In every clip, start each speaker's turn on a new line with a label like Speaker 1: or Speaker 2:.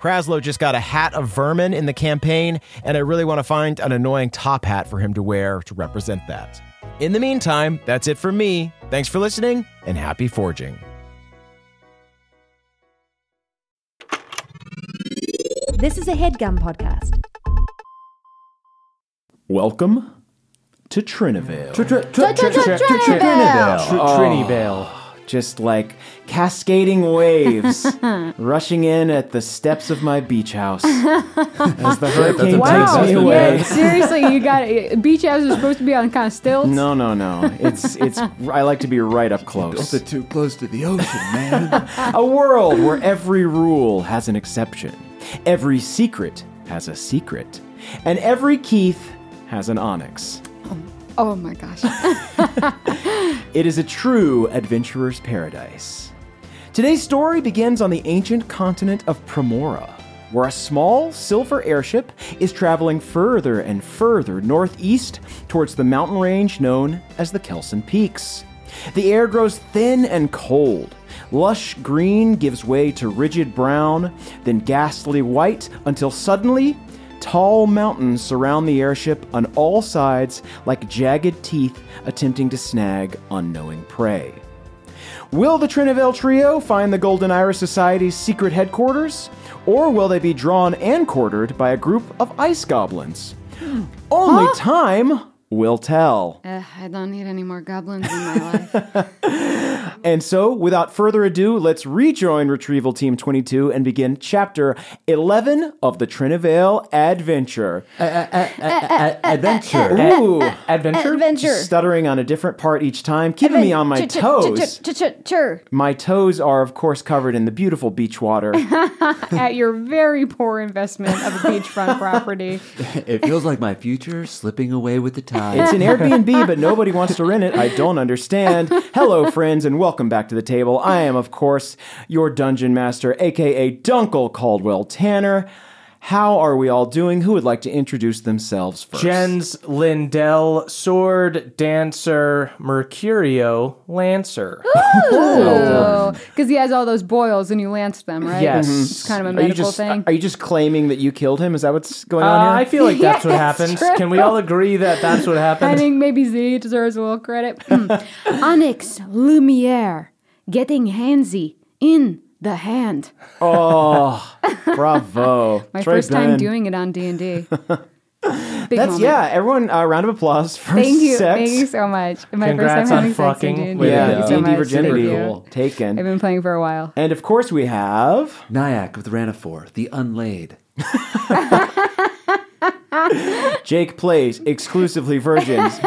Speaker 1: Kraslow just got a hat of vermin in the campaign, and I really want to find an annoying top hat for him to wear to represent that. In the meantime, that's it from me. Thanks for listening and happy forging.
Speaker 2: This is a headgum podcast.
Speaker 3: Welcome to Trinivale. Ah.
Speaker 4: Trinity Bale.
Speaker 3: Just like cascading waves rushing in at the steps of my beach house as the hurricane
Speaker 4: Wow.
Speaker 3: takes me
Speaker 4: Yeah,
Speaker 3: away.
Speaker 4: seriously, you got it. Beach house is supposed to be on kind of stilts.
Speaker 3: No, no, no. It's it's. I like to be right up close.
Speaker 5: Built it too close to the ocean, man.
Speaker 3: A world where every rule has an exception, every secret has a secret, and every Keith has an onyx.
Speaker 4: Oh my gosh.
Speaker 3: It is a true adventurer's paradise. Today's story begins on the ancient continent of Primora, where a small silver airship is traveling further and further northeast towards the mountain range known as the Kelson Peaks. The air grows thin and cold. Lush green gives way to rigid brown, then ghastly white, until suddenly, tall mountains surround the airship on all sides like jagged teeth attempting to snag unknowing prey. Will the Trinivale trio find the Golden Iris Society's secret headquarters? Or will they be drawn and quartered by a group of ice goblins? Only time will tell.
Speaker 4: Uh, I don't need any more goblins in my life.
Speaker 3: And so, without further ado, let's rejoin Retrieval Team 22 and begin Chapter 11 of the Trinivale Adventure.
Speaker 5: Adventure.
Speaker 3: Ooh,
Speaker 5: Adventure?
Speaker 2: Adventure.
Speaker 3: stuttering on a different part each time, keeping me on my toes.
Speaker 2: Tur.
Speaker 3: My toes are, of course, covered in the beautiful beach water.
Speaker 4: At your very poor investment of a beachfront property.
Speaker 5: It feels like my future slipping away with the tide.
Speaker 3: It's an Airbnb, but nobody wants to rent it. I don't understand. Hello, friends, and welcome back to the table. I am, of course, your dungeon master, aka Dunkle Caldwell Tanner. How are we all doing? Who would like to introduce themselves first?
Speaker 6: Jens Lindell, Sword Dancer, Mercurio, Lancer.
Speaker 4: Because he has all those boils and you lance them, right?
Speaker 6: Yes. Mhm.
Speaker 4: It's kind of a
Speaker 3: are you
Speaker 4: medical
Speaker 3: just
Speaker 4: thing.
Speaker 3: are you just claiming that you killed him? Is that what's going
Speaker 6: Uh,
Speaker 3: on
Speaker 6: I
Speaker 3: here?
Speaker 6: feel like that's what
Speaker 4: Yes,
Speaker 6: happened.
Speaker 4: true.
Speaker 6: Can we all agree that that's what
Speaker 4: I
Speaker 6: happened?
Speaker 4: think maybe Z deserves a little credit. Hmm.
Speaker 2: Onyx Lumiere. Getting handsy in the hand.
Speaker 3: Bravo!
Speaker 4: My
Speaker 3: Troy
Speaker 4: first
Speaker 3: Glenn.
Speaker 4: time doing it on D&D. Big
Speaker 3: That's
Speaker 4: moment.
Speaker 3: yeah. Everyone, uh, round of applause for
Speaker 4: Thank you.
Speaker 3: sex.
Speaker 4: Thank you so much. My first
Speaker 6: Congrats
Speaker 4: time
Speaker 6: on
Speaker 4: having sex in
Speaker 6: fucking
Speaker 4: D&D.
Speaker 6: with
Speaker 3: Yeah,
Speaker 4: Thank you so
Speaker 3: D&D
Speaker 4: much.
Speaker 3: virginity
Speaker 4: Thank you.
Speaker 3: taken.
Speaker 4: I've been playing for a while.
Speaker 3: and of course, we have
Speaker 5: Nyack with Ranafor, the unlaid.
Speaker 3: Jake plays exclusively virgins.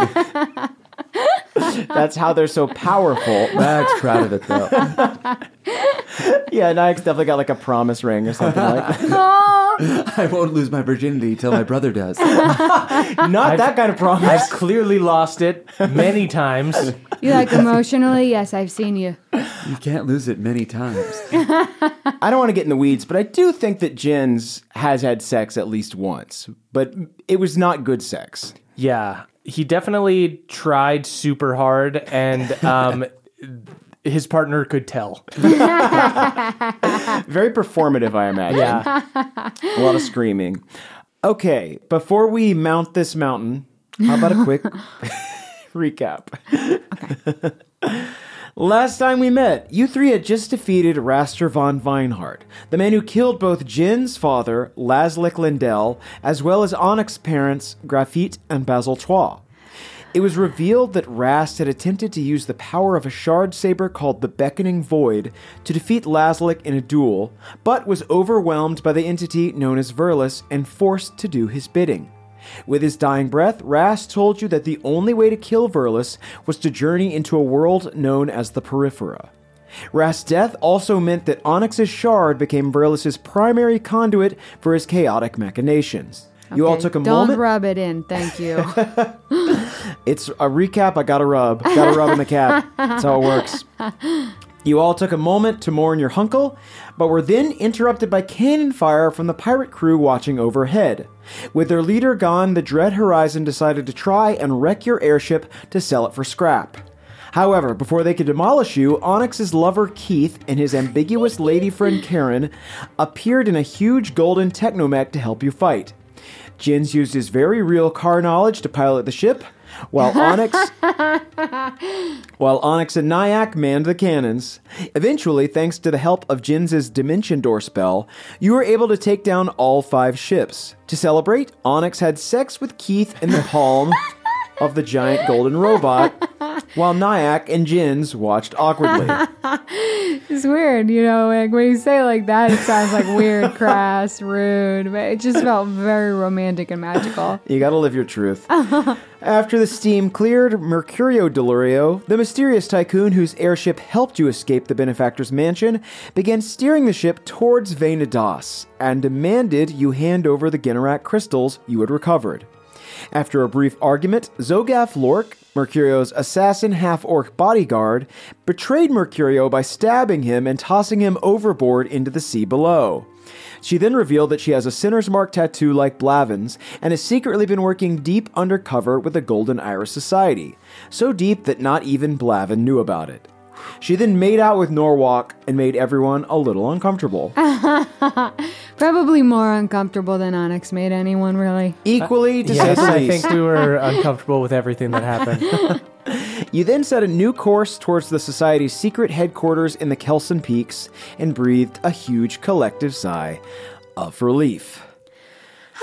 Speaker 3: That's how they're so powerful.
Speaker 5: Nyack's proud of it, though.
Speaker 3: Yeah, Nike's definitely got like a promise ring or something like that.
Speaker 5: I won't lose my virginity till my brother does.
Speaker 3: Not that kind of promise.
Speaker 6: I've clearly lost it many times.
Speaker 4: You like emotionally? Yes, I've seen you.
Speaker 5: You can't lose it many times.
Speaker 3: I don't want to get in the weeds, but I do think that Jens has had sex at least once, but it was not good sex.
Speaker 6: Yeah, he definitely tried super hard, and um, his partner could tell.
Speaker 3: Very performative, I imagine.
Speaker 6: Yeah.
Speaker 3: A lot of screaming. Okay, before we mount this mountain, how about a quick recap? Okay. Last time we met, you three had just defeated Raster von Weinhardt, the man who killed both Jin's father, Laszlik Lindell, as well as Onyx's parents, Graphite and Basil Trois. It was revealed that Rast had attempted to use the power of a shard saber called the Beckoning Void to defeat Laszlik in a duel, but was overwhelmed by the entity known as Verlis and forced to do his bidding. With his dying breath, Rast told you that the only way to kill Verlis was to journey into a world known as the Periphera. Rast's death also meant that Onyx's shard became Verlis's primary conduit for his chaotic machinations. You all
Speaker 4: Okay,
Speaker 3: took a
Speaker 4: Don't
Speaker 3: moment.
Speaker 4: rub it in. Thank you.
Speaker 3: It's a recap. I gotta rub. Gotta rub in the cap. That's how it works. You all took a moment to mourn your hunkle, but were then interrupted by cannon fire from the pirate crew watching overhead. With their leader gone, the Dread Horizon decided to try and wreck your airship to sell it for scrap. However, before they could demolish you, Onyx's lover Keith and his ambiguous lady friend Karen appeared in a huge golden technomech to help you fight. Jins used his very real car knowledge to pilot the ship, while Onyx while Onyx and Nyack manned the cannons. Eventually, thanks to the help of Jin's Dimension Door spell, you were able to take down all five ships. To celebrate, Onyx had sex with Keith in the palm of the giant golden robot, while Nyack and Jin's watched awkwardly.
Speaker 4: It's weird, you know, like when you say it like that, it sounds like weird, crass, rude, but it just felt very romantic and magical.
Speaker 3: You gotta live your truth. After the steam cleared, Mercurio Delurio, the mysterious tycoon whose airship helped you escape the benefactor's mansion, began steering the ship towards Venados and demanded you hand over the Generac crystals you had recovered. After a brief argument, Zogaf Lork, Mercurio's assassin half orc bodyguard, betrayed Mercurio by stabbing him and tossing him overboard into the sea below. She then revealed that she has a sinner's mark tattoo like Blavin's and has secretly been working deep undercover with the Golden Iris Society, so deep that not even Blavin knew about it. She then made out with Norwalk and made everyone a little uncomfortable.
Speaker 4: Probably more uncomfortable than Onyx made anyone, really.
Speaker 3: Equally, to
Speaker 6: uh, Yes,
Speaker 3: say the
Speaker 6: I
Speaker 3: least.
Speaker 6: think we were uncomfortable with everything that happened.
Speaker 3: You then set a new course towards the Society's secret headquarters in the Kelson Peaks and breathed a huge collective sigh of relief.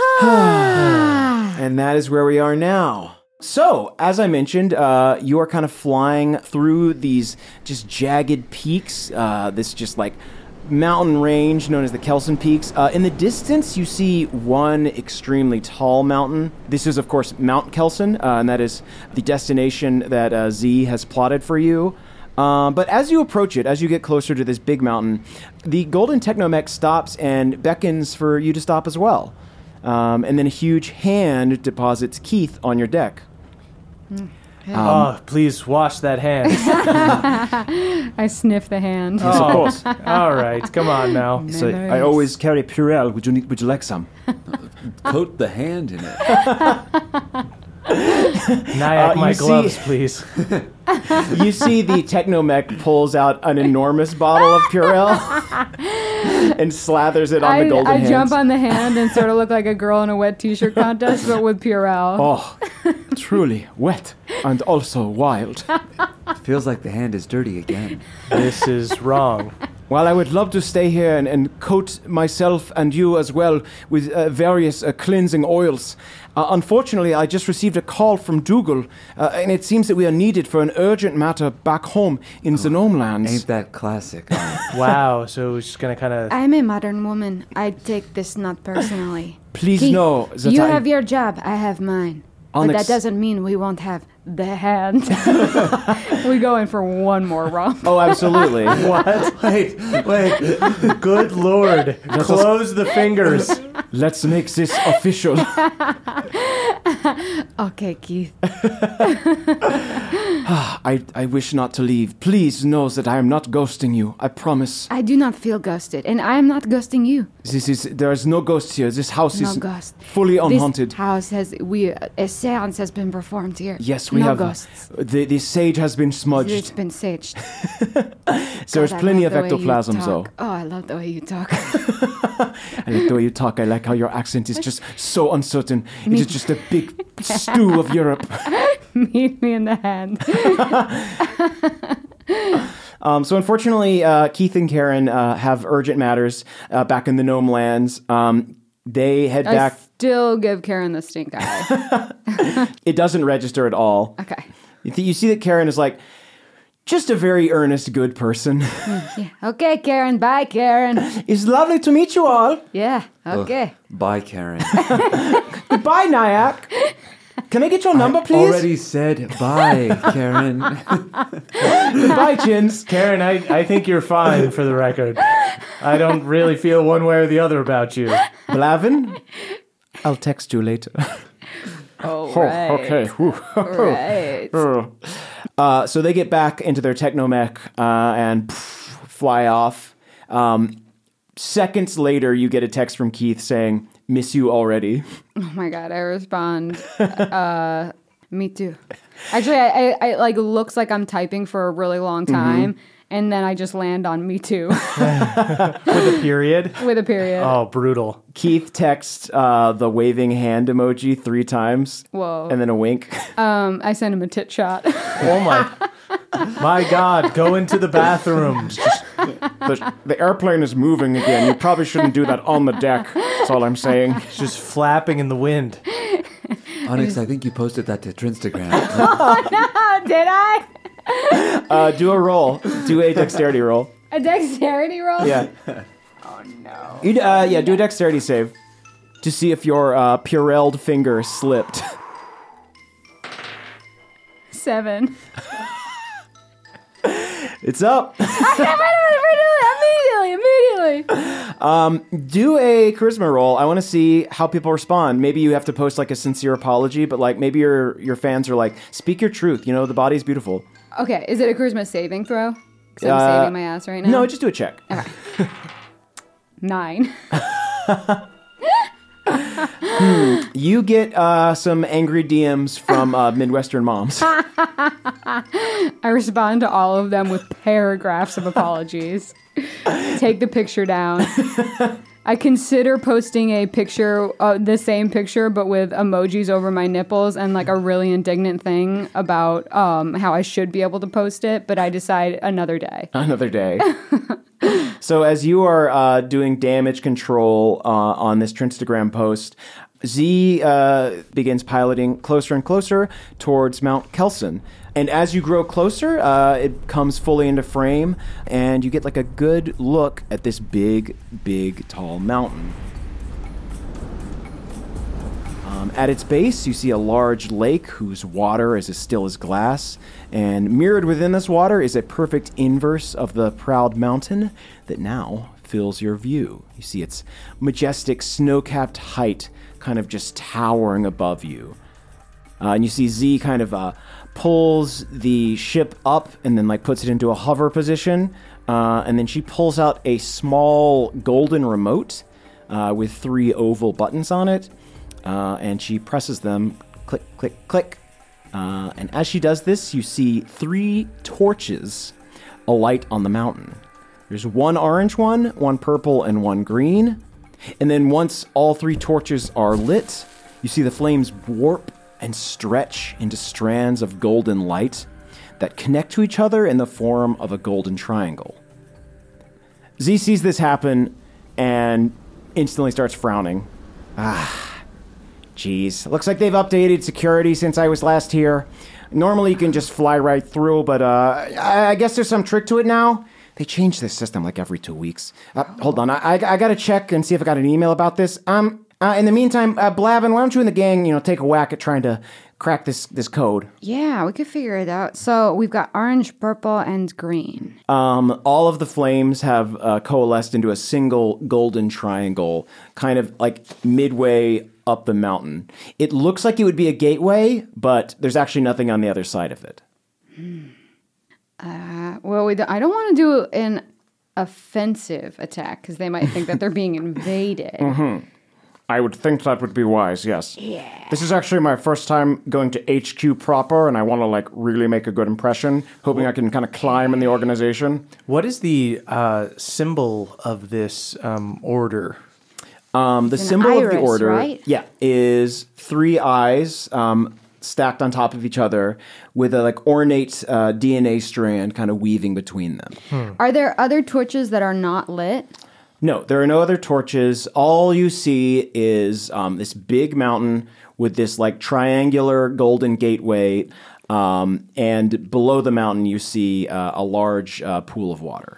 Speaker 3: and that is where we are now. So, as I mentioned, uh, you are kind of flying through these just jagged peaks, uh, this just like mountain range known as the Kelson Peaks. Uh, in the distance, you see one extremely tall mountain. This is, of course, Mount Kelson, uh, and that is the destination that uh, Z has plotted for you. Um, but as you approach it, as you get closer to this big mountain, the Golden Technomech stops and beckons for you to stop as well. Um, and then a huge hand deposits Keith on your deck. Um,
Speaker 6: oh, please wash that hand.
Speaker 4: I sniffed the hand.
Speaker 6: Oh,
Speaker 3: Of course.
Speaker 6: All right, come on now.
Speaker 3: So
Speaker 4: Memories.
Speaker 3: I always carry Purell. Would you need, would you like some?
Speaker 5: Coat the hand in it.
Speaker 6: Nyack,
Speaker 3: Uh, you
Speaker 6: my
Speaker 3: see-
Speaker 6: gloves, please.
Speaker 3: you see the Technomech pulls out an enormous bottle of Purell and slathers it on
Speaker 4: I,
Speaker 3: the golden
Speaker 4: I
Speaker 3: hands.
Speaker 4: jump on the hand and sort of look like a girl in a wet t shirt contest, but with Purell.
Speaker 3: Oh, truly wet and also wild.
Speaker 5: Feels like the hand is dirty again.
Speaker 6: This is wrong.
Speaker 3: While I would love to stay here and, and coat myself and you as well with uh, various uh, cleansing oils, uh, unfortunately, I just received a call from Dougal, uh, and it seems that we are needed for an urgent matter back home in the Gnome Lands.
Speaker 5: Oh, Ain't that classic? huh?
Speaker 6: Wow. So it's just gonna kind of.
Speaker 7: I'm a modern woman. I take this not personally.
Speaker 3: Please
Speaker 7: Keith,
Speaker 3: know that
Speaker 7: you
Speaker 3: I-
Speaker 7: have your job. I have mine. But
Speaker 3: Onyx-
Speaker 7: that doesn't mean we won't have the hand.
Speaker 4: And we go in for one more romp.
Speaker 3: oh, absolutely.
Speaker 6: What?
Speaker 5: wait, wait.
Speaker 6: Good lord! Close the fingers.
Speaker 3: Let's make this official.
Speaker 4: Okay, Keith.
Speaker 3: I, I wish not to leave. Please know that I am not ghosting you. I promise.
Speaker 8: I do not feel ghosted, and I am not ghosting you.
Speaker 3: This is there is no ghosts here. This house
Speaker 8: No
Speaker 3: is
Speaker 8: ghost.
Speaker 3: fully unhaunted.
Speaker 8: This house has we a séance has been performed here.
Speaker 3: yes, we
Speaker 8: no
Speaker 3: have
Speaker 8: ghosts.
Speaker 3: The the sage has been
Speaker 8: It's
Speaker 3: smudged.
Speaker 8: been saged.
Speaker 3: There's
Speaker 8: God, I
Speaker 3: plenty
Speaker 8: love
Speaker 3: of
Speaker 8: the way you
Speaker 3: ectoplasm,
Speaker 8: talk.
Speaker 3: though.
Speaker 8: Oh, I love the way you talk.
Speaker 3: I like the way you talk. I like how your accent is just so uncertain. It is just a big stew of Europe.
Speaker 4: Meet me in the hand.
Speaker 3: Um, so unfortunately, uh, Keith and Karen uh, have urgent matters uh, back in the Gnome Lands. Um, they head
Speaker 4: I
Speaker 3: back.
Speaker 4: still give Karen the stink eye.
Speaker 3: It doesn't register at all.
Speaker 4: Okay.
Speaker 3: You, th- you see that Karen is like just a very earnest, good person.
Speaker 4: Okay, Karen. Bye, Karen.
Speaker 3: it's lovely to meet you all.
Speaker 4: Yeah.
Speaker 3: Uh,
Speaker 4: Okay.
Speaker 5: Bye, Karen.
Speaker 3: Goodbye, Nyack. Can I get your number, please?
Speaker 5: Already said bye, Karen.
Speaker 3: Goodbye, Chins.
Speaker 6: Karen, I, I think you're fine for the record. I don't really feel one way or the other about you.
Speaker 3: Blavin, I'll text you later.
Speaker 4: All
Speaker 3: Oh,
Speaker 4: right.
Speaker 3: okay. Oh, Whew.
Speaker 4: Right.
Speaker 3: Uh, so they get back into their technomech uh, and pff, fly off. Um, seconds later, you get a text from Keith saying, Miss you already.
Speaker 4: Oh my god, I respond. uh, me too. Actually, I, I, I like looks like I'm typing for a really long
Speaker 3: Mm-hmm.
Speaker 4: time, and then I just land on me too
Speaker 6: With a period.
Speaker 4: with a period.
Speaker 6: Oh, brutal.
Speaker 3: Keith texts uh, the waving hand emoji three times.
Speaker 4: Whoa.
Speaker 3: And then a wink.
Speaker 4: Um, I send him a tit shot. Uh,
Speaker 6: Oh my. My God, go into the bathroom.
Speaker 3: the, the airplane is moving again. You probably shouldn't do that on the deck. That's all I'm saying.
Speaker 6: Just flapping in the wind.
Speaker 5: Onyx, I think you posted that to Instagram.
Speaker 4: oh, did I?
Speaker 3: Uh, do a roll. Do a dexterity roll.
Speaker 4: A dexterity roll?
Speaker 3: Yeah. oh no. You, uh, yeah, do a dexterity save to see if your uh, purelled finger slipped.
Speaker 4: Seven.
Speaker 3: It's up.
Speaker 4: Yeah, right away, right away, immediately, immediately.
Speaker 3: Do a charisma roll. I want to see how people respond. Maybe you have to post like a sincere apology, but like maybe your your fans are like, "Speak your truth." You know, the body's beautiful.
Speaker 4: Okay, is it a charisma saving throw? Because I'm
Speaker 3: Uh,
Speaker 4: saving my ass right now.
Speaker 3: No, just do a check.
Speaker 4: nine.
Speaker 3: You get uh, some angry DMs from uh, Midwestern moms.
Speaker 4: I respond to all of them with paragraphs of apologies. Take the picture down. I consider posting a picture, uh, the same picture, but with emojis over my nipples and like a really indignant thing about um, how I should be able to post it, but I decide another day.
Speaker 3: Another day. so as you are uh, doing damage control uh, on this Trinstagram post, Z uh, begins piloting closer and closer towards Mount Kelson. And as you grow closer, uh, it comes fully into frame, and you get like a good look at this big, big, tall mountain. Um, at its base, you see a large lake whose water is as still as glass, and mirrored within this water is a perfect inverse of the proud mountain that now fills your view. You see its majestic snow capped height kind of just towering above you. Uh, and you see Z kind of uh, pulls the ship up and then like puts it into a hover position. Uh, and then she pulls out a small golden remote uh, with three oval buttons on it. Uh, and she presses them click, click, click. Uh, and as she does this, you see three torches alight on the mountain. There's one orange one, one purple, and one green. And then once all three torches are lit, you see the flames warp and stretch into strands of golden light that connect to each other in the form of a golden triangle. Z sees this happen and instantly starts frowning. Ah, jeez. Looks like they've updated security since I was last here. Normally you can just fly right through, but uh, I, I guess there's some trick to it now. They change this system like every two weeks. Uh, hold on, I, I, I gotta check and see if I got an email about this. Um, uh, in the meantime, uh, Blavin, why don't you and the gang, you know, take a whack at trying to crack this this code?
Speaker 8: yeah, we could figure it out. So we've got orange, purple, and green.
Speaker 3: Um, all of the flames have uh, coalesced into a single golden triangle, kind of like midway up the mountain. It looks like it would be a gateway, but there's actually nothing on the other side of it.
Speaker 4: Well, we do I don't want to do an offensive attack because they might think that they're being invaded.
Speaker 3: I would think that would be wise, yes. Yeah. This is actually my first time going to HQ proper, and I want to, like, really make a good impression, hoping I can kind of climb in the organization.
Speaker 6: What is the uh, symbol of this um, order?
Speaker 3: Um, the symbol of the
Speaker 4: iris,
Speaker 3: order,
Speaker 4: right?
Speaker 3: yeah, is three eyes um, stacked on top of each other with a like ornate uh, DNA strand kind of weaving between them.
Speaker 4: Are there other torches that are not lit?
Speaker 3: No, there are no other torches. All you see is um, this big mountain with this like triangular golden gateway, um, and below the mountain you see uh, a large uh, pool of water.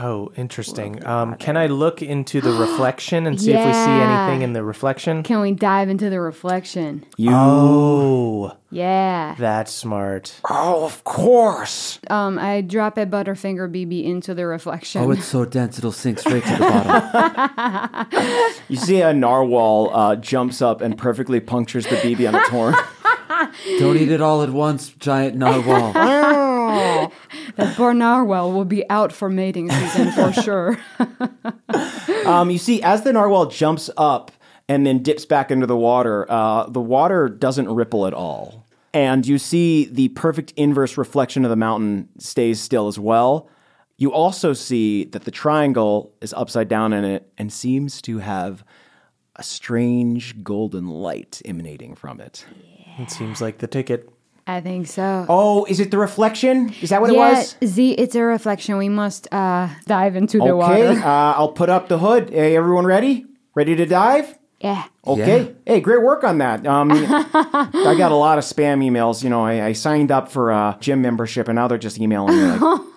Speaker 6: Oh, interesting. Um, can I look into the reflection and see if we see
Speaker 4: Yeah.
Speaker 6: anything in the reflection?
Speaker 4: Can we dive into the reflection?
Speaker 3: You,
Speaker 6: Oh,
Speaker 4: Yeah.
Speaker 6: that's smart.
Speaker 3: oh, of course.
Speaker 4: Um, I drop a butterfinger BB into the reflection.
Speaker 5: Oh, it's so dense, it'll sink straight to the bottom.
Speaker 3: You see a narwhal uh, jumps up and perfectly punctures the BB on its horn.
Speaker 5: Don't eat it all at once, giant narwhal.
Speaker 4: that poor narwhal will be out for mating season for sure.
Speaker 3: Um, you see, as the narwhal jumps up and then dips back into the water, uh, the water doesn't ripple at all. And you see the perfect inverse reflection of the mountain stays still as well. You also see that the triangle is upside down in it and seems to have a strange golden light emanating from it.
Speaker 6: It seems like the ticket.
Speaker 4: I think so.
Speaker 3: Oh, is it the reflection? Is that what it
Speaker 4: yeah,
Speaker 3: was?
Speaker 4: Z, it's a reflection. We must uh, dive into the
Speaker 3: Okay,
Speaker 4: water.
Speaker 3: uh, I'll put up the hood. Hey, everyone ready? Ready to dive?
Speaker 4: Yeah.
Speaker 5: Oh,
Speaker 3: Okay. Hey, great work on that. Um, I got a lot of spam emails. You know, I, I signed up for a gym membership, and now they're just emailing me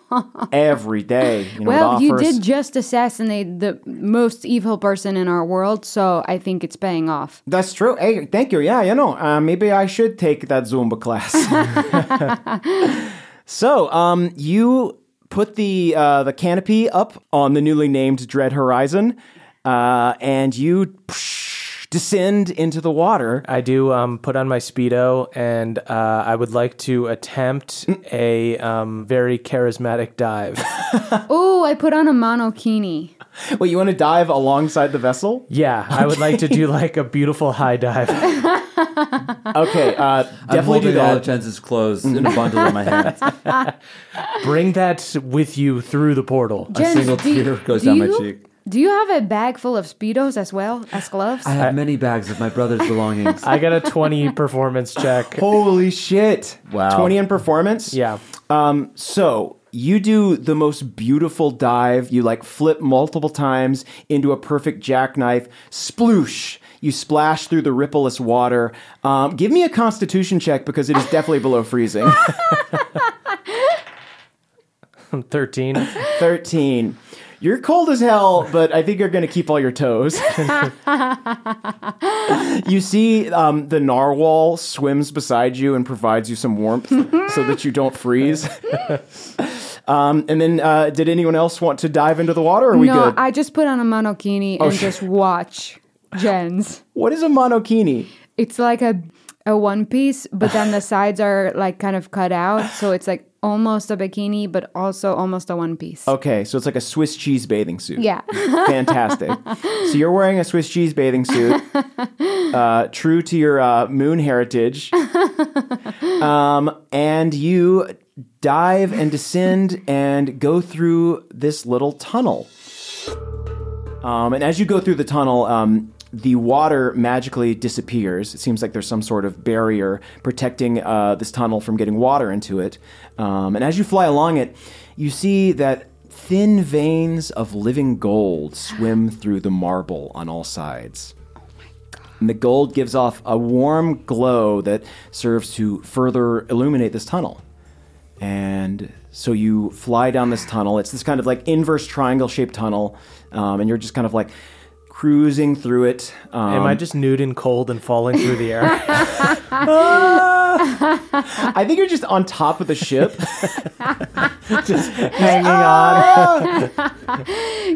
Speaker 3: like, every day. You know,
Speaker 4: Well,
Speaker 3: with
Speaker 4: you
Speaker 3: offers.
Speaker 4: did just assassinate the most evil person in our world, so I think it's paying off.
Speaker 3: That's true. Hey, thank you. Yeah, you know, uh, maybe I should take that Zumba class. so, um, you put the uh, the canopy up on the newly named Dread Horizon, uh, and you descend into the water.
Speaker 6: I do um, put on my speedo, and uh, I would like to attempt a um, very charismatic dive.
Speaker 4: Oh, I put on a monokini.
Speaker 3: Wait, you want to dive alongside the vessel?
Speaker 6: yeah, I would like to do like a beautiful high dive.
Speaker 3: Okay, uh,
Speaker 5: I'm
Speaker 3: definitely do
Speaker 5: holding all
Speaker 3: that.
Speaker 5: of Jensen's clothes in a bundle in my hands.
Speaker 6: Bring that with you through the portal.
Speaker 5: A single tear goes
Speaker 4: do
Speaker 5: down my
Speaker 4: you-
Speaker 5: cheek.
Speaker 4: Do you have a bag full of speedos as well as gloves?
Speaker 5: I have many bags of my brother's belongings.
Speaker 6: I got a twenty performance check.
Speaker 3: Holy shit!
Speaker 5: Wow.
Speaker 3: twenty in performance.
Speaker 6: Yeah.
Speaker 3: Um. So you do the most beautiful dive. You like flip multiple times into a perfect jackknife. Sploosh! You splash through the rippleless water. Um, give me a Constitution check because it is definitely below freezing.
Speaker 6: Thirteen.
Speaker 3: Thirteen. You're cold as hell, but I think you're going to keep all your toes. you see, um, the narwhal swims beside you and provides you some warmth so that you don't freeze. um, and then, uh, did anyone else want to dive into the water? Or are we
Speaker 4: no,
Speaker 3: good? Oh,
Speaker 4: I just put on a monokini and just watch Jen's.
Speaker 3: what is a monokini?
Speaker 4: It's like a a one piece, but then the sides are like kind of cut out, so it's like almost a bikini, but also almost a one piece.
Speaker 3: Okay, so it's like a Swiss cheese bathing suit.
Speaker 4: Yeah.
Speaker 3: Fantastic. so you're wearing a Swiss cheese bathing suit, uh, true to your uh, moon heritage. Um, and you dive and descend and go through this little tunnel. Um, and as you go through the tunnel, um, the water magically disappears. It seems like there's some sort of barrier protecting uh, this tunnel from getting water into it. Um, and as you fly along it, you see that thin veins of living gold swim through the marble on all sides. And the gold gives off a warm glow that serves to further illuminate this tunnel. And so you fly down this tunnel. It's this kind of like inverse triangle shaped tunnel. Um, and you're just kind of like cruising through it. Um,
Speaker 6: Am I just nude and cold and falling through the air?
Speaker 3: I think you're just on top of the ship.
Speaker 6: Hanging on.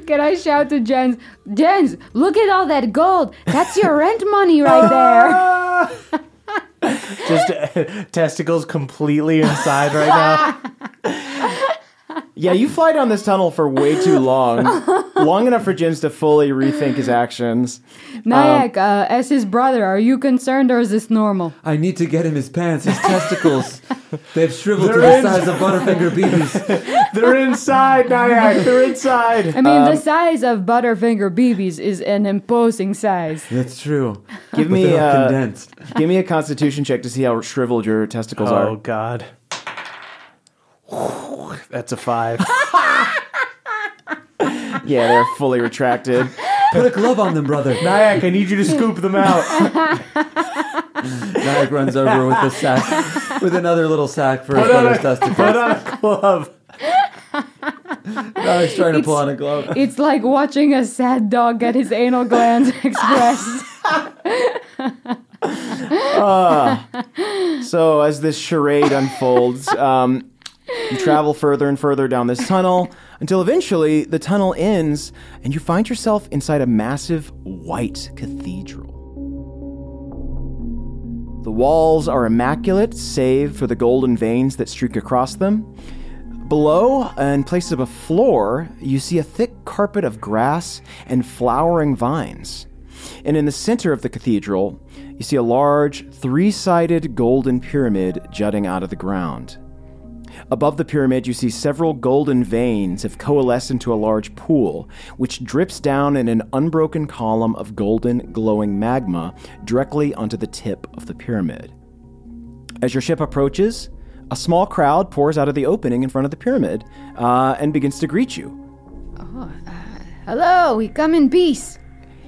Speaker 4: Can I
Speaker 3: Um,
Speaker 4: shout to Jens? Jens, look at all that gold. That's your rent money right there.
Speaker 6: Just uh, testicles completely inside right now.
Speaker 3: Yeah, you fly down this tunnel for way too long. long enough for Jins to fully rethink his actions.
Speaker 4: Nayak, uh, as his brother, are you concerned or is this normal?
Speaker 5: I need to get him his pants, his testicles. They've shriveled to
Speaker 3: They're
Speaker 5: the
Speaker 3: in-
Speaker 5: size of Butterfinger BBs.
Speaker 3: They're inside, Nyack. They're inside.
Speaker 4: I mean, the size of Butterfinger BB's is an imposing size.
Speaker 5: That's true.
Speaker 3: Give
Speaker 5: But
Speaker 3: me
Speaker 5: they're
Speaker 3: uh,
Speaker 5: condensed.
Speaker 3: give me a Constitution check to see how shriveled your testicles
Speaker 6: Oh
Speaker 3: are.
Speaker 6: God. That's a five.
Speaker 3: Yeah, they're fully retracted.
Speaker 5: Put a glove on them, brother.
Speaker 6: Nyack, I need you to scoop them out.
Speaker 5: Nyack runs over with a sack, with another little sack for his brother's testicles.
Speaker 6: Put on a glove.
Speaker 5: Nyack's trying to pull on a glove.
Speaker 4: It's like watching a sad dog get his anal glands expressed.
Speaker 3: So as this charade unfolds, um, you travel further and further down this tunnel until eventually the tunnel ends and you find yourself inside a massive white cathedral. The walls are immaculate, save for the golden veins that streak across them. Below, in place of a floor, you see a thick carpet of grass and flowering vines. And in the center of the cathedral, you see a large, three sided golden pyramid jutting out of the ground. Above the pyramid, you see several golden veins have coalesced into a large pool, which drips down in an unbroken column of golden, glowing magma directly onto the tip of the pyramid. As your ship approaches, a small crowd pours out of the opening in front of the pyramid uh, and begins to greet you.
Speaker 9: Hello, we come in peace.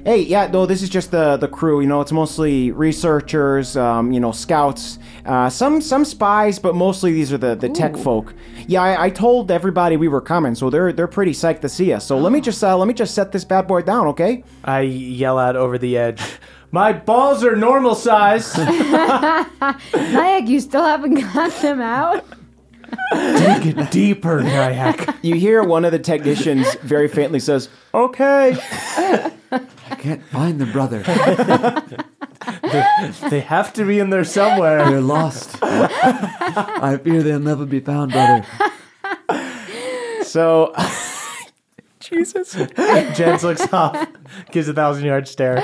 Speaker 3: Hey, yeah, no, this is just the the crew. You know, it's mostly researchers, um, you know, scouts, uh, some some spies, but mostly these are the, the tech folk. Yeah, I, I told everybody we were coming, so they're they're pretty psyched to see us. So let me just uh, let me just set this bad boy down, okay?
Speaker 6: I yell out over the edge. My balls are normal size.
Speaker 9: Nayak, you still haven't got them out?
Speaker 6: Take it deeper, Nyack.
Speaker 3: You hear one of the technicians very faintly says, "Okay."
Speaker 5: I can't find them, brother.
Speaker 6: They have to be in there somewhere.
Speaker 5: They're lost. I fear they'll never be found, brother.
Speaker 3: So, Jesus.
Speaker 6: Jens looks off, gives a thousand yard stare.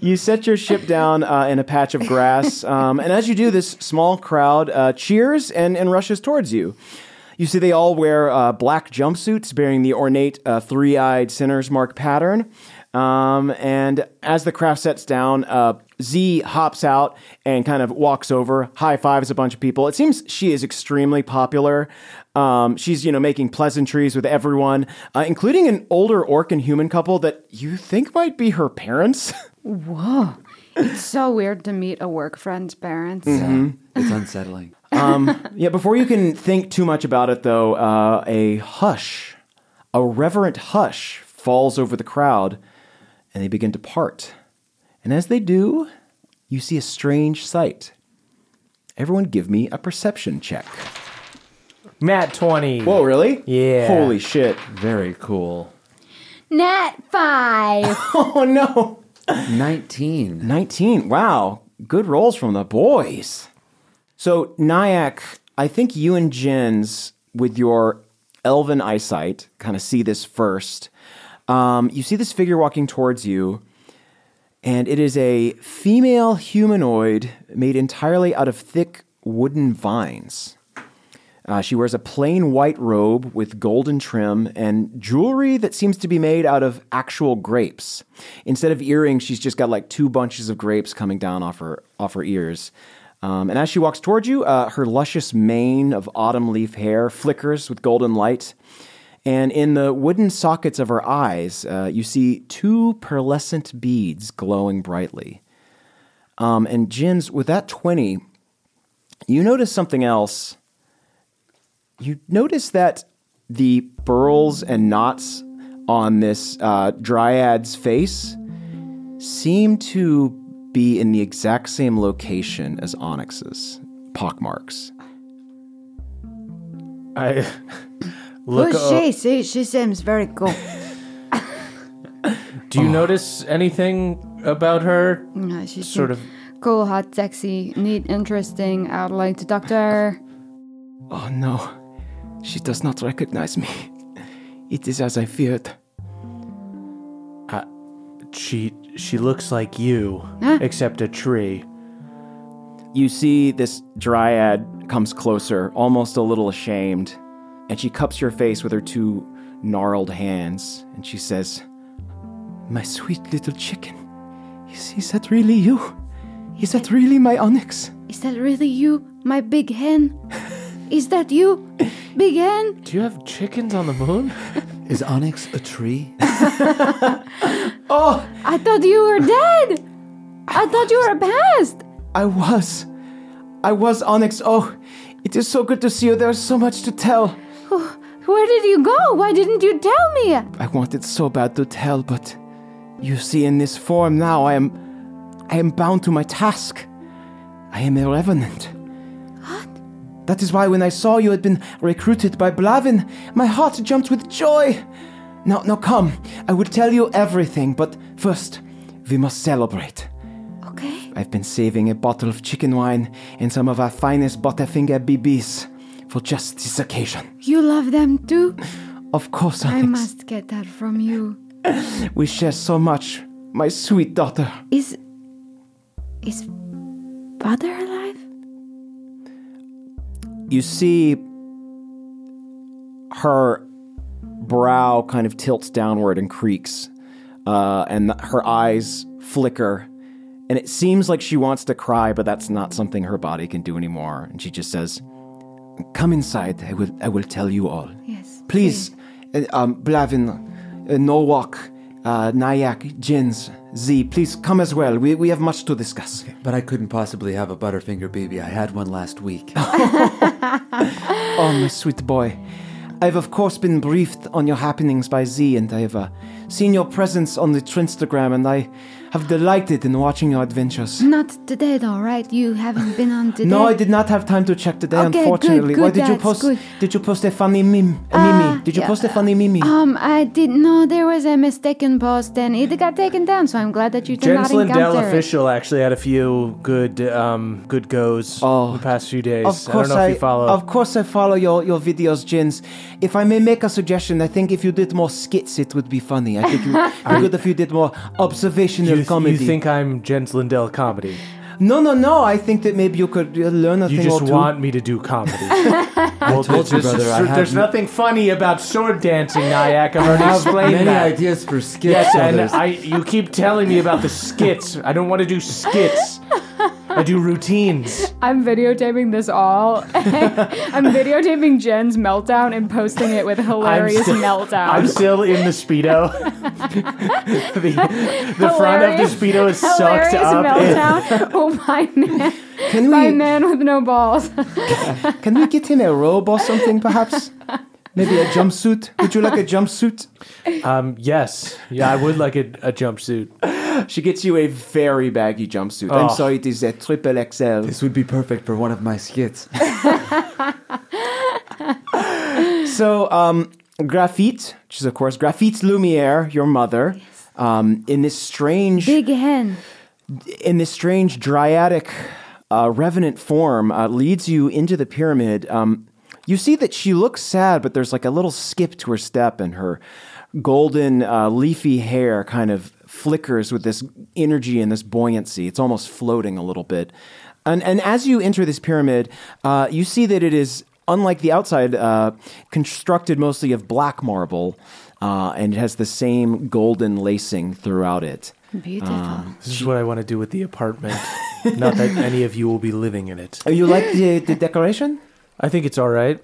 Speaker 3: You set your ship down uh, in a patch of grass, um, and as you do, this small crowd uh, cheers and, and rushes towards you. You see, they all wear uh, black jumpsuits bearing the ornate uh, three eyed sinner's mark pattern. Um, and as the craft sets down, uh, Z hops out and kind of walks over, high fives a bunch of people. It seems she is extremely popular. Um, she's, you know, making pleasantries with everyone, uh, including an older orc and human couple that you think might be her parents.
Speaker 9: So weird to meet a work friend's parents.
Speaker 6: Hmm.
Speaker 5: It's unsettling.
Speaker 3: Yeah, before you can think too much about it, though, uh, a hush, a reverent hush, falls over the crowd, and they begin to part. And as they do, you see a strange sight. Everyone, give me a perception check.
Speaker 6: Matt twenty.
Speaker 3: Whoa, really?
Speaker 6: Yeah.
Speaker 3: Holy shit.
Speaker 5: Very cool.
Speaker 9: Nat five.
Speaker 3: Oh, no.
Speaker 5: 19.
Speaker 3: 19. Wow. Good rolls from the boys. So, Nyack, I think you and Jens, with your elven eyesight, kind of see this first. Um, you see this figure walking towards you, and it is a female humanoid made entirely out of thick wooden vines. Uh, she wears a plain white robe with golden trim and jewelry that seems to be made out of actual grapes. Instead of earrings, she's just got like two bunches of grapes coming down off her off her ears. Um, and as she walks towards you, uh, her luscious mane of autumn leaf hair flickers with golden light. And in the wooden sockets of her eyes, uh, you see two pearlescent beads glowing brightly. Um, and Jins, with that 20, you notice something else you notice that the burls and knots on this uh, dryad's face seem to be in the exact same location as Onyx's pockmarks.
Speaker 6: I look. uh,
Speaker 9: Who's
Speaker 6: o-
Speaker 9: she? she? She seems very cool.
Speaker 6: do you notice anything about her?
Speaker 9: No, she's
Speaker 6: Sort of
Speaker 4: Cool, hot, sexy, neat, interesting. I would like to talk to her.
Speaker 3: Oh no, she does not recognize me. It is as I feared.
Speaker 6: She she looks like you, except a tree.
Speaker 3: You see, this dryad comes closer, almost a little ashamed, and she cups your face with her two gnarled hands, and she says, My sweet little chicken, is, is that really you? Is that really my onyx?
Speaker 4: Is that really you, my big hen? Is that you, big hen?
Speaker 6: Do you have chickens on the moon?
Speaker 5: Is Onyx a tree?
Speaker 4: I thought you were dead. I thought you were past.
Speaker 3: I was. I was Onyx. Oh, it is so good to see you. There is so much to tell.
Speaker 4: Where did you go? Why didn't you tell me?
Speaker 3: I wanted so bad to tell, but you see, in this form now, I am. I am bound to my task. I am a revenant. What? That is why when I saw you had been recruited by Blavin, my heart jumped with joy. Now, now come. I will tell you everything, but first, we must celebrate.
Speaker 4: Okay.
Speaker 3: I've been saving a bottle of chicken wine and some of our finest Butterfinger BBs for just this occasion.
Speaker 4: You love them too?
Speaker 3: Of course,
Speaker 4: I
Speaker 3: Onyx.
Speaker 4: must get that from you.
Speaker 3: We share so much, my sweet daughter.
Speaker 4: Is. Is. Father alive?
Speaker 3: you see her brow kind of tilts downward and creaks, uh, and her eyes flicker. And it seems like she wants to cry, but that's not something her body can do anymore. And she just says, "Come inside. I will. I will tell you all.
Speaker 4: Yes.
Speaker 3: Please, uh, um, Blavin, uh, Norwalk, uh, Nyack, Jens, Z. Please come as well. We we have much to discuss."
Speaker 5: But I couldn't possibly have a Butterfinger BB. I had one last week.
Speaker 3: Oh, my sweet boy. I've, of course, been briefed on your happenings by Z, and I've uh, seen your presence on the Trinstagram, and I have delighted in watching your adventures.
Speaker 4: Not today, though, right? You haven't been on today.
Speaker 3: No, I did not have time to check today,
Speaker 4: Okay, good,
Speaker 3: unfortunately.
Speaker 4: good,
Speaker 3: Why did you
Speaker 4: that's
Speaker 3: post?
Speaker 4: good. Uh,
Speaker 3: Did you post a funny meme? A meme? Did you
Speaker 4: yeah.
Speaker 3: post a funny meme?
Speaker 4: Um, I didn't know there was a mistaken post, and it got taken down. So I'm glad that you did
Speaker 6: Jens
Speaker 4: not
Speaker 6: Lindell
Speaker 4: encounter it.
Speaker 6: official actually had a few good um, good goes
Speaker 3: Oh.
Speaker 6: the past few days.
Speaker 3: of
Speaker 6: I don't
Speaker 3: course,
Speaker 6: know if you follow.
Speaker 3: of course, I follow your, your videos, Jins. If I may make a suggestion, I think if you did more skits, it would be funny. I think it would be good if you did more
Speaker 6: you,
Speaker 3: observational
Speaker 6: th-
Speaker 3: comedy.
Speaker 6: you think I'm Jens Lindell comedy?
Speaker 3: No, no, no. I think that maybe you could uh, learn a
Speaker 6: You
Speaker 3: thing
Speaker 6: just
Speaker 3: or two.
Speaker 6: want me to do comedy. well,
Speaker 5: told you,
Speaker 6: this is
Speaker 5: brother, I
Speaker 6: true.
Speaker 5: have
Speaker 6: there's
Speaker 5: no-
Speaker 6: nothing funny about sword dancing, Nyack. I've already explained
Speaker 5: Many
Speaker 6: that.
Speaker 5: ideas for skits.
Speaker 6: Yes, and
Speaker 5: others.
Speaker 6: I, you keep telling me about the skits. I don't want to do skits. I do routines.
Speaker 10: I'm videotaping this all. I'm videotaping Jen's meltdown and posting it with hilarious
Speaker 6: still-
Speaker 10: meltdown.
Speaker 6: I'm still in the speedo. the the front of the
Speaker 10: Hilarious-
Speaker 6: speedo is
Speaker 10: hilarious
Speaker 6: sucked up.
Speaker 10: meltdown. oh my man,
Speaker 3: Can
Speaker 10: my
Speaker 3: we
Speaker 10: man with no balls.
Speaker 3: can we get him a robe or something, perhaps? Maybe a jumpsuit. Would you like a jumpsuit?
Speaker 6: Um, yes. Yeah, I would like a, a jumpsuit.
Speaker 3: She gets you a very baggy jumpsuit. I'm
Speaker 6: Oh.
Speaker 3: sorry, it is a triple XL.
Speaker 5: this would be perfect for one of my skits.
Speaker 3: So, um, Graphite, which is of course Graphite Lumiere, your mother, um, in this strange
Speaker 4: Big hen.
Speaker 3: in this strange dryadic uh, revenant form uh, leads you into the pyramid. Um, you see that she looks sad, but there's like a little skip to her step, and her golden uh, leafy hair kind of flickers with this energy and this buoyancy. It's almost floating a little bit. And, and as you enter this pyramid, uh, you see that it is unlike the outside, uh, constructed mostly of black marble, uh, and it has the same golden lacing throughout it.
Speaker 4: Beautiful.
Speaker 6: This is what I want to do with the apartment. Not that any of you will be living in it.
Speaker 3: Oh, You like the, the decoration?
Speaker 6: I think it's all right.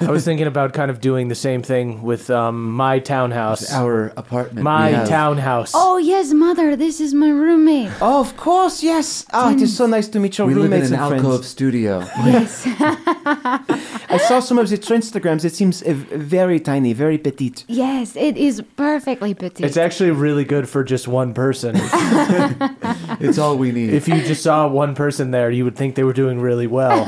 Speaker 6: I was thinking about kind of doing the same thing with um, my townhouse.
Speaker 5: Our apartment.
Speaker 6: My
Speaker 5: we have.
Speaker 6: townhouse.
Speaker 4: oh yes, mother. This is my roommate.
Speaker 3: Oh, of course, yes. Ah, it is so nice to meet your
Speaker 5: We live in
Speaker 3: roommates
Speaker 5: an
Speaker 3: and
Speaker 5: alcove
Speaker 3: friends.
Speaker 5: studio.
Speaker 3: I saw some of the Instagrams. It seems uh, very tiny, very petite.
Speaker 4: Yes, it is perfectly petite.
Speaker 6: It's actually really good for just one person.
Speaker 5: It's all we need.
Speaker 6: if you just saw one person there, you would think they were doing really well.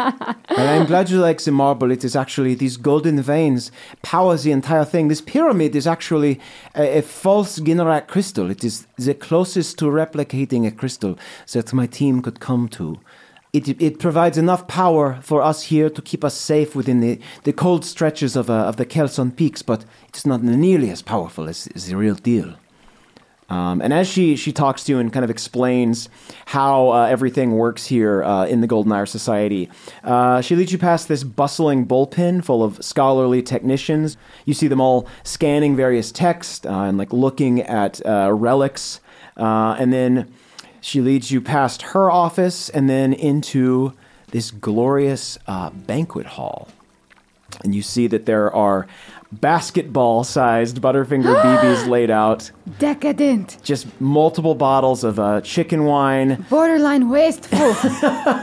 Speaker 3: And I'm glad you like the marble. It is actually these golden veins power the entire thing. This pyramid is actually a, a false Ginnarak crystal. It is the closest to replicating a crystal that my team could come to. It, it provides enough power for us here to keep us safe within the, the cold stretches of, uh, of the Kelson Peaks, but it's not nearly as powerful as, as the real deal. Um, and as she she talks to you and kind of explains how uh, everything works here uh, in the Golden Hour Society, uh, she leads you past this bustling bullpen full of scholarly technicians. You see them all scanning various texts uh, and like looking at uh, relics, uh, and then she leads you past her office and then into this glorious uh, banquet hall and you see that there are basketball sized Butterfinger BBs laid out,
Speaker 11: Decadent.
Speaker 3: just multiple bottles of uh, chicken wine.
Speaker 11: Borderline wasteful.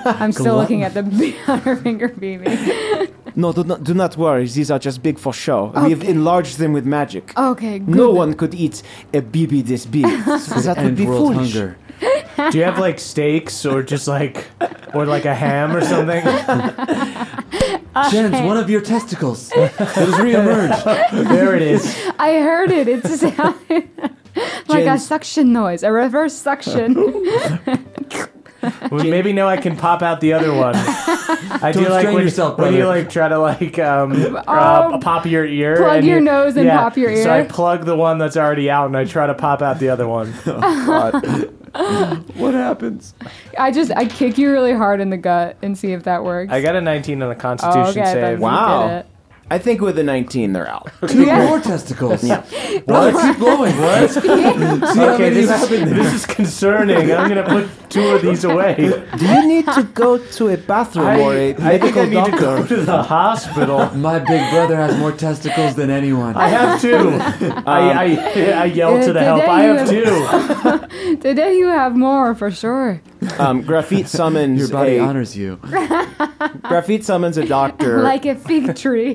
Speaker 4: I'm still looking at the Butterfinger beaming.
Speaker 3: No, do not, do not worry, these are just big for show. We've enlarged them with magic.
Speaker 4: Okay, good.
Speaker 3: No one could eat a BB this big. that would
Speaker 5: End
Speaker 3: be
Speaker 5: world
Speaker 3: foolish.
Speaker 5: hunger.
Speaker 6: Do you have like steaks or just like, or like a ham or something?
Speaker 5: Jens, one of your testicles it has reemerged.
Speaker 6: there it is.
Speaker 4: I heard it. It sounded like a
Speaker 3: Jens.
Speaker 4: suction noise, a reverse suction.
Speaker 6: Well, maybe now I can pop out the other one. I do
Speaker 5: Don't
Speaker 6: like
Speaker 5: strain
Speaker 6: when,
Speaker 5: yourself,
Speaker 6: when you
Speaker 5: brother.
Speaker 6: like try to like um, uh,
Speaker 4: Um,
Speaker 6: pop your ear,
Speaker 4: plug
Speaker 6: and
Speaker 4: your
Speaker 6: you-
Speaker 4: nose and
Speaker 6: yeah,
Speaker 4: pop your
Speaker 6: So I
Speaker 4: ear.
Speaker 6: plug the one that's already out, and I try to pop out the other one.
Speaker 5: what happens?
Speaker 4: I just I kick you really hard in the gut and see if that works.
Speaker 6: I got a 19 on a Constitution
Speaker 4: okay,
Speaker 6: save.
Speaker 4: then-
Speaker 3: Wow.
Speaker 4: Get
Speaker 3: I think with a 19, they're out.
Speaker 5: Two more testicles. What? Keep blowing. What? See how
Speaker 6: Okay,
Speaker 5: many
Speaker 6: this,
Speaker 5: have in there.
Speaker 6: this is concerning. I'm gonna put two of these away.
Speaker 3: do you need to go to a bathroom
Speaker 6: I,
Speaker 3: or a
Speaker 6: I think
Speaker 3: medical
Speaker 6: I need to
Speaker 3: doctor?
Speaker 6: go to the hospital.
Speaker 5: My big brother has more testicles than anyone.
Speaker 6: I have two. I, I, I yell to the help. I have two.
Speaker 4: Today you have more for sure.
Speaker 3: um, Graphite summons
Speaker 5: Your body
Speaker 3: a,
Speaker 5: honors you.
Speaker 3: Graphite summons a doctor.
Speaker 4: Like a fig tree.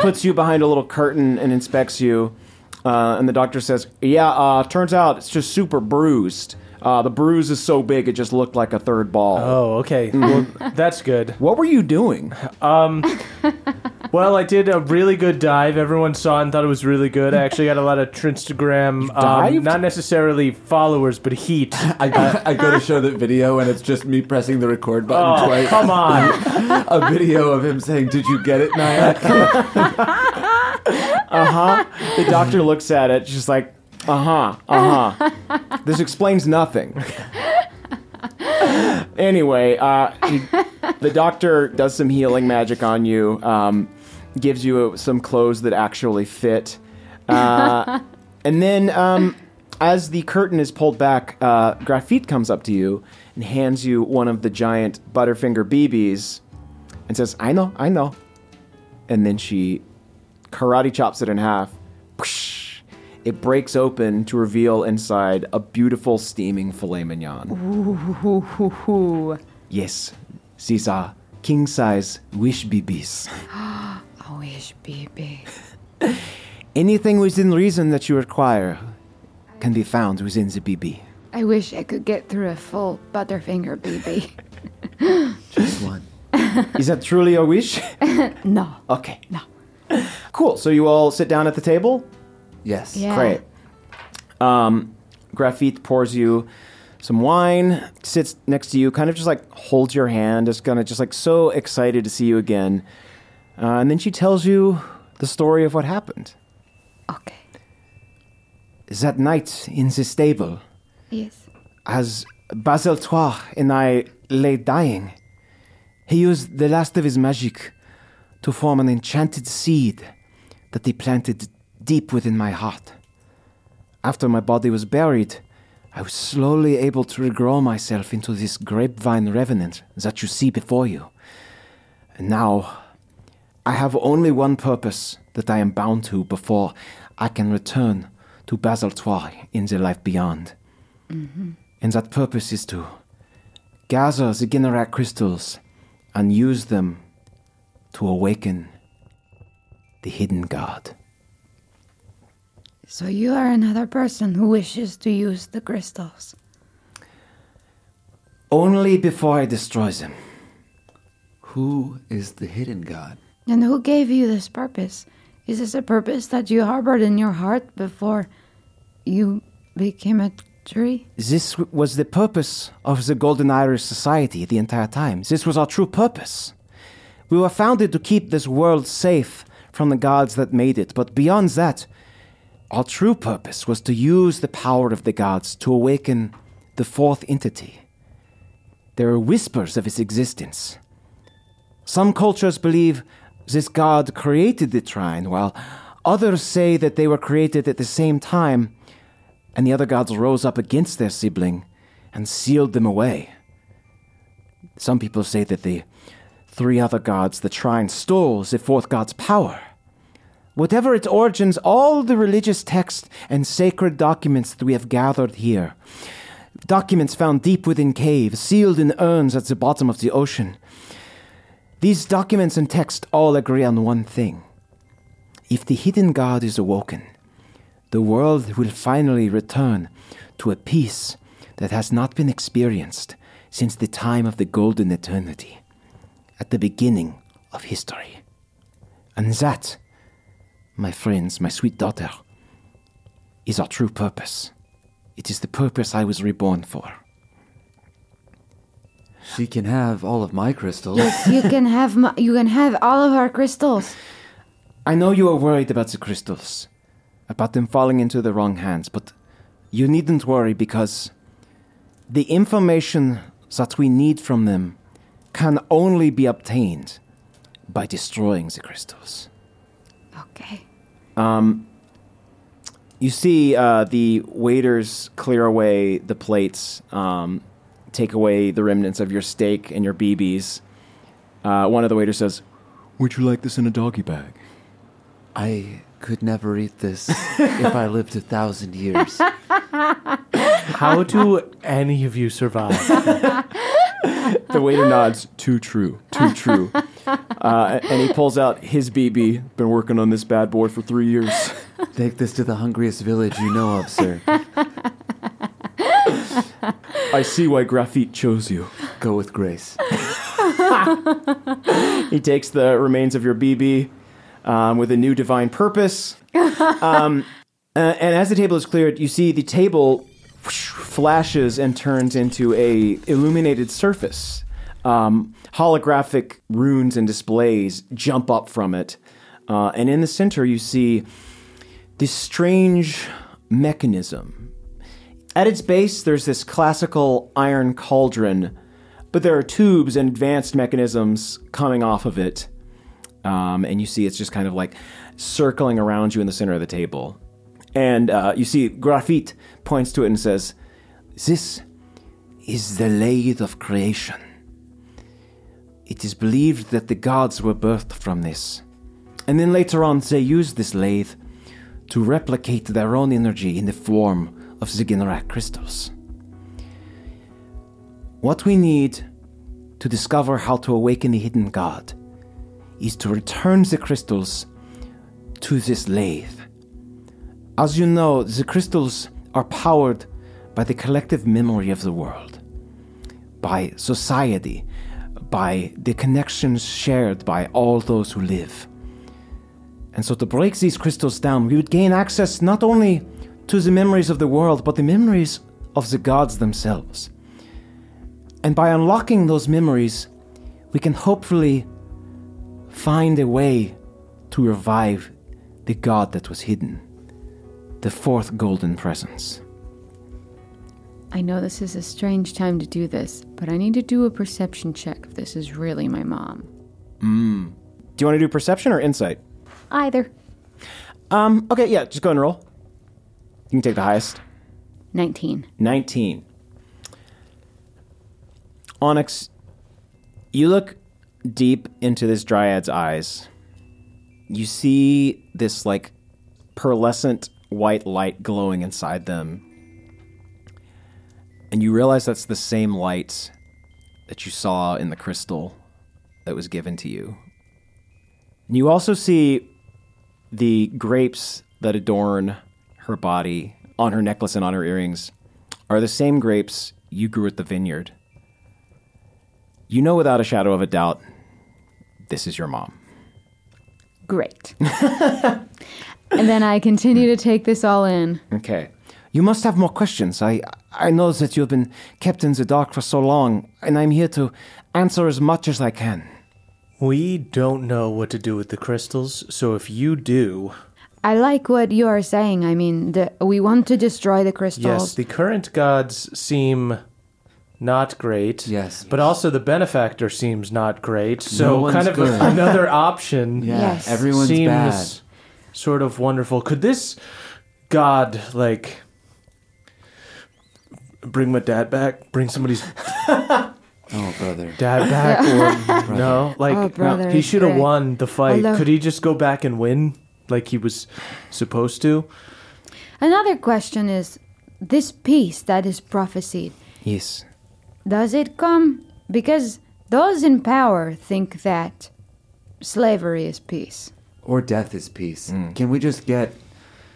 Speaker 3: puts you behind a little curtain and inspects you. Uh, and the doctor says, Yeah, uh, turns out it's just super bruised. Uh, the bruise is so big it just looked like a third ball.
Speaker 6: Oh, okay. Well, that's good.
Speaker 3: What were you doing?
Speaker 6: Well, I did a really good dive. Everyone saw it and thought it was really good. I actually got a lot of Instagram, um,
Speaker 3: dived?
Speaker 6: not necessarily followers, but heat.
Speaker 5: I go, I go to show the video and it's just me pressing the record button
Speaker 6: Oh,
Speaker 5: twice.
Speaker 6: come on.
Speaker 5: A video of him saying, "Did you get it, Naya?"
Speaker 3: The doctor looks at it, just like, Uh huh, uh huh. this explains nothing. anyway, uh, he- the doctor does some healing magic on you, um, gives you some clothes that actually fit. Uh, and then, um, as the curtain is pulled back, uh, Graphite comes up to you and hands you one of the giant Butterfinger BBs and says, I know, I know. And then she karate chops it in half. Whoosh. It breaks open to reveal inside a beautiful steaming filet mignon.
Speaker 4: Ooh.
Speaker 3: Yes, these are king size wish BBs.
Speaker 4: I wish, baby.
Speaker 3: Anything within reason that you require can be found within the BB.
Speaker 4: I wish I could get through a full Butterfinger BB.
Speaker 5: Just one.
Speaker 3: Is that truly a wish?
Speaker 4: No.
Speaker 3: okay. No. Cool. So you all sit down at the table?
Speaker 5: Yes.
Speaker 4: Yeah.
Speaker 3: Great. Um, Graphite pours you some wine, sits next to you, kind of just like holds your hand, is kind of just like so excited to see you again. Uh, and then she tells you the story of what happened.
Speaker 4: Okay.
Speaker 3: That night in the stable,
Speaker 4: Yes.
Speaker 3: as Basil Trois and I lay dying, he used the last of his magic to form an enchanted seed that he planted deep within my heart. After my body was buried, I was slowly able to regrow myself into this grapevine revenant that you see before you. And now, I have only one purpose that I am bound to before I can return to Basil Trois in the life beyond and that purpose is to gather the Ginnarak crystals and use them to awaken the hidden god.
Speaker 11: So you are another person who wishes to use the crystals.
Speaker 3: Only before I destroy them.
Speaker 5: Who is the hidden god?
Speaker 4: And who gave you this purpose? Is this a purpose that you harbored in your heart before you became a tree?
Speaker 3: This w- was the purpose of the Golden Iris Society the entire time. This was our true purpose. We were founded to keep this world safe from the gods that made it, but beyond that, our true purpose was to use the power of the gods to awaken the fourth entity. There are whispers of its existence. Some cultures believe this god created the trine, while others say that they were created at the same time and the other gods rose up against their sibling and sealed them away. Some people say that the three other gods, the trine, stole the fourth god's power. Whatever its origins, all the religious texts and sacred documents that we have gathered here, documents found deep within caves, sealed in urns at the bottom of the ocean, these documents and texts all agree on one thing. If the hidden god is awoken, the world will finally return to a peace that has not been experienced since the time of the Golden Eternity, at the beginning of history. And that, my friends, my sweet daughter, is our true purpose. It is the purpose I was reborn for.
Speaker 5: She can have all of my crystals.
Speaker 4: you can have my, you can have all of our crystals.
Speaker 3: I know you are worried about the crystals, about them falling into the wrong hands, but you needn't worry because the information that we need from them can only be obtained by destroying the crystals.
Speaker 4: Okay.
Speaker 3: You see uh, the waiters clear away the plates, um, take away the remnants of your steak and your BBs. Uh, one of the waiters says, Would you like this in a doggy bag?
Speaker 5: I could never eat this if I lived a thousand years.
Speaker 6: How do any of you survive?
Speaker 3: The waiter nods, too true, too true. Uh, and he pulls out his BB. Been working on this bad boy for three years.
Speaker 5: Take this to the hungriest village you know of, sir.
Speaker 3: I see why Graphite chose you.
Speaker 5: Go with grace.
Speaker 3: He takes the remains of your BB um, with a new divine purpose. um, uh, and as the table is cleared, you see the table whoosh, flashes and turns into a illuminated surface. Um, holographic runes and displays jump up from it, uh, and in the center you see this strange mechanism At its base, there's this classical iron cauldron, but there are tubes and advanced mechanisms coming off of it. Um, and you see it's just kind of like circling around you in the center of the table. And uh, you see Graphite points to it and says, This is the lathe of creation. It is believed that the gods were birthed from this. And then later on, they used this lathe to replicate their own energy in the form of Zigginarak crystals. What we need to discover how to awaken the hidden god is to return the crystals to this lathe. As you know, the crystals are powered by the collective memory of the world, by society, by the connections shared by all those who live. And so, to break these crystals down, we would gain access not only to the memories of the world, but the memories of the gods themselves. And by unlocking those memories, we can hopefully find a way to revive the god that was hidden, the fourth golden presence.
Speaker 4: I know this is a strange time to do this, but I need to do a perception check if this is really my mom.
Speaker 3: Do you want to do perception or insight?
Speaker 4: Either.
Speaker 3: Um, okay, yeah, just go and roll. You can take the highest.
Speaker 4: 19.
Speaker 3: 19. Onyx, you look deep into this dryad's eyes. You see this like pearlescent white light glowing inside them. And you realize that's the same light that you saw in the crystal that was given to you. And you also see the grapes that adorn her body on her necklace and on her earrings are the same grapes you grew at the vineyard
Speaker 12: You know without a shadow of a doubt, this is your mom.
Speaker 13: Great. and then I continue to take this all in.
Speaker 12: Okay. You must have more questions. I I know that you've been kept in the dark for so long, and I'm here to answer as much as I can.
Speaker 6: We don't know what to do with the crystals, so if you do,
Speaker 4: I like what you are saying. I mean, the, we want to destroy the
Speaker 6: yes,
Speaker 4: crystals.
Speaker 6: the current gods seem not great.
Speaker 5: Yes.
Speaker 6: But also the benefactor seems not great. So
Speaker 5: one's
Speaker 6: kind of a-
Speaker 5: good.
Speaker 6: another option
Speaker 5: Yeah,
Speaker 4: Yes.
Speaker 5: everyone's
Speaker 6: seems
Speaker 5: bad.
Speaker 6: sort of wonderful. Could this god like bring my dad back? Bring somebody's
Speaker 5: Oh, brother.
Speaker 6: dad back or no? Like
Speaker 4: Oh, brother,
Speaker 6: he
Speaker 4: it's
Speaker 6: should have
Speaker 4: great.
Speaker 6: won the fight.
Speaker 4: Although-
Speaker 6: Could he just go back and win like he was supposed to?
Speaker 4: Another question is this peace that is prophesied,
Speaker 12: Yes.
Speaker 4: does it come? Because those in power think that slavery is peace.
Speaker 5: Or death is peace. Can we just get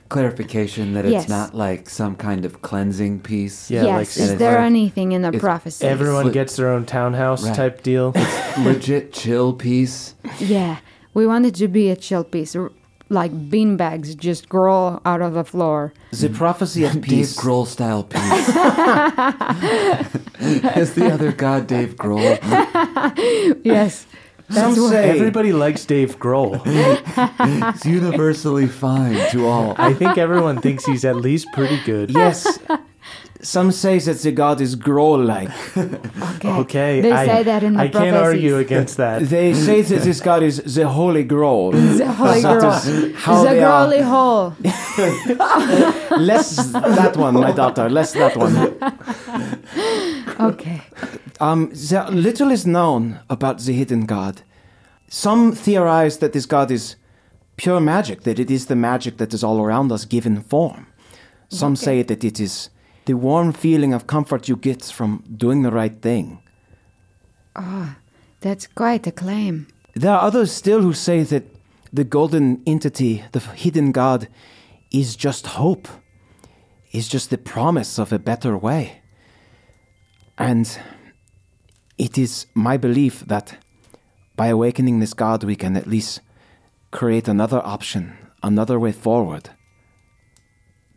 Speaker 5: clarification that
Speaker 4: Mm. Yes.
Speaker 5: it's not like some kind of cleansing peace?
Speaker 6: Yeah, like
Speaker 4: yes, is
Speaker 5: it's
Speaker 4: there
Speaker 5: like-
Speaker 4: anything in the prophecy?
Speaker 6: Everyone
Speaker 5: Flip-
Speaker 6: gets their own townhouse
Speaker 5: Right.
Speaker 6: type deal.
Speaker 5: Legit chill peace.
Speaker 4: Yeah, we wanted to be a chill piece, r- like beanbags just grow out of the floor.
Speaker 12: The
Speaker 6: Mm.
Speaker 12: prophecy of
Speaker 5: Dave
Speaker 12: peace.
Speaker 5: Grohl style peace. Is the other god Dave Grohl?
Speaker 13: Yes.
Speaker 12: Some say
Speaker 6: Everybody likes Dave Grohl.
Speaker 5: It's universally fine to all.
Speaker 6: I think everyone thinks he's at least pretty good.
Speaker 12: yes. Some say that the god is Grohl-like.
Speaker 4: Okay.
Speaker 6: Okay,
Speaker 4: They
Speaker 6: I,
Speaker 4: say that in the
Speaker 6: I can't
Speaker 4: prophecies.
Speaker 6: argue against that.
Speaker 12: They say that this god is the Holy Grail.
Speaker 13: The holy
Speaker 12: That
Speaker 13: girl.
Speaker 12: is how
Speaker 13: The
Speaker 12: they
Speaker 13: girly hole.
Speaker 12: are. Less that one, my daughter. Less that one.
Speaker 13: Okay.
Speaker 12: Um, there little is known about the hidden god. Some theorize that this god is pure magic, that it is the magic that is all around us given form. Some say that it is the warm feeling of comfort you get from doing the right thing.
Speaker 4: That's quite a claim.
Speaker 12: There are others still who say that the golden entity, the hidden god, is just hope, is just the promise of a better way. And it is my belief that by awakening this god, we can at least create another option, another way forward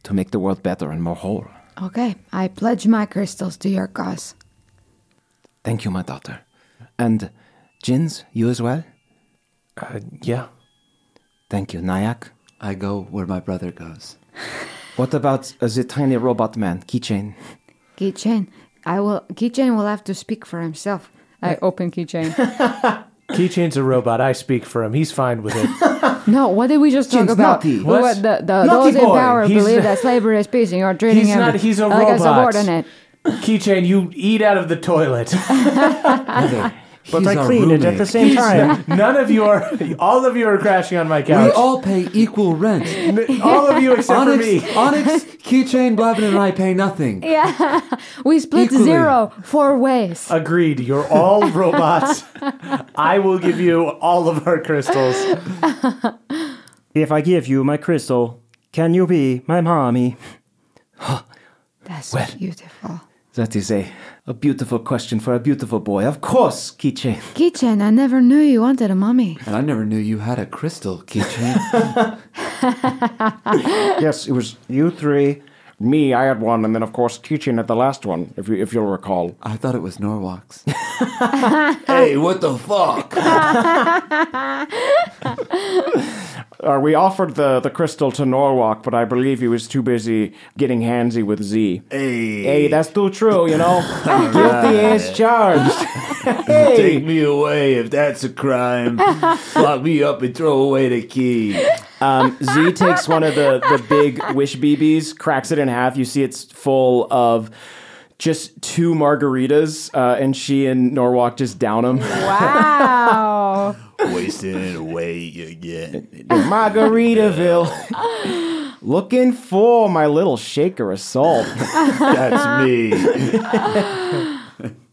Speaker 12: to make the world better and more whole.
Speaker 4: Okay, I pledge my crystals to your cause.
Speaker 12: Thank you, my daughter. And Jins, you as well?
Speaker 6: Uh, yeah.
Speaker 12: Thank you, Nayak.
Speaker 5: I go where my brother goes.
Speaker 12: What about uh, the tiny robot man, Keychain?
Speaker 4: Keychain, I will. Keychain will have to speak for himself.
Speaker 13: I open keychain.
Speaker 6: Keychain's a robot. I speak for him. He's fine with it.
Speaker 13: No, what did we just talk
Speaker 12: James,
Speaker 13: about?
Speaker 12: naughty.
Speaker 13: What?
Speaker 6: What?
Speaker 13: the, the,
Speaker 12: Naughty
Speaker 13: those in
Speaker 12: boy.
Speaker 13: power
Speaker 6: He's-
Speaker 13: believe that slavery is peace, and you're treating
Speaker 6: He's
Speaker 13: him
Speaker 6: not. He's a
Speaker 13: like
Speaker 6: robot.
Speaker 13: a subordinate.
Speaker 6: Keychain, you eat out of the toilet.
Speaker 5: But I clean it at the same
Speaker 6: None of you are. All of you are crashing on my
Speaker 5: We
Speaker 6: couch.
Speaker 5: all pay equal rent.
Speaker 6: all of you except for
Speaker 5: Onyx,
Speaker 6: me.
Speaker 5: Onyx, Keychain, Blevin, and I pay nothing.
Speaker 13: We split
Speaker 5: Equally.
Speaker 13: zero four ways.
Speaker 6: Agreed. You're all robots. I will give you all of our crystals.
Speaker 14: If I give you my crystal, can you be my mommy?
Speaker 4: That's beautiful.
Speaker 12: That is a, a beautiful question for a beautiful boy. Of course, Keychain.
Speaker 4: Keychain, I never knew you wanted a mummy.
Speaker 5: And I never knew you had a crystal, Keychain.
Speaker 12: yes, it was you three. Me, I had one, and then of course Keychain at the last one, if you if you'll recall.
Speaker 5: I thought it was Norwalk's. hey, what the fuck?
Speaker 12: Uh, we offered the, the crystal to Norwalk, but I believe he was too busy getting handsy with Z. Hey, hey, that's too true, you know. Guilty as charged. hey,
Speaker 5: me away if that's a crime. Lock me up and throw away the key.
Speaker 12: Um, Z takes one of the, the big wish BBs, cracks it in half. You see it's full of just two margaritas, uh, and she and Norwalk just down them.
Speaker 13: Wow.
Speaker 15: wasting it away again.
Speaker 12: Margaritaville. Looking for my little shaker of salt.
Speaker 15: That's me.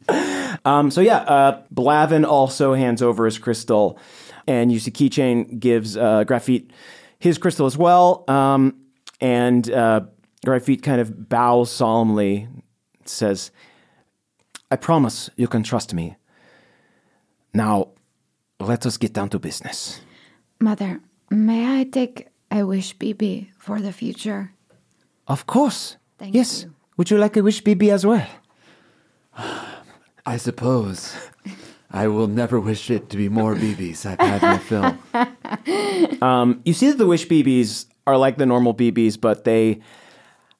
Speaker 12: Um, so yeah, uh, Blavin also hands over his crystal, and you see Keychain gives uh, Graphite his crystal as well, um, and uh, Graphite kind of bows solemnly, says, "I promise you can trust me. Now, let us get down to business.
Speaker 4: Mother, may I take a wish, Bibi, for the future?
Speaker 12: Of course.
Speaker 4: Thank
Speaker 12: yes.
Speaker 4: you.
Speaker 12: Would you like a wish, Bibi, as well?
Speaker 5: I suppose I will never wish it to be more BBs I've had in a film.
Speaker 12: You see that the wish BBs are like the normal BBs, but they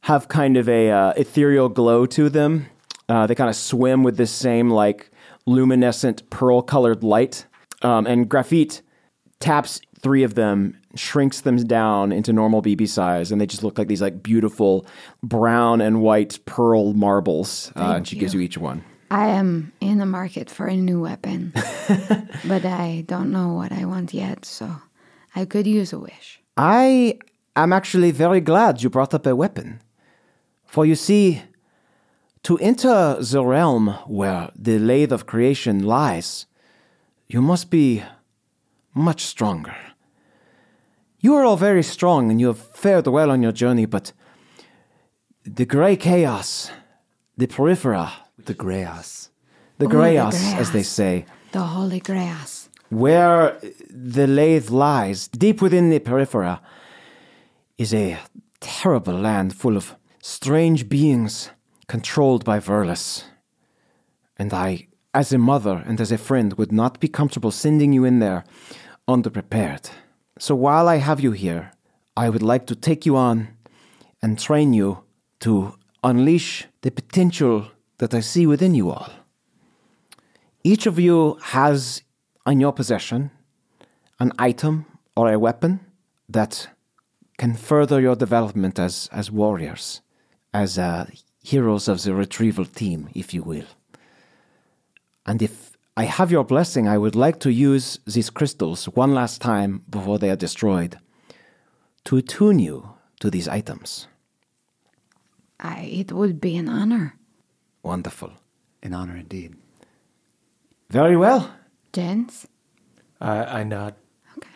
Speaker 12: have kind of a uh, ethereal glow to them. Uh, they kind of swim with this same like luminescent pearl colored light. Um, and graphite taps three of them, shrinks them down into normal BB size, and they just look like these like beautiful brown and white pearl marbles. Uh, and she gives you each one.
Speaker 4: I am in the market for a new weapon, but I don't know what I want yet, so I could use a wish.
Speaker 12: I am actually very glad you brought up a weapon. For you see, to enter the realm where the lathe of creation lies, you must be much stronger. You are all very strong and you have fared well on your journey, but the grey chaos, the periphera,
Speaker 5: The Greyas.
Speaker 12: the
Speaker 4: the
Speaker 12: greyas, as they
Speaker 4: Greyas.
Speaker 12: say,
Speaker 4: The Holy Grass.
Speaker 12: where the lathe lies, deep within the periphera, is a terrible land full of strange beings controlled by Verlis. And I, as a mother and as a friend, would not be comfortable sending you in there underprepared. So while I have you here, I would like to take you on and train you to unleash the potential that I see within you all. Each of you has in your possession an item or a weapon that can further your development as, as warriors, as uh, heroes of the retrieval team, if you will. And if I have your blessing, I would like to use these crystals one last time before they are destroyed to attune you to these items.
Speaker 4: I, it would be an honor.
Speaker 12: Wonderful.
Speaker 5: An honor indeed.
Speaker 12: Very well.
Speaker 4: Gents?
Speaker 6: I, I nod.
Speaker 4: Okay.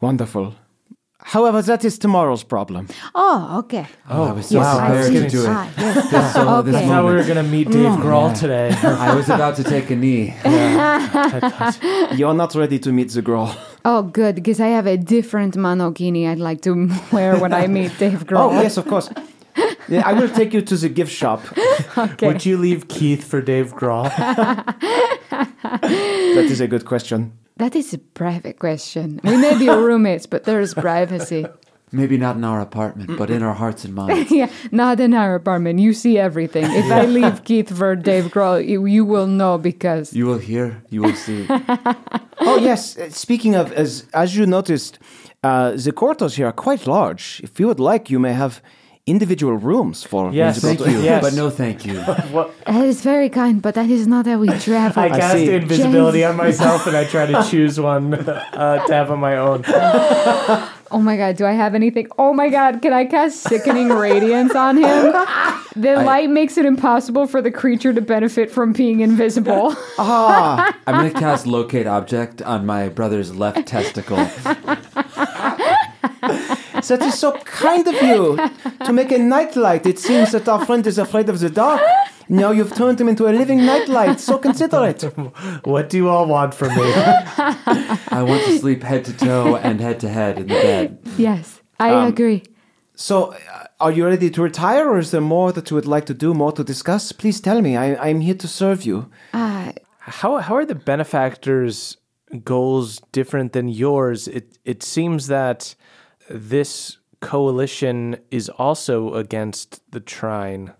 Speaker 12: Wonderful. However, that is tomorrow's problem.
Speaker 4: Oh, okay.
Speaker 5: Oh, I was so
Speaker 6: wow. I was
Speaker 5: prepared
Speaker 6: gonna
Speaker 5: to do it.
Speaker 4: Ah, yes.
Speaker 5: This, uh, this
Speaker 4: Okay.
Speaker 6: I thought we
Speaker 5: moment. Mm.
Speaker 6: were going to meet Dave Grohl today.
Speaker 5: I was about to take a knee.
Speaker 12: You're not ready to meet the girl.
Speaker 4: Oh, good, because I have a different monokini I'd like to wear when I meet Dave Grohl.
Speaker 12: Oh, yes, of course. Yeah, I will take you to the gift shop.
Speaker 6: Would you leave Keith for Dave Grohl?
Speaker 12: That is a good question.
Speaker 4: That is a private question. We may be roommates, but there is privacy.
Speaker 5: Maybe not in our apartment, but in our hearts and minds.
Speaker 4: yeah, not in our apartment. You see everything. If I leave Keith for Dave Grohl, you, you will know because
Speaker 5: You will hear, you will see.
Speaker 12: Oh, yes. uh, Speaking of, as, as you noticed, uh, the quarters here are quite large. If you would like, you may have individual rooms for
Speaker 6: Yes.
Speaker 12: musical-
Speaker 5: Thank you,
Speaker 6: Yes.
Speaker 5: but no thank you.
Speaker 4: that is very kind, but that is not how we travel.
Speaker 6: I cast
Speaker 12: see.
Speaker 6: invisibility on myself and I try to choose one uh, to have on my own.
Speaker 4: oh my god, do I have anything? Oh my god, can I cast sickening radiance on him? The light makes it impossible for the creature to benefit from being invisible.
Speaker 5: I'm going to cast Locate Object on my brother's left testicle.
Speaker 12: That is so kind of you to make a nightlight. It seems that our friend is afraid of the dark. Now you've turned him into a living nightlight. So considerate.
Speaker 6: What do you all want from me?
Speaker 5: I want to sleep head to toe and head to head in the bed.
Speaker 4: yes, I agree.
Speaker 12: So, uh, are you ready to retire, or is there more that you would like to do, more to discuss? Please tell me. I, I'm here to serve you.
Speaker 4: Uh,
Speaker 6: How how are the benefactors' goals different than yours? It it seems that this coalition is also against the trine.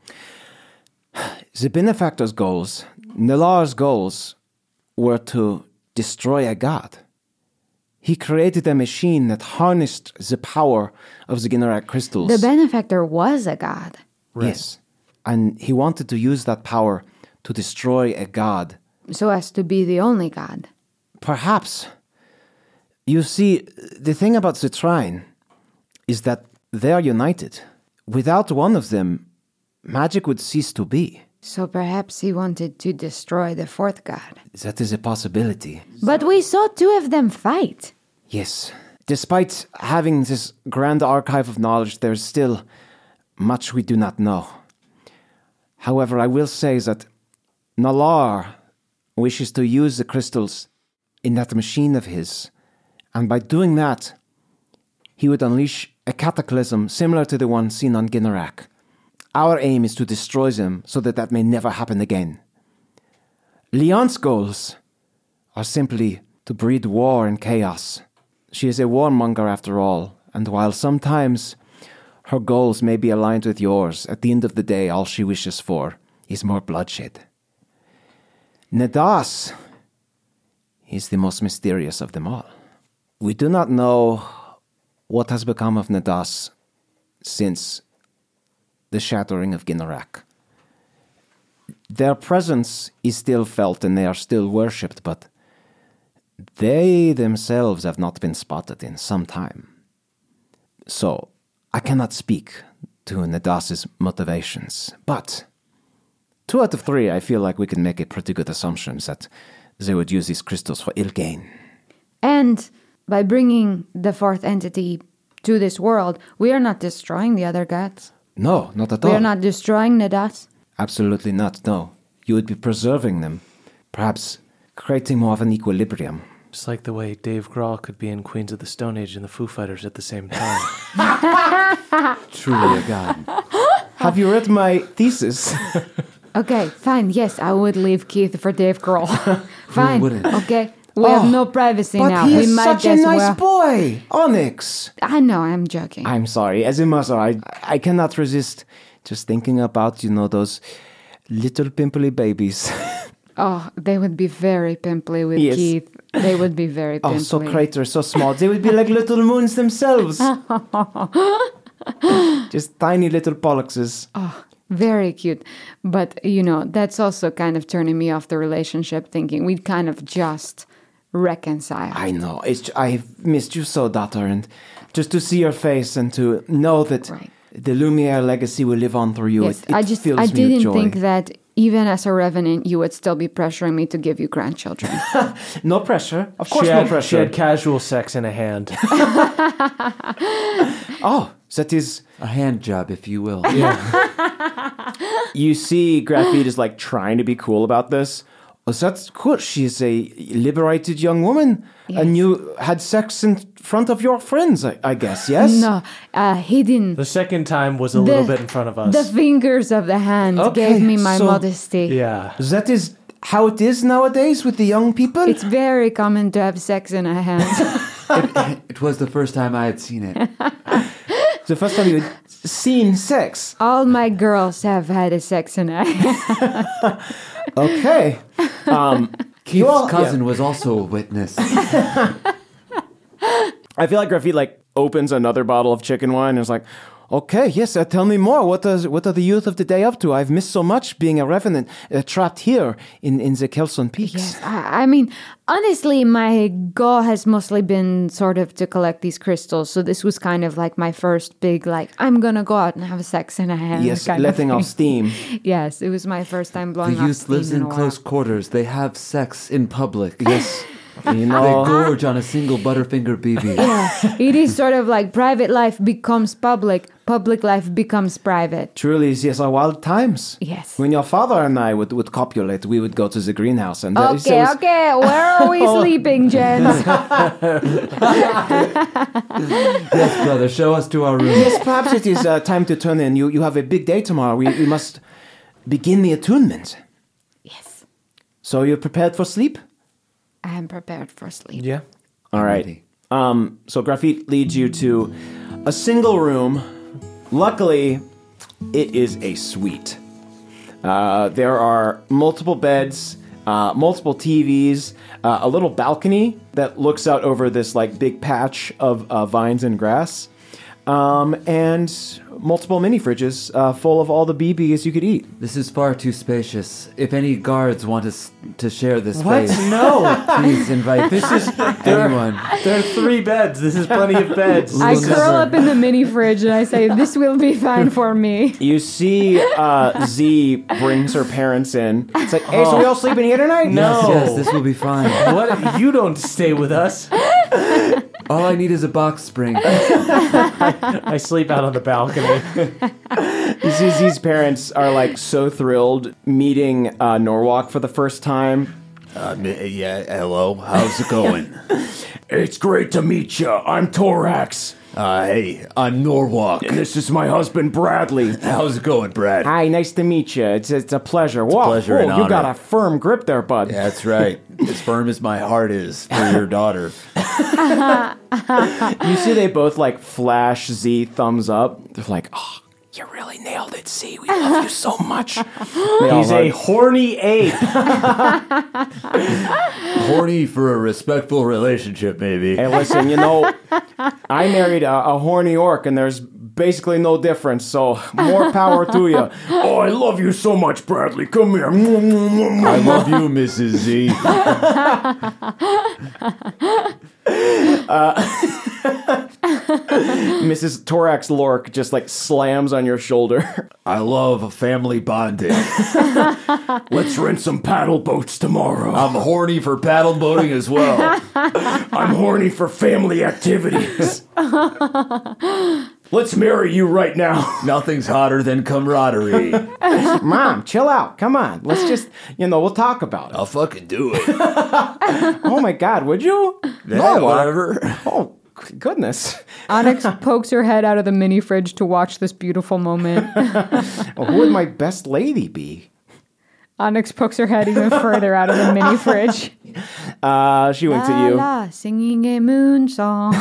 Speaker 12: The benefactor's goals, Nalar's goals, were to destroy a god. He created a machine that harnessed the power of the Ginnarak crystals.
Speaker 4: the benefactor was a god.
Speaker 12: Yes. And he wanted to use that power to destroy a god.
Speaker 4: so as to be the only god.
Speaker 12: Perhaps. You see, the thing about the Trine is that they are united. Without one of them, magic would cease to be.
Speaker 4: So perhaps he wanted to destroy the fourth god.
Speaker 12: That is a possibility.
Speaker 4: But we saw two of them fight.
Speaker 12: Yes. Despite having this grand archive of knowledge, there's still much we do not know. However, I will say that Nalar wishes to use the crystals in that machine of his, and by doing that, he would unleash a cataclysm similar to the one seen on Ginnarak. Our aim is to destroy them so that that may never happen again. Leon's goals are simply to breed war and chaos. She is a warmonger after all, and while sometimes her goals may be aligned with yours, at the end of the day, all she wishes for is more bloodshed. Nadas is the most mysterious of them all. We do not know what has become of Nadas since the shattering of Ginnarak. Their presence is still felt and they are still worshipped, but they themselves have not been spotted in some time. So I cannot speak to Nadas's motivations, but two out of three, I feel like we can make a pretty good assumption that they would use these crystals for ill gain.
Speaker 4: And by bringing the fourth entity to this world, we are not destroying the other gods.
Speaker 12: No, not at
Speaker 4: We
Speaker 12: all.
Speaker 4: are not destroying Nadas.
Speaker 12: Absolutely not, no. You would be preserving them, perhaps creating more of an equilibrium.
Speaker 6: Just like the way Dave Grohl could be in Queens of the Stone Age and the Foo Fighters at the same time.
Speaker 5: Truly a god.
Speaker 12: Have you read my thesis?
Speaker 4: Okay, fine. Yes, I would leave Keith for Dave Grohl. fine.
Speaker 5: wouldn't?
Speaker 4: Okay. We have no privacy now.
Speaker 12: Oh. he
Speaker 4: we
Speaker 12: is
Speaker 4: might
Speaker 12: such a
Speaker 4: as
Speaker 12: nice
Speaker 4: well.
Speaker 12: boy, Onyx.
Speaker 4: I know, I'm joking.
Speaker 12: I'm sorry, as a mother, I I cannot resist just thinking about you know those little pimply babies.
Speaker 4: oh, they would be very pimply with
Speaker 12: Yes.
Speaker 4: Keith. They would be very pimply.
Speaker 12: oh, so craters, so small. They would be like little moons themselves. just tiny little pollexes.
Speaker 4: Oh. Very cute. But, you know, that's also kind of turning me off the relationship thinking we'd kind of just reconcile.
Speaker 12: I know. It's ju- I've missed you so, daughter, and just to see your face and to know that
Speaker 4: Right.
Speaker 12: the Lumiere legacy will live on through you.
Speaker 4: yes,
Speaker 12: it, it
Speaker 4: I just
Speaker 12: fills
Speaker 4: I
Speaker 12: me with
Speaker 4: didn't
Speaker 12: joy.
Speaker 4: think that even as a revenant you would still be pressuring me to give you grandchildren.
Speaker 12: No pressure. Of course,
Speaker 6: she,
Speaker 12: no
Speaker 6: had,
Speaker 12: pressure.
Speaker 6: she had casual sex in a hand.
Speaker 12: Oh, that is.
Speaker 5: A hand job, if you will.
Speaker 12: You see, Graphite is like trying to be cool about this. Oh, that's cool. She's a liberated young woman, and you had sex in front of your friends, I, I guess. Yes.
Speaker 4: no, uh, hidden
Speaker 6: The second time was a little bit in front of us.
Speaker 4: The fingers of the hand
Speaker 12: Okay,
Speaker 4: gave me my
Speaker 12: so-
Speaker 4: modesty.
Speaker 6: yeah.
Speaker 12: That is how it is nowadays with the young people.
Speaker 4: It's very common to have sex in a hand.
Speaker 5: It was the first time I had seen it.
Speaker 12: the first time you had seen sex.
Speaker 4: All my girls have had a sex in a hand.
Speaker 12: Okay.
Speaker 5: Keith's
Speaker 12: all-
Speaker 5: cousin was also a witness.
Speaker 12: I feel like Graphite like opens another bottle of chicken wine and is like, "Okay, yes, uh, tell me more. What does what are the youth of the day up to? I've missed so much being a revenant, uh, trapped here in in the Kelson Peaks."
Speaker 4: Yes, I, I mean, honestly, my goal has mostly been sort of to collect these crystals. So this was kind of like my first big, like, I'm gonna go out and have sex in a hand.
Speaker 12: Yes,
Speaker 4: kind
Speaker 12: letting
Speaker 4: of
Speaker 12: off steam.
Speaker 4: steam. Yes, it was my first time
Speaker 5: The
Speaker 4: blowing off
Speaker 5: youth
Speaker 4: steam
Speaker 5: lives in
Speaker 4: a
Speaker 5: close
Speaker 4: while.
Speaker 5: quarters. They have sex in public. Yes.
Speaker 12: You
Speaker 5: They
Speaker 12: know,
Speaker 5: gorge on a single Butterfinger BB.
Speaker 4: Yeah, it is sort of like private life becomes public, public life becomes private.
Speaker 12: truly, these are wild times.
Speaker 4: Yes.
Speaker 12: When your father and I would, would copulate, we would go to the greenhouse and uh, there-
Speaker 4: Okay,
Speaker 12: there was-
Speaker 4: okay, where are we
Speaker 5: Oh.
Speaker 4: sleeping, gents?
Speaker 5: yes, brother, show us to our room.
Speaker 12: Yes, perhaps it is uh, time to turn in. You you have a big day tomorrow. We, we must begin the attunement.
Speaker 4: yes,
Speaker 12: So you're prepared for sleep?
Speaker 4: I am prepared for sleep.
Speaker 6: Yeah.
Speaker 12: All right. Um, so Graphite leads you to a single room. Luckily, it is a suite. Uh, there are multiple beds, uh, multiple TVs, uh, a little balcony that looks out over this like big patch of uh, vines and grass, um, and multiple mini fridges uh, full of all the BBs you could eat.
Speaker 5: This is far too spacious. If any guards want us to share this space,
Speaker 6: No.
Speaker 5: please invite this is anyone.
Speaker 6: there are three beds. This is plenty of beds.
Speaker 16: I
Speaker 5: Little
Speaker 16: curl
Speaker 5: number.
Speaker 16: up in the mini fridge and I say, "This will be fine for me."
Speaker 12: You see, uh, Z brings her parents in. It's like, hey, so we all sleeping here tonight?
Speaker 5: Yes,
Speaker 6: No.
Speaker 5: yes, this will be fine.
Speaker 6: What? You don't stay with us.
Speaker 5: All I need is a box spring.
Speaker 6: I sleep out on the balcony.
Speaker 12: Zzz's parents are like so thrilled meeting uh, Norwalk for the first time.
Speaker 5: Um, yeah, hello. How's it going?
Speaker 12: It's great to meet you. I'm Torax.
Speaker 5: Uh, hey, I'm Norwalk.
Speaker 12: And this is my husband, Bradley.
Speaker 5: How's it going, Brad?
Speaker 12: Hi, nice to meet you. It's, it's a pleasure. It's
Speaker 5: a pleasure and
Speaker 12: you got
Speaker 5: honor.
Speaker 12: a firm grip there, bud.
Speaker 5: That's right. As firm as my heart is for your daughter.
Speaker 12: You see, they both like flash Z thumbs up. They're like, oh, you really nailed it, Z. We love you so much. He's a horny ape.
Speaker 5: Horny for a respectful relationship, maybe.
Speaker 12: Hey, listen, you know, I married a, a horny orc, and there's basically no difference. So more power to you. Oh, I love you so much, Bradley. Come here.
Speaker 5: I love you, Mrs. Z.
Speaker 12: Mrs. Torax Lork just like slams on your shoulder.
Speaker 5: I love family bonding.
Speaker 12: Let's rent some paddle boats tomorrow.
Speaker 5: I'm horny for paddle boating as well.
Speaker 12: I'm horny for family activities. Let's marry you right now.
Speaker 5: Nothing's hotter than camaraderie.
Speaker 12: Mom, chill out. Come on. Let's just, you know, we'll talk about it.
Speaker 5: I'll fucking do it.
Speaker 12: Oh my God, would you?
Speaker 5: Yeah, whatever.
Speaker 12: Oh, goodness.
Speaker 4: Onyx pokes her head out of the mini fridge to watch this beautiful moment.
Speaker 12: Well, who would my best lady be?
Speaker 4: Onyx pokes her head even further out of the mini fridge.
Speaker 12: Uh, she went to
Speaker 4: La,
Speaker 12: you.
Speaker 4: la, singing a moon song.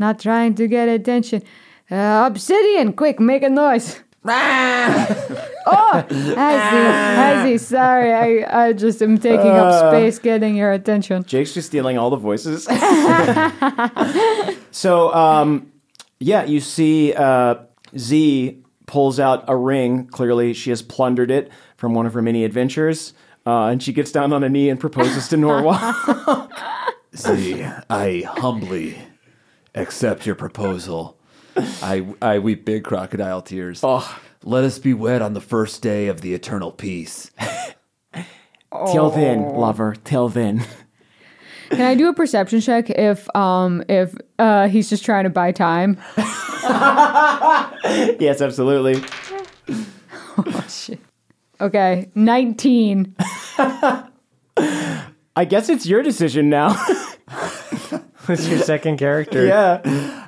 Speaker 4: Not trying to get attention. Uh, obsidian, quick, make a noise. oh, I see, I see. Sorry, I, I just am taking up space getting your attention.
Speaker 12: Jake's just stealing all the voices. so, um, yeah, you see uh, Z pulls out a ring. Clearly, she has plundered it from one of her many adventures. Uh, and she gets down on a knee and proposes to Norwa.
Speaker 5: Z, I humbly accept your proposal. I, I weep big crocodile tears. Let us be wed on the first day of the eternal peace.
Speaker 12: Till then, lover, till then.
Speaker 4: Can I do a perception check if um if uh he's just trying to buy time?
Speaker 12: yes, absolutely.
Speaker 4: Okay, nineteen.
Speaker 12: I guess it's your decision now.
Speaker 6: It's your second character.
Speaker 12: yeah.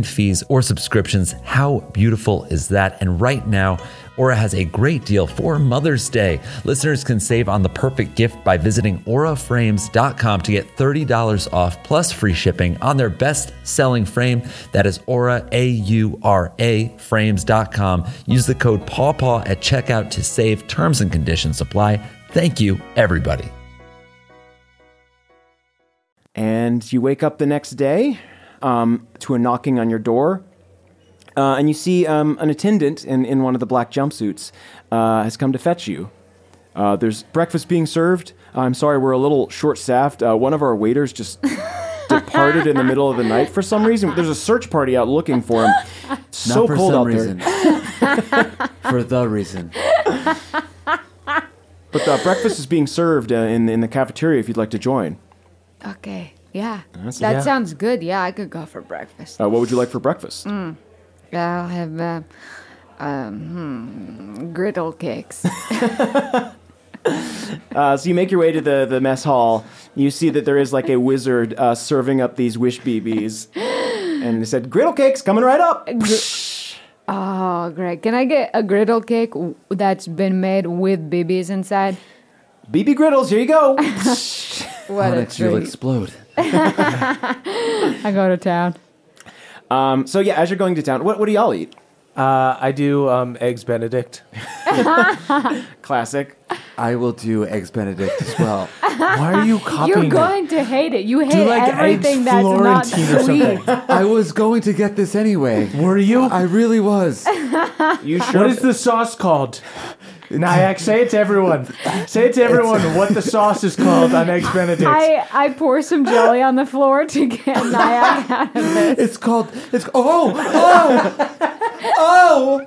Speaker 5: fees or subscriptions. How beautiful is that? And right now, Aura has a great deal for Mother's Day. Listeners can save on the perfect gift by visiting auraframes.com to get $30 off plus free shipping on their best selling frame. That is aura, A U R A, frames.com. Use the code PAWPAW at checkout to save. Terms and conditions apply. Thank you, everybody.
Speaker 12: And you wake up the next day um, to a knocking on your door. Uh, and you see um, an attendant in, in one of the black jumpsuits uh, has come to fetch you. Uh, there's breakfast being served. I'm sorry, we're a little short staffed. Uh, one of our waiters just departed in the middle of the night for some reason. There's a search party out looking for him. So
Speaker 15: Not for
Speaker 12: cold
Speaker 15: some
Speaker 12: out
Speaker 15: reason.
Speaker 12: there.
Speaker 15: for the reason.
Speaker 12: But uh, breakfast is being served uh, in, in the cafeteria if you'd like to join.
Speaker 4: Okay, yeah, that
Speaker 6: Yeah.
Speaker 4: sounds good. Yeah, I could go for breakfast.
Speaker 12: Uh, what would you like for breakfast?
Speaker 4: I'll have uh, um, hmm, griddle cakes.
Speaker 12: Uh, so you make your way to the, the mess hall. You see that there is like a wizard uh, serving up these wish BBs. And they said, griddle cakes coming right up.
Speaker 4: oh, great! Can I get a griddle cake w- that's been made with BBs inside?
Speaker 12: BB griddles, here you go.
Speaker 4: What a
Speaker 17: Onyx, you'll
Speaker 4: treat!
Speaker 17: explode.
Speaker 18: I go to town.
Speaker 12: um, so yeah, as you're going to town, what, what do y'all eat?
Speaker 6: uh, I do um, eggs Benedict.
Speaker 12: Classic.
Speaker 15: I will do eggs Benedict as well.
Speaker 6: Why are you copying?
Speaker 18: You're going to hate it. You hate
Speaker 6: like eggs
Speaker 18: everything that's not
Speaker 6: Florentine or
Speaker 18: sweet.
Speaker 15: I was going to get this anyway.
Speaker 6: Were you?
Speaker 15: I really was.
Speaker 12: You sure?
Speaker 6: what is the sauce called? Nyack, say it to everyone. Say it to everyone what the sauce is called on Eggs Benedict.
Speaker 4: I, I pour some jelly on the floor to get Nyack out of it.
Speaker 15: It's called. It's oh oh oh.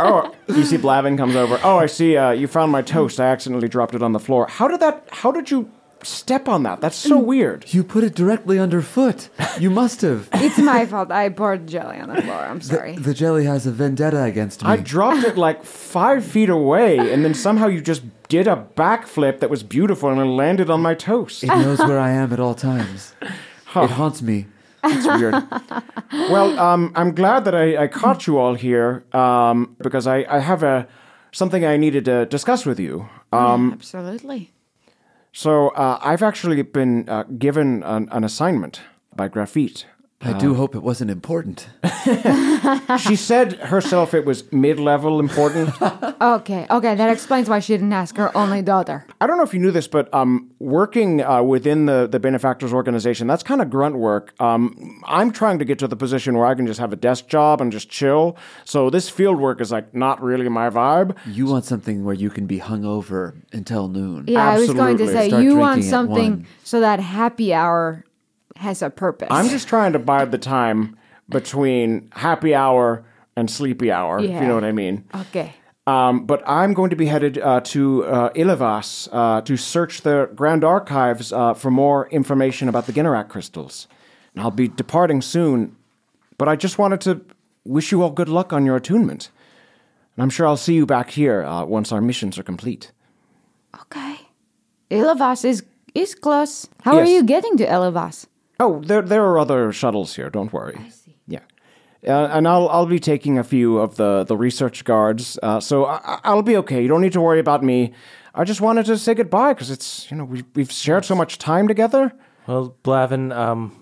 Speaker 12: Oh, you see, Blavin comes over. Oh, I see. Uh, you found my toast. I accidentally dropped it on the floor. How did that? How did you step on that? That's so weird.
Speaker 15: You put it directly underfoot. You must have.
Speaker 4: It's my fault. I poured jelly on the floor. I'm sorry.
Speaker 15: The jelly has a vendetta against me.
Speaker 12: I dropped it like five feet away, and then somehow you just did a backflip that was beautiful and it landed on my toast.
Speaker 15: it knows where I am at all times. It haunts me.
Speaker 12: It's weird. well, um, I'm glad that I, I caught you all here um, because I, I have a something I needed to discuss with you. Um,
Speaker 4: Absolutely.
Speaker 12: so uh, I've actually been uh, given an, an assignment by Graphite.
Speaker 15: I do hope it wasn't important.
Speaker 12: She said herself it was mid-level important.
Speaker 4: Okay, okay, that explains why she didn't ask her only daughter.
Speaker 12: I don't know if you knew this, but um, working uh, within the, the benefactors organization, that's kind of grunt work. Um, I'm trying to get to the position where I can just have a desk job and just chill. So this field work is like not really my vibe.
Speaker 15: You want something where you can be hung over until noon.
Speaker 4: Yeah, I was going to
Speaker 12: Absolutely.
Speaker 4: say
Speaker 15: Start
Speaker 4: you
Speaker 15: drinking
Speaker 4: want
Speaker 15: at
Speaker 4: something
Speaker 15: one.
Speaker 4: so that happy hour has a purpose.
Speaker 12: I'm just trying to bide the time between happy hour and sleepy hour, if
Speaker 4: Yeah.
Speaker 12: you know what I mean.
Speaker 4: okay.
Speaker 12: Um, but I'm going to be headed uh, to uh, Ilivas uh, to search the Grand Archives uh, for more information about the Ginnarak crystals. And I'll be departing soon, but I just wanted to wish you all good luck on your attunement. And I'm sure I'll see you back here uh, once our missions are complete.
Speaker 4: Okay. Elevas is is close. How are
Speaker 12: Yes.
Speaker 4: you getting to Elevas?
Speaker 12: Oh, there, there are other shuttles here, don't worry. I see. Yeah. Uh, and I'll, I'll be taking a few of the, the research guards, uh, so I- I, I'll be okay. You don't need to worry about me. I just wanted to say goodbye because it's, you know, we, we've shared so much time together.
Speaker 6: Well, Blavin, um,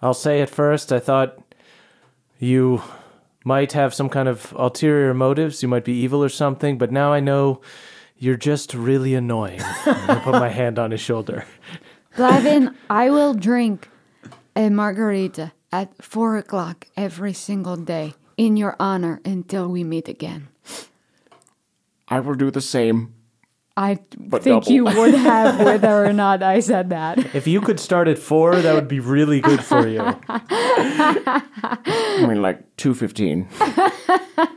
Speaker 6: I'll say it first. I thought you might have some kind of ulterior motives. You might be evil or something, but now I know you're just really annoying. I put my hand on his shoulder.
Speaker 4: Blavin, I will drink a margarita at four o'clock every single day in your honor until we meet again.
Speaker 12: I will do the same.
Speaker 13: I think you would have whether or not I said that.
Speaker 6: If you could start at four, that would be really good for you.
Speaker 12: I mean, like 215. I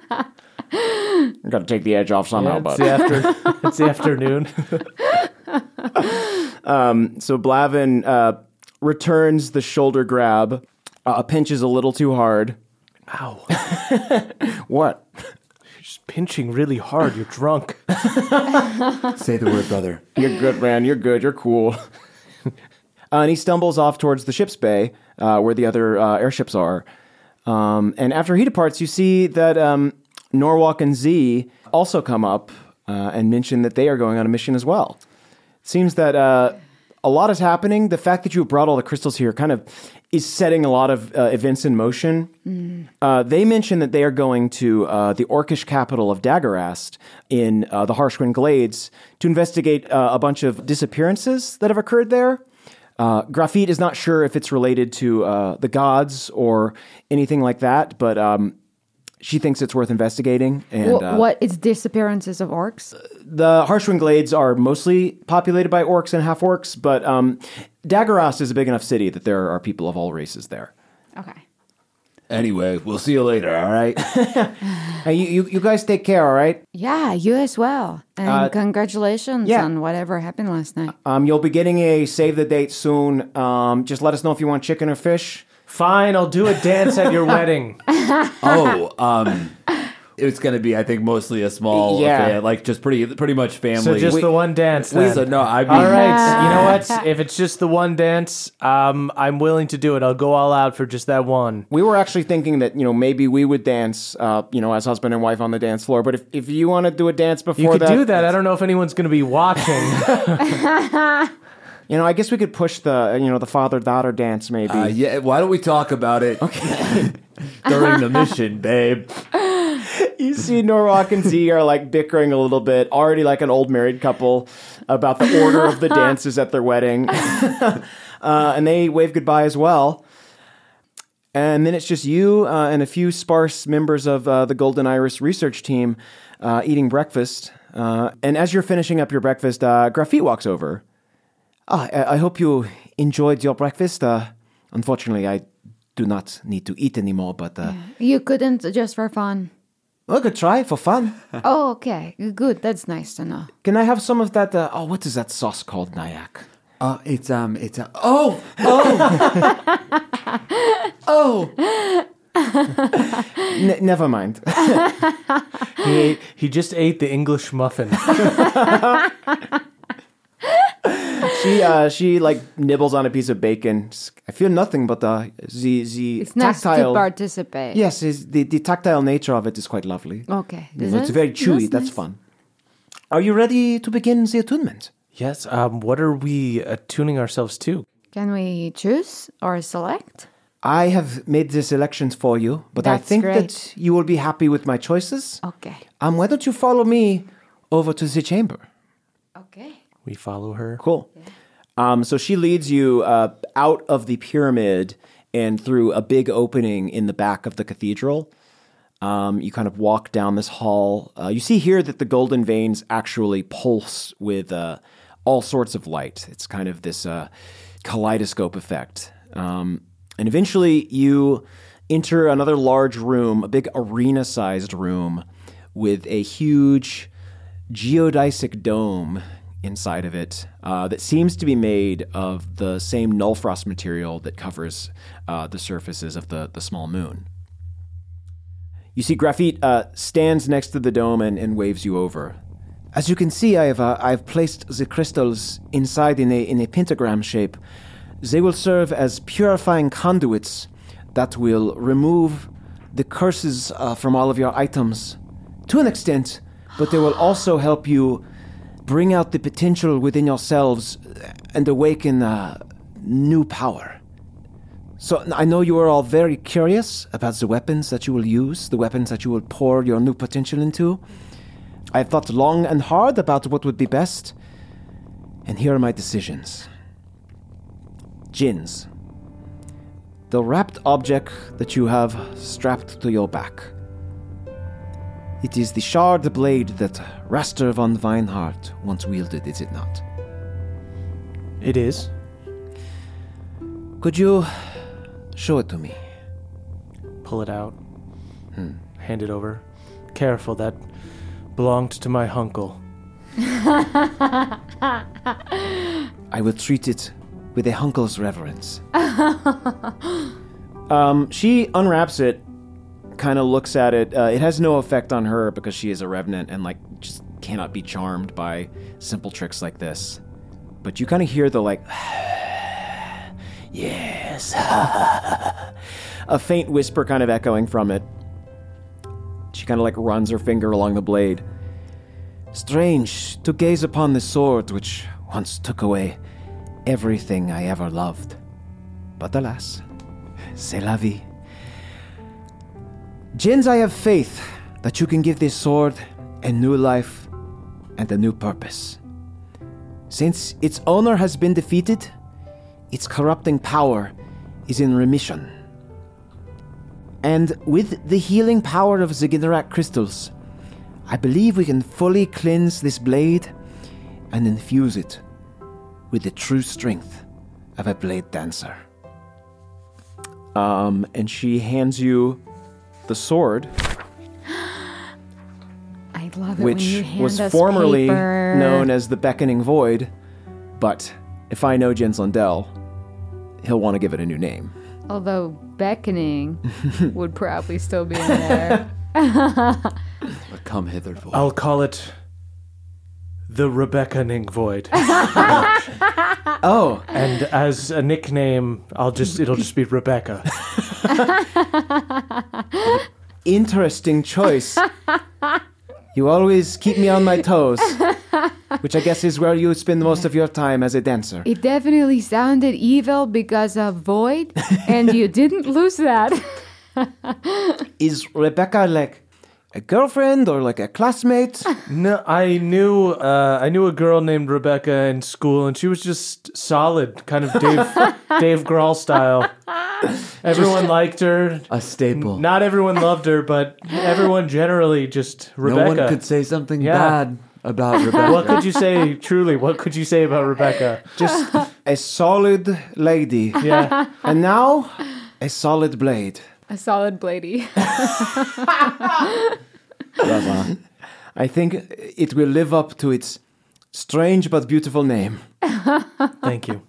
Speaker 12: gotta take the edge off somehow,
Speaker 6: it's,
Speaker 12: but.
Speaker 6: the after, it's the afternoon.
Speaker 12: So Blavin uh, returns the shoulder grab, uh, pinches a little too hard.
Speaker 6: Ow.
Speaker 12: What?
Speaker 6: Just pinching really hard. You're drunk.
Speaker 15: Say the word, brother.
Speaker 12: You're good, man. You're good. You're cool. uh, and he stumbles off towards the ship's bay, uh, where the other uh, airships are. Um, and after he departs, you see that um, Norwalk and Z also come up uh, and mention that they are going on a mission as well. Seems that uh, a lot is happening. The fact that you brought all the crystals here kind of is setting a lot of uh, events in motion. Uh, they mention that they are going to uh, the Orcish capital of Daggerast in uh, the Harshwin Glades to investigate uh, a bunch of disappearances that have occurred there. Uh, Graphite is not sure if it's related to uh, the gods or anything like that, but um, she thinks it's worth investigating. And
Speaker 4: What,
Speaker 12: uh,
Speaker 4: what is disappearances of orcs?
Speaker 12: the Harshwin Glades are mostly populated by orcs and half orcs, but um, Daggerast is a big enough city that there are people of all races there.
Speaker 13: Uh,
Speaker 4: Okay.
Speaker 15: Anyway, we'll see you later. All right.
Speaker 12: Hey, you, you, you guys take care, all right?
Speaker 4: Yeah, you as well. And congratulations
Speaker 12: Uh, yeah.
Speaker 4: on whatever happened last night.
Speaker 12: Um, you'll be getting a save the date soon. Um, just let us know if you want chicken or fish.
Speaker 6: Fine, I'll do a dance at your wedding.
Speaker 15: oh, um, it's gonna be I think mostly a small
Speaker 12: Yeah.
Speaker 15: affair, like just pretty pretty much family.
Speaker 6: So just the one dance.
Speaker 15: we-
Speaker 6: Then.
Speaker 15: so no, I mean,
Speaker 6: All right, you know what? If it's just the one dance, um, I'm willing to do it. I'll go all out for just that one.
Speaker 12: We were actually thinking that you know maybe we would dance, uh, you know, as husband and wife on the dance floor. But if, if you want to do a dance before
Speaker 6: You could
Speaker 12: that,
Speaker 6: do that. I don't know if anyone's going to be watching.
Speaker 12: you know, I guess we could push the you know the father daughter dance maybe.
Speaker 15: Uh, yeah, why don't we talk about it? During the mission, babe.
Speaker 12: you see Norwalk and Z are like bickering a little bit, already like an old married couple about the order of the dances at their wedding. uh, and they wave goodbye as well. And then it's just you uh, and a few sparse members of uh, the Golden Iris research team uh, eating breakfast. Uh, and as you're finishing up your breakfast, uh, Graphite walks over. Ah, I, I hope you enjoyed your breakfast. Uh, unfortunately, I do not need to eat anymore, but uh,
Speaker 13: You couldn't just for fun.
Speaker 12: I could try for fun.
Speaker 13: Oh, okay. Good. That's nice to know.
Speaker 12: Can I have some of that? Uh, oh, what is that sauce called, Nyack?
Speaker 5: Uh, it's um, it's uh, oh, oh, oh.
Speaker 12: N- never mind.
Speaker 6: He, ate, he just ate the English muffin.
Speaker 12: she uh, she like nibbles on a piece of bacon. I feel nothing, but uh, the the
Speaker 13: It's nice
Speaker 12: tactile.
Speaker 13: to participate.
Speaker 12: Yes, is the, the tactile nature of it is quite lovely.
Speaker 13: Okay.
Speaker 12: You
Speaker 13: Is
Speaker 12: know, it's
Speaker 13: it?
Speaker 12: very chewy. That's,
Speaker 13: nice.
Speaker 12: fun. Are you ready to begin the attunement?
Speaker 6: yes. Um, what are we attuning ourselves to?
Speaker 13: Can we choose or select?
Speaker 12: I have made the selections for you, but I
Speaker 13: That's
Speaker 12: think
Speaker 13: great.
Speaker 12: that you will be happy with my choices.
Speaker 13: Okay.
Speaker 12: Um, why don't you follow me over to the chamber?
Speaker 13: Okay.
Speaker 6: We follow her.
Speaker 12: Cool. Um, so she leads you uh, out of the pyramid and through a big opening in the back of the cathedral. Um, you kind of walk down this hall. Uh, you see here that the golden veins actually pulse with uh, all sorts of light. It's kind of this uh, kaleidoscope effect. Um, and eventually you enter another large room, a big arena sized room with a huge geodesic dome inside of it uh, that seems to be made of the same nullfrost material that covers uh, the surfaces of the, the small moon. You see, Graphite uh, stands next to the dome and, and waves you over. As you can see, I have uh, I've placed the crystals inside in a in a pentagram shape. They will serve as purifying conduits that will remove the curses uh, from all of your items to an extent, but they will also help you bring out the potential within yourselves and awaken uh, new power. So I know you are all very curious about the weapons that you will use, the weapons that you will pour your new potential into. I have thought long and hard about what would be best, and here are my decisions. Jins. The wrapped object that you have strapped to your back. It is the shard blade that Raster von Weinhardt once wielded, is it not?
Speaker 6: It is.
Speaker 12: Could you show it to me?
Speaker 6: Pull it out. Hand it over. Careful. That belonged to my uncle.
Speaker 12: I will treat it with a hunkle's reverence. um, she unwraps it, kind of looks at it. Uh, it has no effect on her because she is a revenant and like just cannot be charmed by simple tricks like this. But you kind of hear the like, yes, a faint whisper kind of echoing from it. She kind of like runs her finger along the blade. Strange to gaze upon the sword which once took away everything I ever loved. But alas, c'est la vie. Jins, I have faith that you can give this sword a new life and a new purpose. Since its owner has been defeated, its corrupting power is in remission. And with the healing power of the Ginnarak crystals, I believe we can fully cleanse this blade and infuse it with the true strength of a blade dancer. Um, and she hands you the sword,
Speaker 13: I love it when
Speaker 12: which
Speaker 13: you hand
Speaker 12: was
Speaker 13: us
Speaker 12: formerly
Speaker 13: paper.
Speaker 12: known as the Beckoning Void. But if I know Jens Lundell, he'll want to give it a new name.
Speaker 13: Although beckoning would probably still be in there.
Speaker 15: But come hither, void.
Speaker 6: I'll call it the Rebecca Ning Void.
Speaker 12: Oh,
Speaker 6: and as a nickname, I'll just it'll just be Rebecca.
Speaker 12: interesting choice. you always keep me on my toes, which I guess is where you spend most of your time as a dancer.
Speaker 13: It definitely sounded evil because of void, and you didn't lose that.
Speaker 12: Is Rebecca like a girlfriend or like a classmate?
Speaker 6: No, I knew uh, I knew a girl named Rebecca in school, and she was just solid, kind of Dave Dave Grohl style. Everyone liked her.
Speaker 15: A staple.
Speaker 6: Not everyone loved her, but everyone generally just Rebecca.
Speaker 15: No one could say something
Speaker 6: Yeah.
Speaker 15: bad about Rebecca.
Speaker 6: What could you say? Truly, what could you say about Rebecca?
Speaker 12: Just a solid lady.
Speaker 6: Yeah.
Speaker 12: And now, a solid blade.
Speaker 13: A solid bladey.
Speaker 12: I think it will live up to its strange but beautiful name.
Speaker 6: Thank you.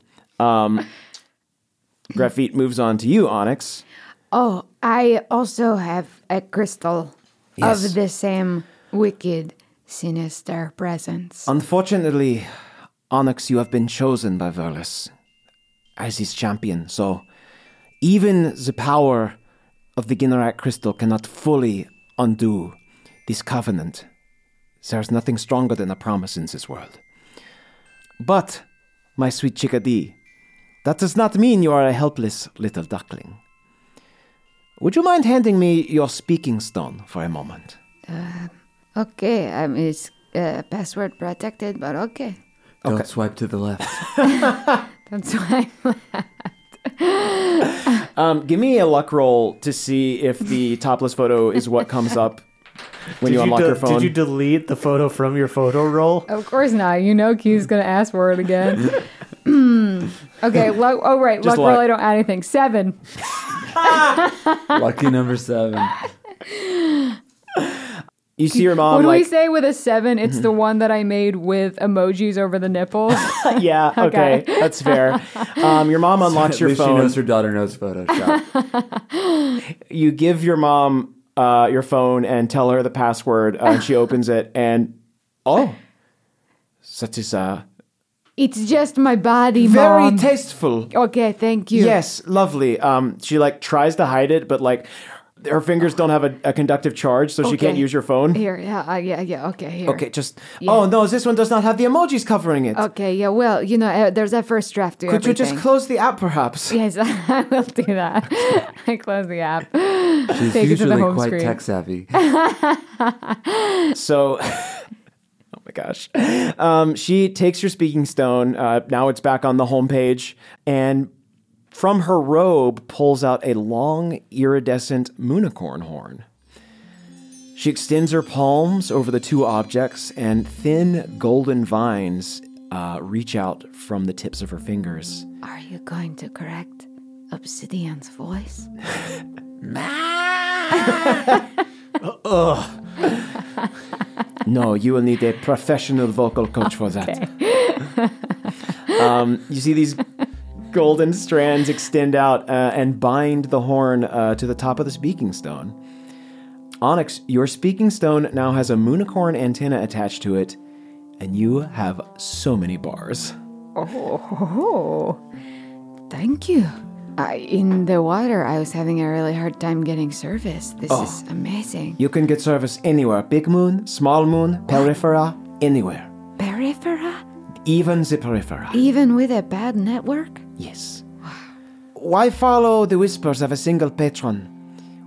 Speaker 12: Graphite moves on to you, Onyx.
Speaker 4: Oh, I also have a crystal of the same wicked, sinister presence.
Speaker 12: Unfortunately, Onyx, you have been chosen by Verlis as his champion, so even the power of the Ginnarak crystal cannot fully undo this covenant. There's nothing stronger than a promise in this world. But, my sweet chickadee, that does not mean you are a helpless little duckling. Would you mind handing me your speaking stone for a moment?
Speaker 4: Okay, um, it's uh, password protected, but okay.
Speaker 15: Don't swipe to the left.
Speaker 4: That's why.
Speaker 12: Um, give me a luck roll to see if the topless photo is what comes up when you
Speaker 6: did,
Speaker 12: unlock
Speaker 6: de-
Speaker 12: your phone.
Speaker 6: did you delete the photo from your photo roll?
Speaker 13: Of course not. You know Q's gonna ask for it again.
Speaker 4: Hmm.
Speaker 13: okay, luck oh right,
Speaker 12: Just
Speaker 13: luck roll,
Speaker 12: luck.
Speaker 13: I don't add anything. Seven.
Speaker 5: Lucky number seven.
Speaker 12: You see your
Speaker 13: what
Speaker 12: mom
Speaker 13: do we
Speaker 12: like,
Speaker 13: say with a seven? It's the one that I made with emojis over the nipples.
Speaker 12: yeah, okay, that's fair. Um, your mom unlocks
Speaker 5: At
Speaker 12: your
Speaker 5: least
Speaker 12: phone.
Speaker 5: She knows her daughter knows Photoshop.
Speaker 12: you give your mom uh, your phone and tell her the password, uh, and she opens it, and oh, that is uh,
Speaker 4: It's just my body,
Speaker 12: very
Speaker 4: Mom.
Speaker 12: tasteful.
Speaker 4: okay, thank you.
Speaker 12: Yes, lovely. Um, she like tries to hide it, but like her fingers don't have a, a conductive charge, so she can't
Speaker 4: Okay.
Speaker 12: use your phone.
Speaker 4: Here, yeah, uh, yeah, yeah, okay, here.
Speaker 12: Okay, just oh no, this one does not have the emojis covering it.
Speaker 4: Okay, yeah, well, you know, uh, there's a first draft to
Speaker 12: Could you just close the app, perhaps?
Speaker 13: yes, I will do that. I close the app.
Speaker 15: She's
Speaker 13: Take it to the
Speaker 15: usually
Speaker 13: home
Speaker 15: quite
Speaker 13: screen.
Speaker 15: tech savvy.
Speaker 12: So, oh my gosh, um, she takes your speaking stone. Uh, now it's back on the homepage, and from her robe pulls out a long iridescent moonicorn horn. She extends her palms over the two objects, and thin golden vines uh, reach out from the tips of her fingers.
Speaker 4: Are you going to correct Obsidian's voice?
Speaker 12: No, you will need a professional vocal coach for that. um, you see these golden strands extend out uh, and bind the horn uh, to the top of the speaking stone. Onyx, your speaking stone now has a moonicorn antenna attached to it, and you have so many bars.
Speaker 4: Oh, thank you. I, in the water, I was having a really hard time getting service. This
Speaker 12: Oh.
Speaker 4: is amazing.
Speaker 12: You can get service anywhere big moon, small moon, periphera, anywhere.
Speaker 4: Periphera?
Speaker 12: Even the periphera.
Speaker 4: Even with a bad network?
Speaker 12: Yes. Why follow the whispers of a single patron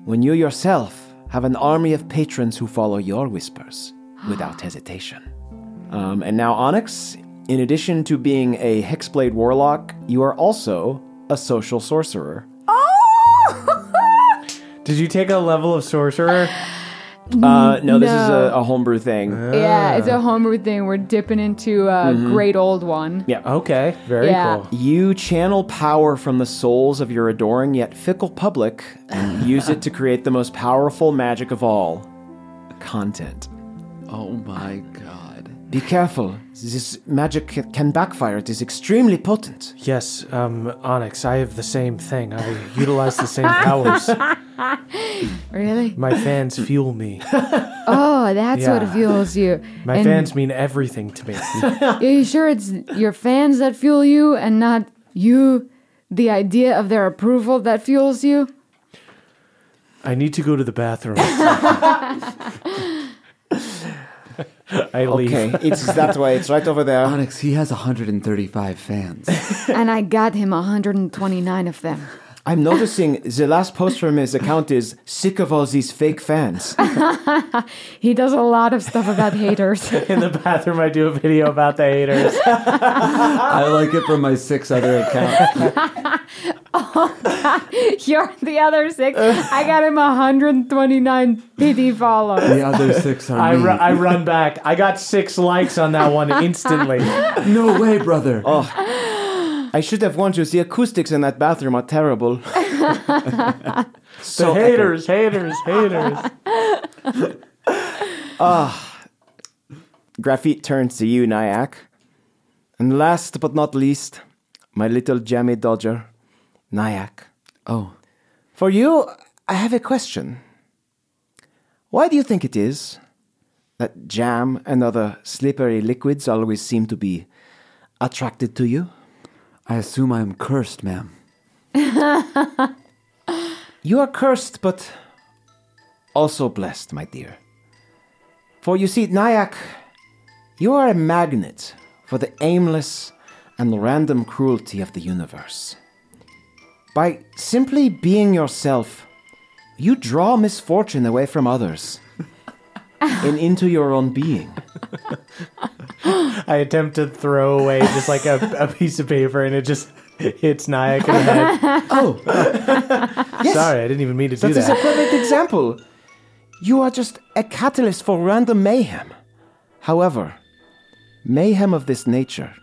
Speaker 12: when you yourself have an army of patrons who follow your whispers without hesitation? Um, and now, Onyx, in addition to being a Hexblade Warlock, you are also a social sorcerer.
Speaker 6: Did you take a level of sorcerer?
Speaker 12: Uh, no, this is a, a homebrew thing.
Speaker 13: Yeah, it's a homebrew thing. We're dipping into a great old one.
Speaker 6: Okay, very
Speaker 13: Yeah.
Speaker 6: Mm-hmm. cool.
Speaker 12: You channel power from the souls of your adoring yet fickle public and use it to create the most powerful magic of all content.
Speaker 15: oh my god.
Speaker 12: Be careful. This magic ca- can backfire. It is extremely potent.
Speaker 6: Yes, um, Onyx, I have the same thing. I utilize the same powers.
Speaker 4: Really?
Speaker 6: My fans fuel me.
Speaker 4: Oh, that's
Speaker 6: Yeah.
Speaker 4: what fuels you.
Speaker 6: My
Speaker 4: And
Speaker 6: fans mean everything to me.
Speaker 4: Are you sure it's your fans that fuel you and not you, the idea of their approval that fuels you?
Speaker 6: I need to go to the bathroom. I leave.
Speaker 12: Okay, it's that way. It's right over there.
Speaker 15: Onyx, he has 135 fans.
Speaker 4: and I got him 129 of them.
Speaker 12: I'm noticing the last post from his account is sick of all these fake fans.
Speaker 4: He does a lot of stuff about haters.
Speaker 6: In the bathroom, I do a video about the haters.
Speaker 5: I like it from my six other accounts.
Speaker 4: You're the other six. I got him 129 PD follows.
Speaker 5: The other six are
Speaker 6: I,
Speaker 5: me.
Speaker 6: ru- I run back. I got six likes on that one instantly.
Speaker 5: no way, brother.
Speaker 12: I should have warned you, the acoustics in that bathroom are terrible.
Speaker 6: The
Speaker 12: so
Speaker 6: haters, haters, haters.
Speaker 12: Graphite turns to you, Nyack. And last but not least, my little jammy dodger, Nyack.
Speaker 15: Oh.
Speaker 12: For you, I have a question. Why do you think it is that jam and other slippery liquids always seem to be attracted to you?
Speaker 15: I assume I am cursed, ma'am.
Speaker 12: You are cursed, but also blessed, my dear. For you see, Nyack, you are a magnet for the aimless and random cruelty of the universe. By simply being yourself, you draw misfortune away from others and into your own being.
Speaker 6: I attempt to throw away just like a, a piece of paper, and it just hits Nyack in the head.
Speaker 12: Yes,
Speaker 6: Sorry, I didn't even mean to do
Speaker 12: that is a
Speaker 6: that.
Speaker 12: perfect example. You are just a catalyst for random mayhem. However, mayhem of this nature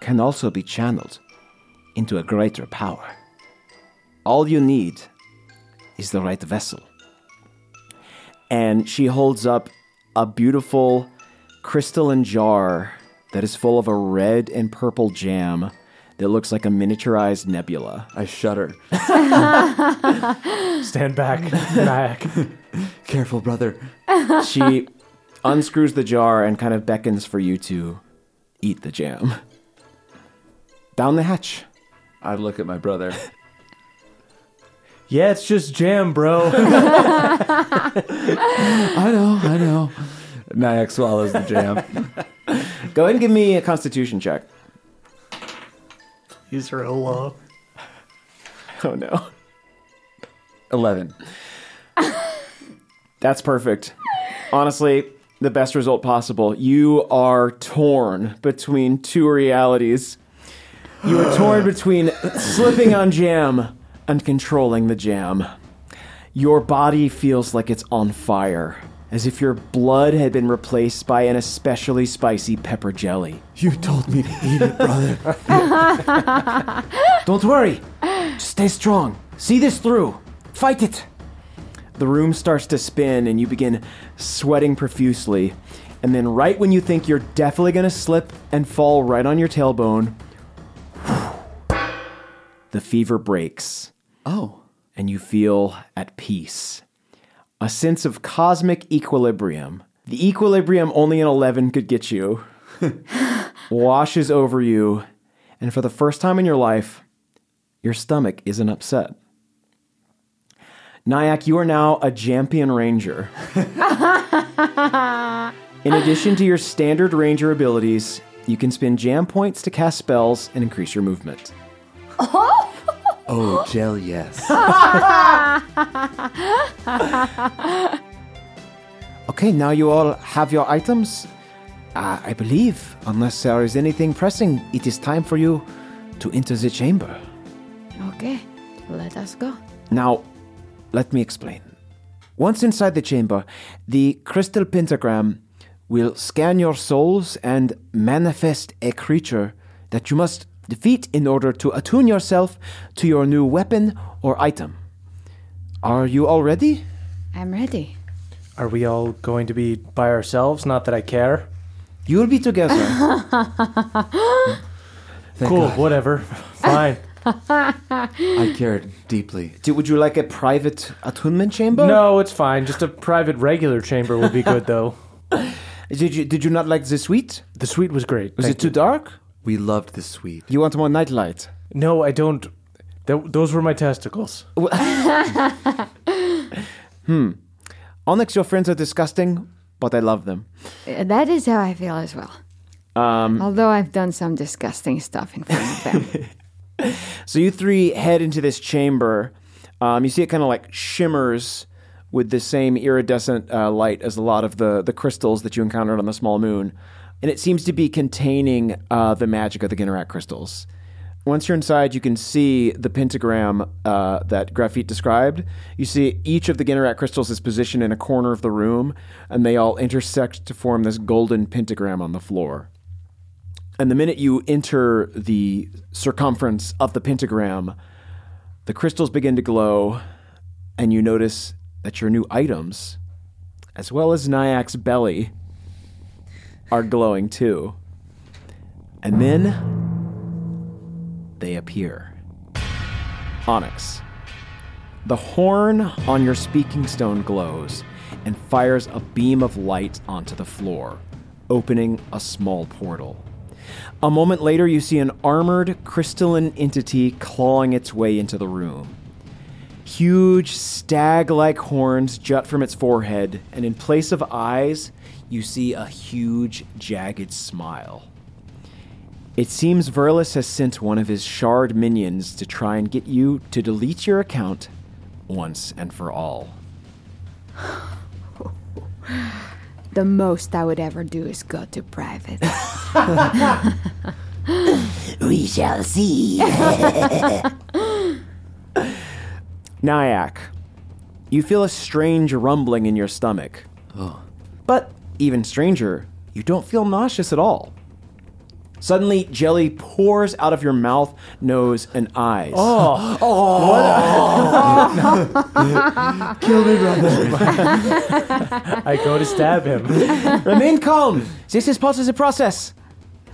Speaker 12: can also be channeled into a greater power. All you need is the right vessel. And she holds up a beautiful crystalline jar that is full of a red and purple jam that looks like a miniaturized nebula.
Speaker 15: I shudder.
Speaker 6: Stand back, Nyack.
Speaker 15: Careful, brother.
Speaker 12: she unscrews the jar and kind of beckons for you to eat the jam. Down the hatch.
Speaker 15: I look at my brother.
Speaker 6: Yeah, it's just jam, bro.
Speaker 15: I know, I know. Nyack swallows the jam.
Speaker 12: Go ahead and give me a constitution check.
Speaker 6: He's real low.
Speaker 12: Oh no.
Speaker 15: 11.
Speaker 12: That's perfect. Honestly, the best result possible. You are torn between two realities. You are torn between slipping on jam and controlling the jam. Your body feels like it's on fire, as if your blood had been replaced by an especially spicy pepper jelly.
Speaker 15: You told me to eat it, brother.
Speaker 12: Don't worry. Just stay strong. See this through. Fight it. The room starts to spin and you begin sweating profusely. And then, right when you think you're definitely going to slip and fall right on your tailbone, the fever breaks
Speaker 15: Oh.
Speaker 12: and you feel at peace. A sense of cosmic equilibrium. The equilibrium only an 11 could get you washes over you, and for the first time in your life, your stomach isn't upset. Nyack, you are now a Jampion Ranger. in addition to your standard Ranger abilities, you can spend jam points to cast spells and increase your movement.
Speaker 15: Oh, gel, yes.
Speaker 12: Okay, now you all have your items. Uh, I believe, unless there is anything pressing, it is time for you to enter the chamber.
Speaker 13: Okay, let us go.
Speaker 12: Now, let me explain. Once inside the chamber, the crystal pentagram will scan your souls and manifest a creature that you must defeat in order to attune yourself to your new weapon or item. Are you all ready?
Speaker 13: I'm ready.
Speaker 6: Are we all going to be by ourselves? Not that I care.
Speaker 12: You will be together.
Speaker 6: cool, whatever. Fine.
Speaker 15: I cared deeply.
Speaker 12: Do- Would you like a private attunement chamber?
Speaker 6: no, it's fine. Just a private regular chamber would be good, though.
Speaker 12: Did you did you not like the suite?
Speaker 6: The suite was great.
Speaker 12: Was
Speaker 6: Thank
Speaker 12: it too dark?
Speaker 15: We loved the sweet.
Speaker 12: You want more nightlight?
Speaker 6: you. No, I don't. Th- those were my testicles.
Speaker 12: Onyx, your friends are disgusting, but I love them.
Speaker 13: Uh, That is how I feel as well. Um, Although I've done some disgusting stuff in front of them.
Speaker 12: So you three head into this chamber. Um, you see it kind of like shimmers with the same iridescent uh, light as a lot of the, the crystals that you encountered on the small moon. And it seems to be containing uh, the magic of the Ginnarak crystals. Once you're inside, you can see the pentagram uh, that Graphite described. You see each of the Ginnarak crystals is positioned in a corner of the room, and they all intersect to form this golden pentagram on the floor. And the minute you enter the circumference of the pentagram, the crystals begin to glow, and you notice that your new items, as well as Nyak's belly, are glowing too. And then they appear. Onyx. The horn on your speaking stone glows and fires a beam of light onto the floor, opening a small portal. A moment later, you see an armored crystalline entity clawing its way into the room. Huge stag like horns jut from its forehead, and in place of eyes, you see a huge, jagged smile. It seems Verlis has sent one of his shard minions to try and get you to delete your account once and for all.
Speaker 13: The most I would ever do is go to private.
Speaker 12: We shall see. Nyack, you feel a strange rumbling in your stomach. But even stranger, you don't feel nauseous at all. Suddenly, jelly pours out of your mouth, nose, and eyes.
Speaker 6: I go to stab him.
Speaker 12: Remain calm. This is part of the process.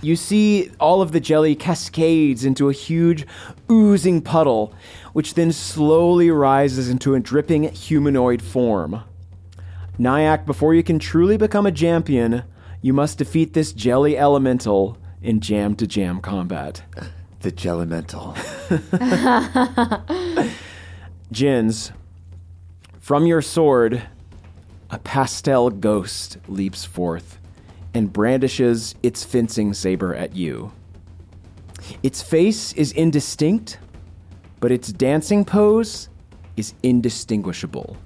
Speaker 12: You see all of the jelly cascades into a huge, oozing puddle, which then slowly rises into a dripping humanoid form. Nyack, before you can truly become a champion, you must defeat this jelly elemental in jam to jam combat.
Speaker 15: The Jellimental.
Speaker 12: Jins, from your sword, a pastel ghost leaps forth and brandishes its fencing saber at you. Its face is indistinct, but its dancing pose is indistinguishable.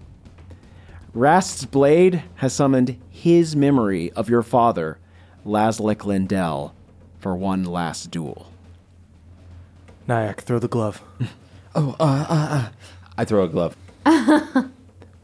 Speaker 12: Rast's blade has summoned his memory of your father, Laslik Lindell, for one last duel.
Speaker 6: Nyack, throw the glove.
Speaker 15: I throw a glove.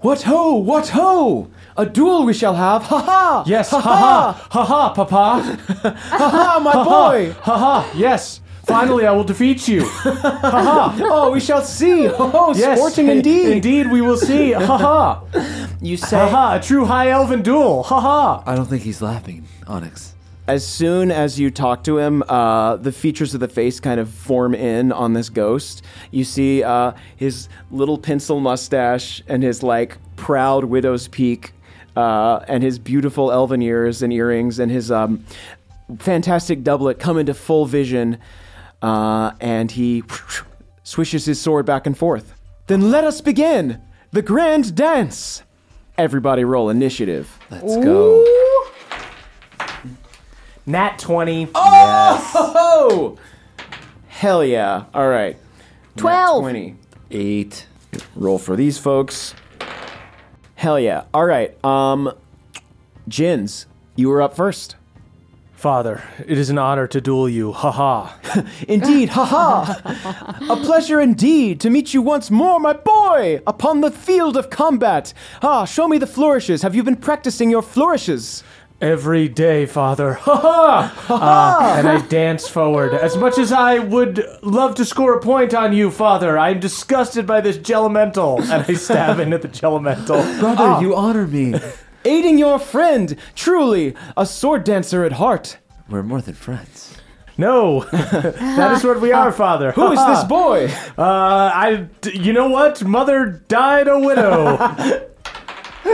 Speaker 12: What ho! What ho! A duel we shall have! Ha ha!
Speaker 6: Yes, ha ha, ha ha, papa.
Speaker 12: ha! My boy!
Speaker 6: Ha ha, yes. Finally, I will defeat you.
Speaker 12: Oh, we shall see. Oh,
Speaker 6: Yes.
Speaker 12: sporting indeed.
Speaker 6: Indeed, we will see. Ha ha.
Speaker 12: You say.
Speaker 6: Ha ha, a true high elven duel. Ha ha.
Speaker 15: I don't think he's laughing, Onyx.
Speaker 12: As soon as you talk to him, uh, the features of the face kind of form in on this ghost. You see uh, his little pencil mustache and his like proud widow's peak, uh, and his beautiful elven ears and earrings, and his um, fantastic doublet come into full vision. Uh, and he swishes his sword back and forth. Then let us begin the grand dance. Everybody, roll initiative.
Speaker 15: Let's go.
Speaker 6: Nat 20.
Speaker 12: Oh, hell yeah! All right, twelve, twenty.
Speaker 15: Eight.
Speaker 12: Roll for these folks. Hell yeah! All right, um, Jins, you were up first.
Speaker 6: Father, it is an honor to duel you. Ha ha.
Speaker 12: Indeed, haha! A pleasure indeed to meet you once more, my boy, upon the field of combat. Ah, show me the flourishes. Have you been practicing your flourishes?
Speaker 6: Every day, Father. Ha ha! Uh, and I dance forward. As much as I would love to score a point on you, Father, I am disgusted by this Jellimental. And I stab into the Jellimental.
Speaker 15: Brother,
Speaker 5: Ah.
Speaker 15: you honor me.
Speaker 12: Aiding your friend, truly a sword dancer at heart.
Speaker 15: We're more than friends.
Speaker 6: No, that is what we are, Father.
Speaker 12: Who is this boy?
Speaker 6: Uh, I. d- You know what? Mother died a widow. uh,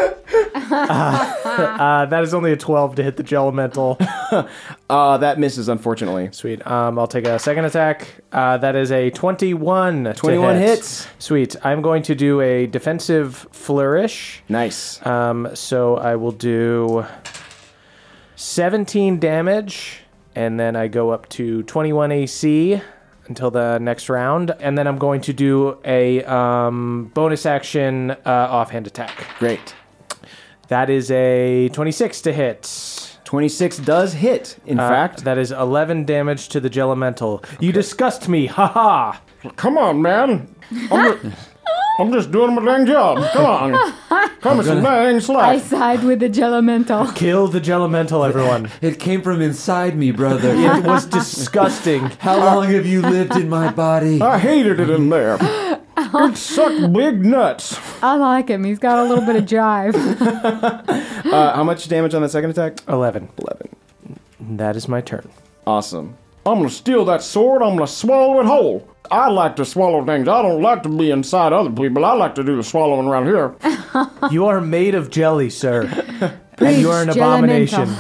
Speaker 6: uh, that is only a twelve to hit the Jellimental.
Speaker 12: Uh, that misses, unfortunately.
Speaker 6: Sweet. Um, I'll take a second attack. Uh, that is a 21. to
Speaker 12: 21
Speaker 6: hit.
Speaker 12: hits.
Speaker 6: Sweet. I'm going to do a defensive flourish.
Speaker 12: Nice.
Speaker 6: Um, so I will do 17 damage, and then I go up to 21 AC. until the next round, and then I'm going to do a um, bonus action uh, offhand attack.
Speaker 12: Great.
Speaker 6: That is a 26 to hit.
Speaker 12: 26 does hit, in
Speaker 6: Uh,
Speaker 12: fact.
Speaker 6: that is 11 damage to the Gelimental. You disgust me, haha!
Speaker 19: Come on, man. I'm, ju- I'm just doing my dang job. Come on. Come on, some dang
Speaker 13: I
Speaker 19: slack.
Speaker 13: side with the Gelimental.
Speaker 6: Kill the Gelimental, everyone.
Speaker 5: It came from inside me, brother.
Speaker 6: it was disgusting.
Speaker 5: How long have you lived in my body?
Speaker 19: I hated it in there. It sucked big nuts.
Speaker 13: I like him. He's got a little bit of jive.
Speaker 12: Uh, how much damage on the second attack?
Speaker 6: 11.
Speaker 12: 11.
Speaker 6: That is my turn.
Speaker 12: Awesome.
Speaker 19: I'm gonna steal that sword. I'm gonna swallow it whole. I like to swallow things. I don't like to be inside other people. I like to do the swallowing around here.
Speaker 6: You are made of jelly, sir. and you are an
Speaker 13: Preach,
Speaker 6: abomination.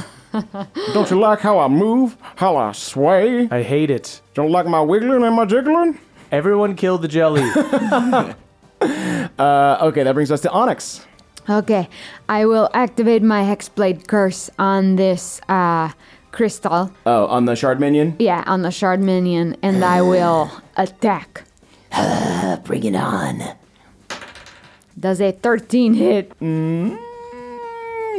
Speaker 19: Don't you like how I move? How I sway?
Speaker 6: I hate it.
Speaker 19: Don't like my wiggling and my jiggling?
Speaker 6: Everyone kill the jelly.
Speaker 12: Uh, okay, that brings us to Onyx.
Speaker 4: Okay, I will activate my Hexblade curse on this uh, crystal.
Speaker 12: Oh, on the shard minion?
Speaker 4: Yeah, on the shard minion, and I will attack.
Speaker 12: Bring it on.
Speaker 4: Does a 13 hit?
Speaker 12: Eh,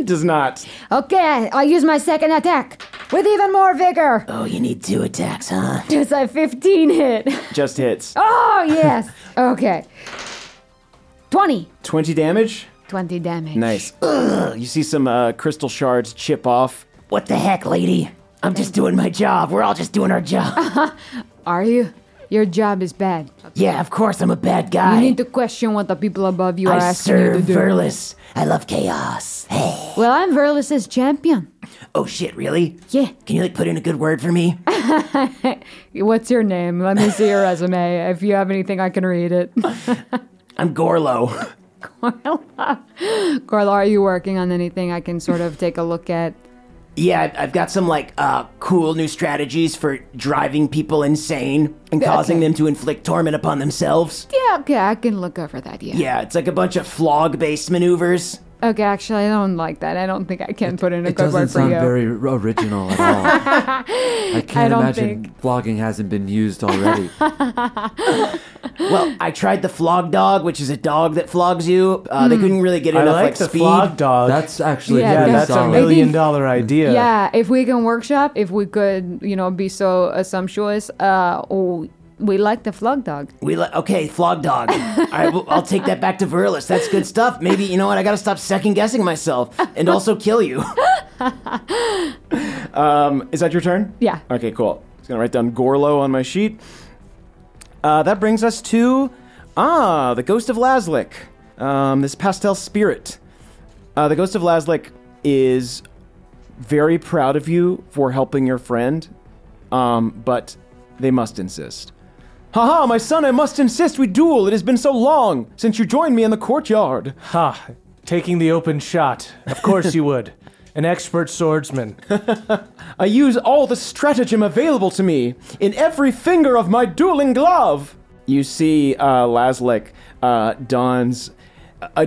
Speaker 12: Does not.
Speaker 4: Okay, I'll use my second attack with even more vigor.
Speaker 12: Oh, you need two attacks, huh?
Speaker 4: Does a 15 hit?
Speaker 12: Just hits.
Speaker 4: Oh, yes. Okay. 20.
Speaker 12: 20 damage?
Speaker 4: 20 damage.
Speaker 12: Nice. Ugh, you see some uh, crystal shards chip off. What the heck, lady? I'm just doing my job. We're all just doing our job.
Speaker 4: Are you? Your job is bad.
Speaker 12: yeah, of course I'm a bad
Speaker 4: You
Speaker 12: guy.
Speaker 4: need to question what the people above you are asking you to do.
Speaker 12: Verlis. I love chaos. Hey.
Speaker 4: Well, I'm Verlus's champion.
Speaker 12: Oh shit, really?
Speaker 4: Yeah.
Speaker 12: Can you like put in a good word for me?
Speaker 13: What's your name? Let me see your resume. If you have anything, I can read it.
Speaker 12: I'm Gorlo.
Speaker 13: Carla, are you working on anything I can sort of take a look at?
Speaker 12: yeah, I've- I've got some like uh, cool new strategies for driving people insane and causing them to inflict torment upon themselves.
Speaker 13: Yeah, okay, I can look over that. Yeah.
Speaker 12: Yeah, it's like a bunch of flog-based maneuvers.
Speaker 13: Okay, actually, I don't like that. I don't think I can put in a
Speaker 5: It
Speaker 13: good
Speaker 5: doesn't
Speaker 13: word for you.
Speaker 5: sound very r- original at all. I can't
Speaker 13: don't
Speaker 5: imagine vlogging hasn't been used already.
Speaker 12: Well, I tried the flog dog, which is a dog that flogs you. Uh, They couldn't really get
Speaker 6: Hmm. I
Speaker 12: enough
Speaker 6: like,
Speaker 12: like,
Speaker 6: the
Speaker 12: speed.
Speaker 6: flog dog.
Speaker 5: That's actually
Speaker 13: Yeah,
Speaker 5: pretty
Speaker 6: yeah, that's a
Speaker 5: solid.
Speaker 6: million dollar idea.
Speaker 13: yeah, if we can workshop, if we could, you know, be so assumptuous, uh, oh, we like the flog dog.
Speaker 12: We li- okay, flog dog. All right, well, I'll take that back to Verlis. That's good stuff. Maybe you know what? I gotta stop second guessing myself and also kill you. um, is that your turn?
Speaker 13: Yeah.
Speaker 12: Okay, cool. Just gonna write down Gorlo on my sheet. Uh, that brings us to ah, the ghost of Laslik. Um, this pastel spirit. Uh, the ghost of Laslik is very proud of you for helping your friend, um, but they must insist. Haha, my son, I must insist we duel. It has been so long since you joined me in the courtyard.
Speaker 6: Ha! Taking the open shot. Of course you would. An expert swordsman.
Speaker 12: I use all the stratagem available to me in every finger of my dueling glove. You see, uh, Laslik uh, dons a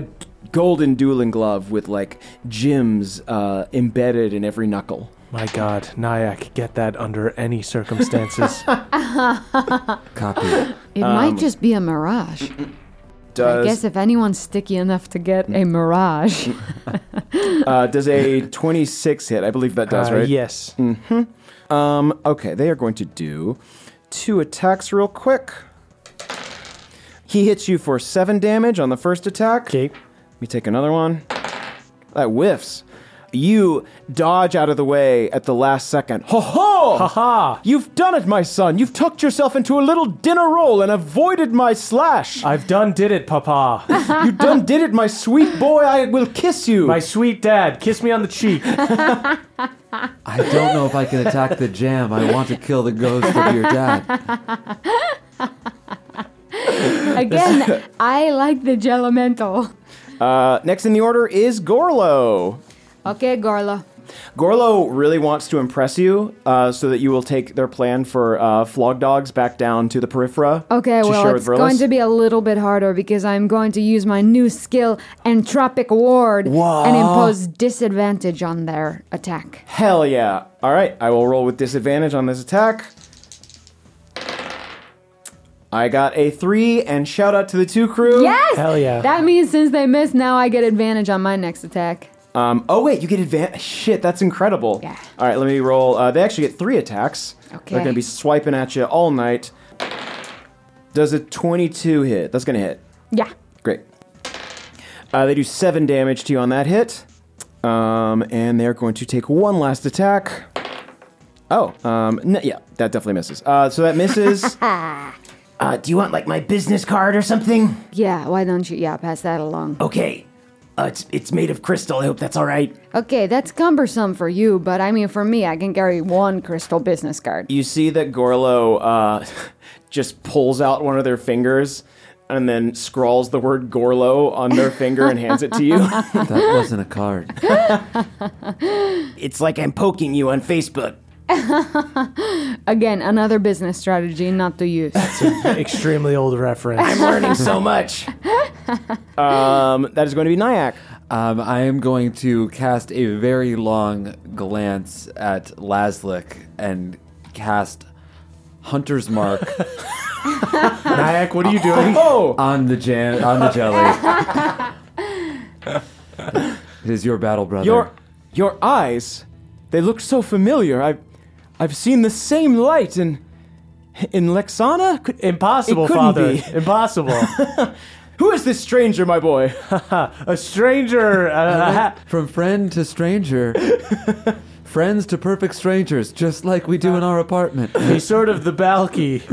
Speaker 12: golden dueling glove with like gems uh, embedded in every knuckle.
Speaker 6: My God, Nyack, get that under any circumstances.
Speaker 5: Copy.
Speaker 4: It
Speaker 12: Um,
Speaker 4: might just be a mirage. I guess
Speaker 12: Does
Speaker 4: if anyone's sticky enough to get a mirage,
Speaker 12: uh, does a twenty-six hit? I believe that does,
Speaker 6: Uh,
Speaker 12: right?
Speaker 6: Yes.
Speaker 12: Um, okay, they are going to do two attacks real quick. He hits you for seven damage on the first attack.
Speaker 6: Okay.
Speaker 12: Let me take another one. That whiffs. You dodge out of the way at the last second. Ho ho! Ha
Speaker 6: ha.
Speaker 12: You've done it, my son. You've tucked yourself into a little dinner roll and avoided my slash.
Speaker 6: I've done did it, Papa.
Speaker 12: you done did it, my sweet boy. I will kiss you.
Speaker 6: My sweet dad, kiss me on the cheek.
Speaker 5: I don't know if I can attack the jam. I want to kill the ghost of your dad.
Speaker 13: Again, I like the Gelimental.
Speaker 12: uh, next in the order is Gorlo.
Speaker 13: Okay, Garla.
Speaker 12: Gorlo really wants to impress you, uh, so that you will take their plan for uh, flog dogs back down to the periphera.
Speaker 4: okay,
Speaker 12: to share
Speaker 4: well, it's
Speaker 12: with Verlis.
Speaker 4: going to be a little bit harder because I'm going to use my new skill, Entropic Ward, and impose disadvantage on their attack.
Speaker 12: Hell yeah! All right, I will roll with disadvantage on this attack. I got a three, and shout out to the two crew.
Speaker 4: Yes! That means since they missed, now I get advantage on my next attack.
Speaker 12: Um, oh wait, you get advantage. Shit, that's incredible. Yeah. All right, let me roll. Uh, they actually get three attacks.
Speaker 4: Okay.
Speaker 12: They're gonna be swiping at you all night. Does a twenty-two hit? That's gonna hit.
Speaker 4: Yeah.
Speaker 12: Great. Uh, they do seven damage to you on that hit, um, and they're going to take one last attack. Oh, um, n- yeah, that definitely misses. Uh, so that misses. uh, do you want like my business card or something?
Speaker 4: Yeah, why don't you? Yeah, pass that along.
Speaker 12: Okay. Uh, it's it's made of crystal. I hope that's all right.
Speaker 4: Okay, that's cumbersome for you, but I mean, for me, I can carry one crystal business card.
Speaker 12: You see that Gorlo uh, just pulls out one of their fingers and then scrawls the word Gorlo on their finger and hands it to you.
Speaker 4: That
Speaker 5: wasn't a card.
Speaker 12: it's like I'm poking you on Facebook.
Speaker 4: Again, another business strategy not to use.
Speaker 6: Extremely old reference.
Speaker 4: I'm learning so
Speaker 12: much. Um, that is going to be Nyack.
Speaker 5: Um, I am going to cast a very long glance at Laslik and cast Hunter's Mark.
Speaker 6: Nyack, what are you doing?
Speaker 12: Oh,
Speaker 5: on the jam, on the jelly. it is your battle, brother.
Speaker 12: Your your eyes, they look so familiar. I've I've seen the same light in in Lexana. Could-
Speaker 6: Impossible,
Speaker 12: it couldn't
Speaker 6: father.
Speaker 12: be.
Speaker 6: Impossible.
Speaker 12: Who is this stranger, my boy?
Speaker 6: a stranger. Uh, ha-
Speaker 5: From friend to stranger, friends to perfect strangers, just like we do in our apartment.
Speaker 6: he's sort of the Balky.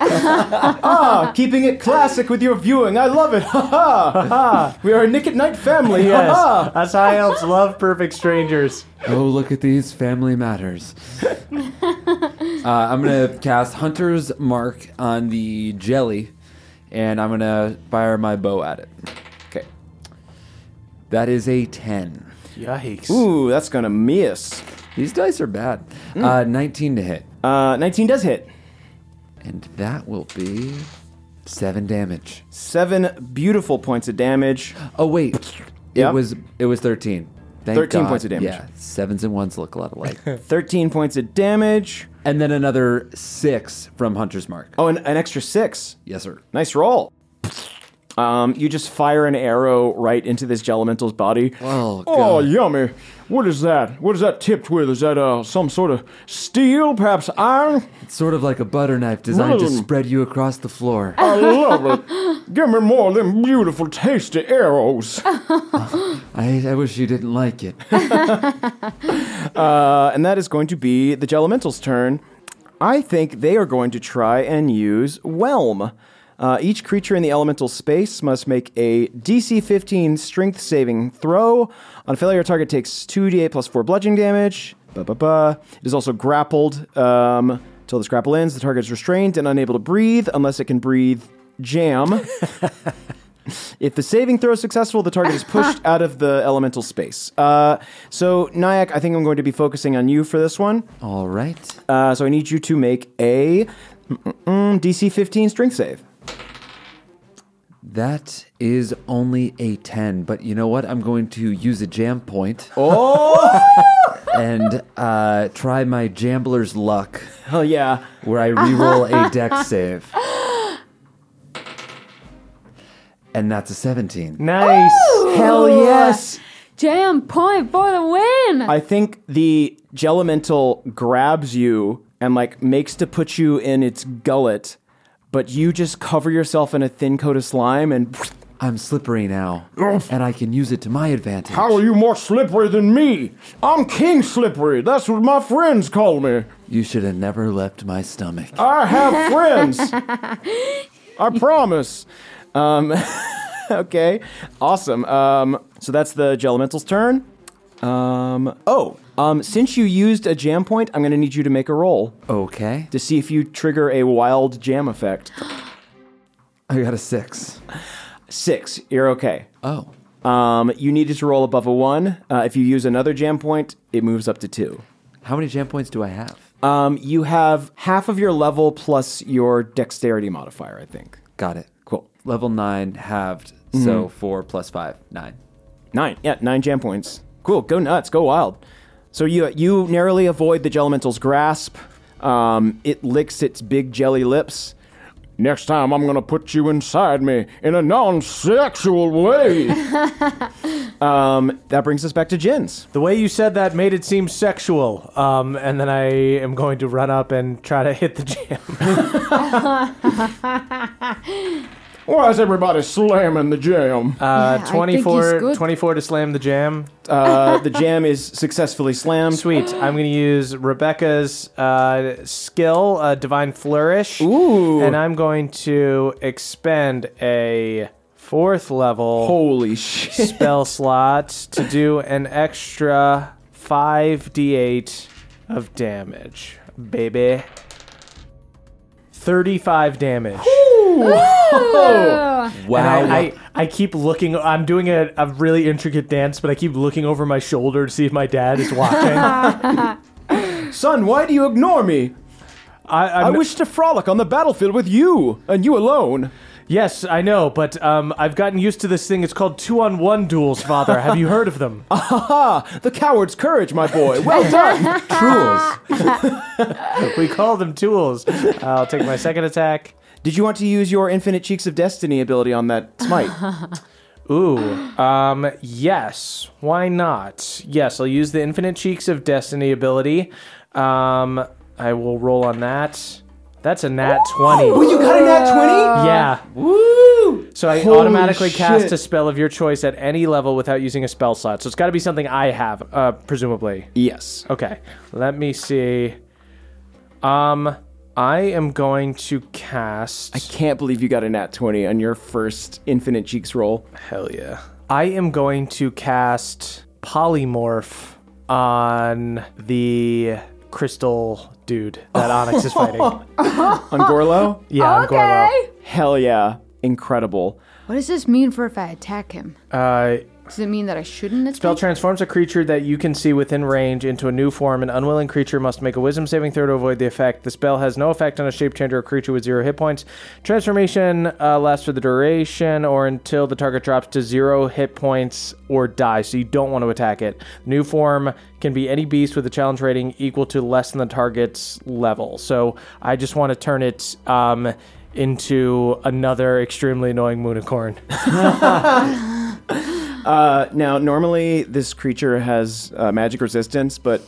Speaker 12: ah, keeping it classic with your viewing. I love it. Ha ha. ha ha. We are a Nick at Night family.
Speaker 6: yes,
Speaker 12: Ha ha.
Speaker 6: us high elves love perfect strangers.
Speaker 5: Oh, look at these family matters. uh, I'm going to cast Hunter's Mark on the jelly, and I'm going to fire my bow at it.
Speaker 12: Okay.
Speaker 5: That is a 10.
Speaker 6: Yikes.
Speaker 12: Ooh, that's gonna miss.
Speaker 5: These dice are bad.
Speaker 12: Mm.
Speaker 5: Uh, 19 to hit.
Speaker 12: Uh, 19 does hit.
Speaker 5: And that will be 7 damage.
Speaker 12: Seven beautiful points of damage.
Speaker 5: Oh, wait.
Speaker 12: Yeah.
Speaker 5: It was it was 13. Thank
Speaker 12: 13
Speaker 5: God.
Speaker 12: points of damage.
Speaker 5: Yeah, sevens and ones look a lot alike.
Speaker 12: 13 points of damage.
Speaker 5: and then another 6 from Hunter's Mark.
Speaker 12: Oh, an, an extra six.
Speaker 5: Yes, sir.
Speaker 12: Nice roll. Um, you just fire an arrow right into this Gelimental's body.
Speaker 5: Oh,
Speaker 20: Oh,
Speaker 5: God.
Speaker 20: yummy. What is that? What is that tipped with? Is that uh, some sort of steel, perhaps iron?
Speaker 5: It's sort of like a butter knife designed to
Speaker 20: Mm.
Speaker 5: spread you across the floor.
Speaker 20: I love it. Give me more of them beautiful, tasty arrows.
Speaker 5: I, I wish you didn't like it.
Speaker 12: Uh, and that is going to be the Gelimental's turn. I think they are going to try and use Whelm. Uh, each creature in the elemental space must make a DC 15 strength saving throw. On failure, target takes 2d8 plus 4 bludgeoning damage. Ba ba ba. It is also grappled. Um, until this grapple ends, the target is restrained and unable to breathe unless it can breathe jam. If the saving throw is successful, the target is pushed out of the elemental space. Uh, so, Nyack, I think I'm going to be focusing on you for this one.
Speaker 5: All right.
Speaker 12: Uh, so, I need you to make a mm-mm-mm, DC 15 strength save.
Speaker 5: That is only a 10, but you know what? I'm going to use a jam point
Speaker 12: Oh,
Speaker 5: and uh, try my jambler's luck
Speaker 12: hell yeah.
Speaker 5: where I reroll a dex save. And that's a 17.
Speaker 6: Nice.
Speaker 12: Hell yes.
Speaker 4: Jam point for the win!
Speaker 12: I think the Gelimental grabs you and, like, makes to put you in its gullet, but you just cover yourself in a thin coat of slime and.
Speaker 5: I'm slippery now, and I can use it to my advantage.
Speaker 20: How are you more slippery than me? I'm King Slippery. That's what my friends call me.
Speaker 5: You should have never left my stomach.
Speaker 20: I have friends. I promise.
Speaker 12: Um, okay, awesome. Um, so that's the Gelimental's turn. Um, oh, um, since you used a jam point, I'm going to need you to make a roll
Speaker 5: Okay.
Speaker 12: to see if you trigger a wild jam effect.
Speaker 5: I got a 6.
Speaker 12: Six, you're okay.
Speaker 5: Oh.
Speaker 12: Um, you needed to roll above a one. Uh, if you use another jam point, it moves up to two.
Speaker 5: How many jam points do I have?
Speaker 12: Um, you have half of your level plus your dexterity modifier, I think.
Speaker 5: Got it. Mm-hmm.
Speaker 12: Cool.
Speaker 5: Level nine halved, so four plus five, nine.
Speaker 12: Nine. Yeah, nine jam points. Cool. Go nuts. Go wild. So you you narrowly avoid the Gelimental's grasp. Um, it licks its big jelly lips,
Speaker 19: Next time, I'm going to put you inside me in a non sexual way.
Speaker 12: um, that brings us back to Jens.
Speaker 6: The way you said that made it seem sexual. Um, and then I am going to run up and try to hit the jam.
Speaker 19: Why is everybody slamming the
Speaker 12: Um,
Speaker 19: jam?
Speaker 6: Uh, 24, 24 to slam the jam.
Speaker 12: Uh, the jam is successfully slammed.
Speaker 6: Sweet. I'm going to use Rebecca's uh, skill, uh, Divine Flourish.
Speaker 12: Ooh.
Speaker 6: And I'm going to expend a fourth level
Speaker 12: Holy shit.
Speaker 6: spell slot to do an extra 5d8 of damage, baby. 35 damage.
Speaker 21: Ooh.
Speaker 6: And I, I, I keep looking. I'm doing a, a really intricate dance, but I keep looking over my shoulder to see if my dad is watching.
Speaker 12: Son, why do you ignore me?
Speaker 6: I,
Speaker 12: I wish to frolic on the battlefield with you and you alone.
Speaker 6: yes, I know, but um, I've gotten used to this thing. It's called two on one duels, Father. Have you heard of them?
Speaker 12: Aha! The coward's courage, my boy. Well done.
Speaker 6: Tools. we call them tools. I'll take my second attack.
Speaker 12: Did you want to use your Infinite Cheeks of Destiny ability on that smite?
Speaker 6: Ooh, um, yes. Why not? Yes, I'll use the Infinite Cheeks of Destiny ability. Um, I will roll on that. That's a nat 20.
Speaker 12: Oh, you got a nat 20?
Speaker 6: Yeah.
Speaker 12: Woo!
Speaker 6: So I
Speaker 12: Holy
Speaker 6: automatically cast
Speaker 12: shit.
Speaker 6: a spell of your choice at any level without using a spell slot. So it's got to be something I have, uh, presumably.
Speaker 12: Yes.
Speaker 6: Okay. Let me see. Um, I am going to cast.
Speaker 12: I can't believe you got a nat 20 on your first Infinite Cheeks roll.
Speaker 6: Hell yeah. I am going to cast Polymorph on the crystal dude that Onyx is fighting.
Speaker 12: On Gorlo?
Speaker 6: Yeah, on Gorlo.
Speaker 12: Hell yeah. Incredible.
Speaker 13: What does this mean for if I attack him?
Speaker 6: Uh,
Speaker 13: Does it mean that I shouldn't attack?
Speaker 6: spell transforms a creature that you can see within range into a new form. An unwilling creature must make a wisdom saving throw to avoid the effect. The spell has no effect on a shape changer or creature with zero hit points. Transformation uh, lasts for the duration or until the target drops to zero hit points or dies, so you don't want to attack it. New form can be any beast with a challenge rating equal to less than the target's level. So I just want to turn it. Um, into another extremely annoying unicorn.
Speaker 12: Uh, now, normally this creature has uh, magic resistance, but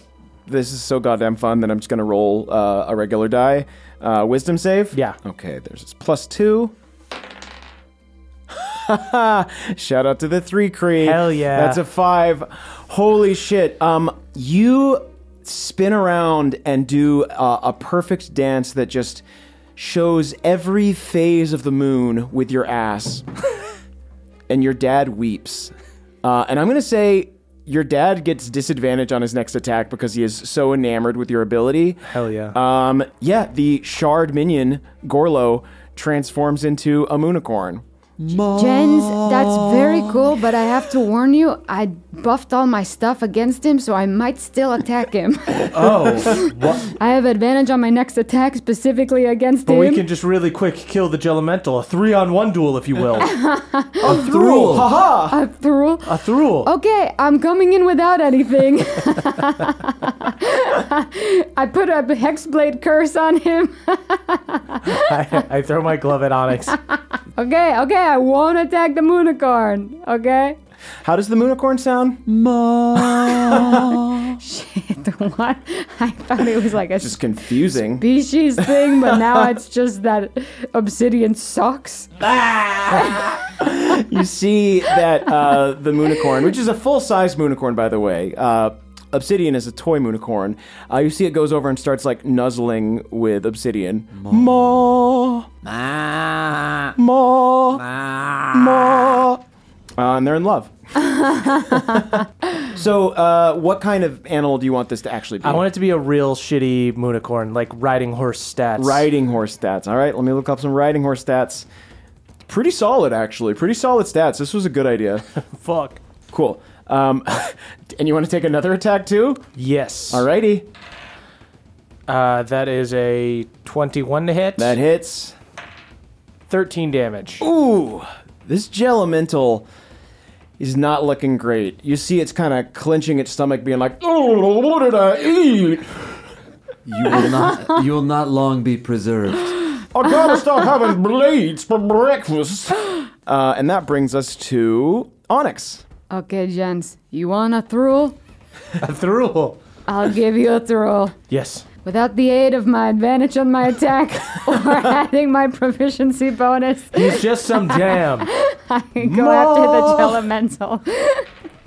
Speaker 12: this is so goddamn fun that I'm just going to roll uh, a regular die. Uh, wisdom save?
Speaker 6: Yeah.
Speaker 12: Okay, there's this plus two. Shout out to the three Cree.
Speaker 6: Hell yeah.
Speaker 12: That's a five. Holy shit. Um, you spin around and do uh, a perfect dance that just shows every phase of the moon with your ass. and your dad weeps. Uh, and I'm going to say your dad gets disadvantage on his next attack because he is so enamored with your ability.
Speaker 6: Hell yeah.
Speaker 12: Um, yeah, the shard minion, Gorlo, transforms into a moonicorn.
Speaker 13: Jens, that's very cool, but I have to warn you, I buffed all my stuff against him, so I might still attack him.
Speaker 6: Oh,
Speaker 13: I have advantage on my next attack specifically against
Speaker 6: But
Speaker 13: him.
Speaker 6: we can just really quick kill the Gelimental. A three on one duel, if you will. a thrul.
Speaker 12: Haha!
Speaker 13: A thrul.
Speaker 6: A thrul.
Speaker 4: Oh.
Speaker 13: Okay, I'm coming in without anything. I put a hexblade curse on him.
Speaker 6: I, I throw my glove at Onyx.
Speaker 13: Okay, okay, I won't attack the moonicorn. Okay.
Speaker 12: How does the moonicorn sound?
Speaker 13: What? I thought it was like a
Speaker 12: Just confusing.
Speaker 13: species thing, but now it's just that obsidian sucks.
Speaker 12: you see that uh, the moonicorn, which is a full-size moonicorn, by the way. Uh, Obsidian is a toy moonicorn. Uh, you see it goes over and starts like nuzzling with Obsidian. Ma.
Speaker 5: Ah!
Speaker 12: Ma. Ma. Ma. Uh, and they're in love. so, uh, what kind of animal do you want this to actually be?
Speaker 6: I want it to be a real shitty Moonicorn, like riding horse stats.
Speaker 12: Riding horse stats. All right, let me look up some riding horse stats. Pretty solid, actually. Pretty solid stats. This was a good idea.
Speaker 6: Fuck.
Speaker 12: Cool. Um, and you want to take another attack too?
Speaker 6: Yes.
Speaker 12: Alrighty.
Speaker 6: Uh, that is a 21 to hit.
Speaker 12: That hits.
Speaker 6: 13 damage.
Speaker 12: Ooh, this Gelimental is not looking great. You see, it's kind of clenching its stomach, being like, "Oh, what did I eat?"
Speaker 5: You will not. You will not long be preserved.
Speaker 19: I gotta stop having blades for breakfast.
Speaker 12: Uh, and that brings us to Onyx.
Speaker 13: Okay, gents, you want a thruple?
Speaker 6: A thruple.
Speaker 13: I'll give you a thruple.
Speaker 6: Yes.
Speaker 13: Without the aid of my advantage on my attack or adding my proficiency bonus,
Speaker 6: He's just some jam.
Speaker 13: I can go after the
Speaker 15: Mo-
Speaker 13: Telemental.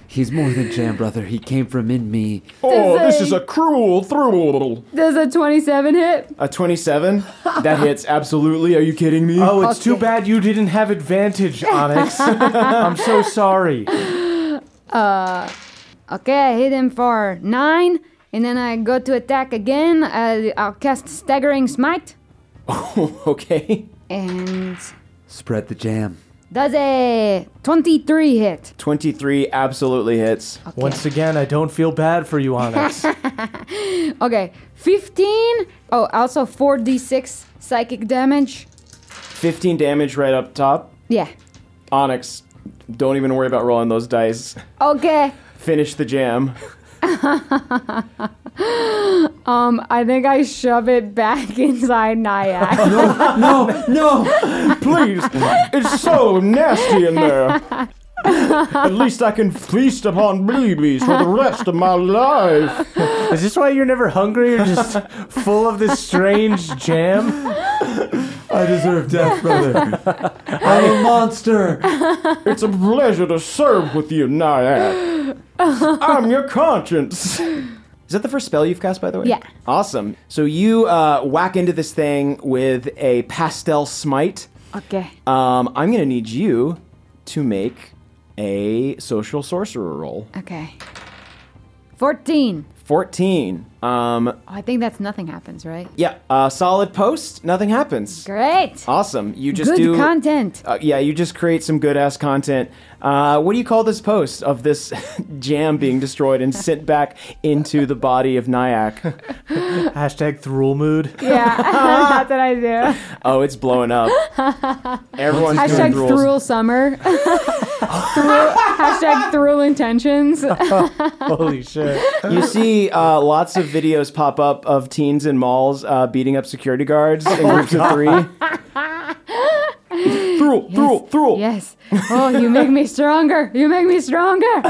Speaker 15: He's more than jam, brother. He came from in me.
Speaker 13: Oh, Does this a- is a
Speaker 15: cruel through.
Speaker 13: Does a 27 hit?
Speaker 12: A 27? That hits absolutely. Are you kidding me?
Speaker 6: Oh, it's too bad you didn't have advantage, Onyx. I'm so sorry.
Speaker 13: Uh, okay, I hit him for nine, and then I go to attack again. Uh, I'll cast Staggering Smite,
Speaker 12: okay.
Speaker 13: and
Speaker 15: Spread the jam.
Speaker 13: does a 23 hit.
Speaker 12: 23 absolutely hits.
Speaker 6: Once again, I don't feel bad for you, Onyx.
Speaker 13: Okay, 15. Oh, also 4d6 psychic damage.
Speaker 12: 15 damage right up top.
Speaker 13: Yeah.
Speaker 12: Onyx, don't even worry about rolling those dice.
Speaker 13: Okay.
Speaker 12: Finish the jam.
Speaker 4: Um, I think I shove it back inside Nyack.
Speaker 19: no, no, please. It's so nasty in there. At least I can feast upon babies for the rest of my life.
Speaker 6: Is this why you're never hungry? You're just full of this strange jam?
Speaker 5: I deserve death, brother. I'm a monster.
Speaker 19: It's a pleasure to serve with you, Nyack. I'm your conscience.
Speaker 12: Is that the first spell you've cast, by the way?
Speaker 13: Yeah.
Speaker 12: Awesome. So you uh, whack into this thing with a pastel smite.
Speaker 13: Okay.
Speaker 12: Um, I'm going to need you to make a social sorcerer roll.
Speaker 13: Okay. 14.
Speaker 12: 14. Um,
Speaker 13: Oh, I think that's nothing happens, right?
Speaker 12: yeah, uh, solid post. Nothing happens.
Speaker 13: Great.
Speaker 12: Awesome. You just
Speaker 13: Good
Speaker 12: do
Speaker 13: content.
Speaker 12: Uh, yeah, you just create some good ass content. Uh, what do you call this post of this jam being destroyed and sent back into the body of Nyack?
Speaker 6: Hashtag thrall mood.
Speaker 4: yeah, that's what I do.
Speaker 12: Oh, it's blowing up. Everyone's doing
Speaker 4: Hashtag
Speaker 12: rules.
Speaker 4: thrill summer. Thrill- hashtag thrill intentions.
Speaker 6: Holy shit.
Speaker 12: You see uh, lots of videos pop up of teens in malls uh, beating up security guards in groups of three. Through, through, through.
Speaker 13: Yes. Oh, you make me stronger. You make me stronger.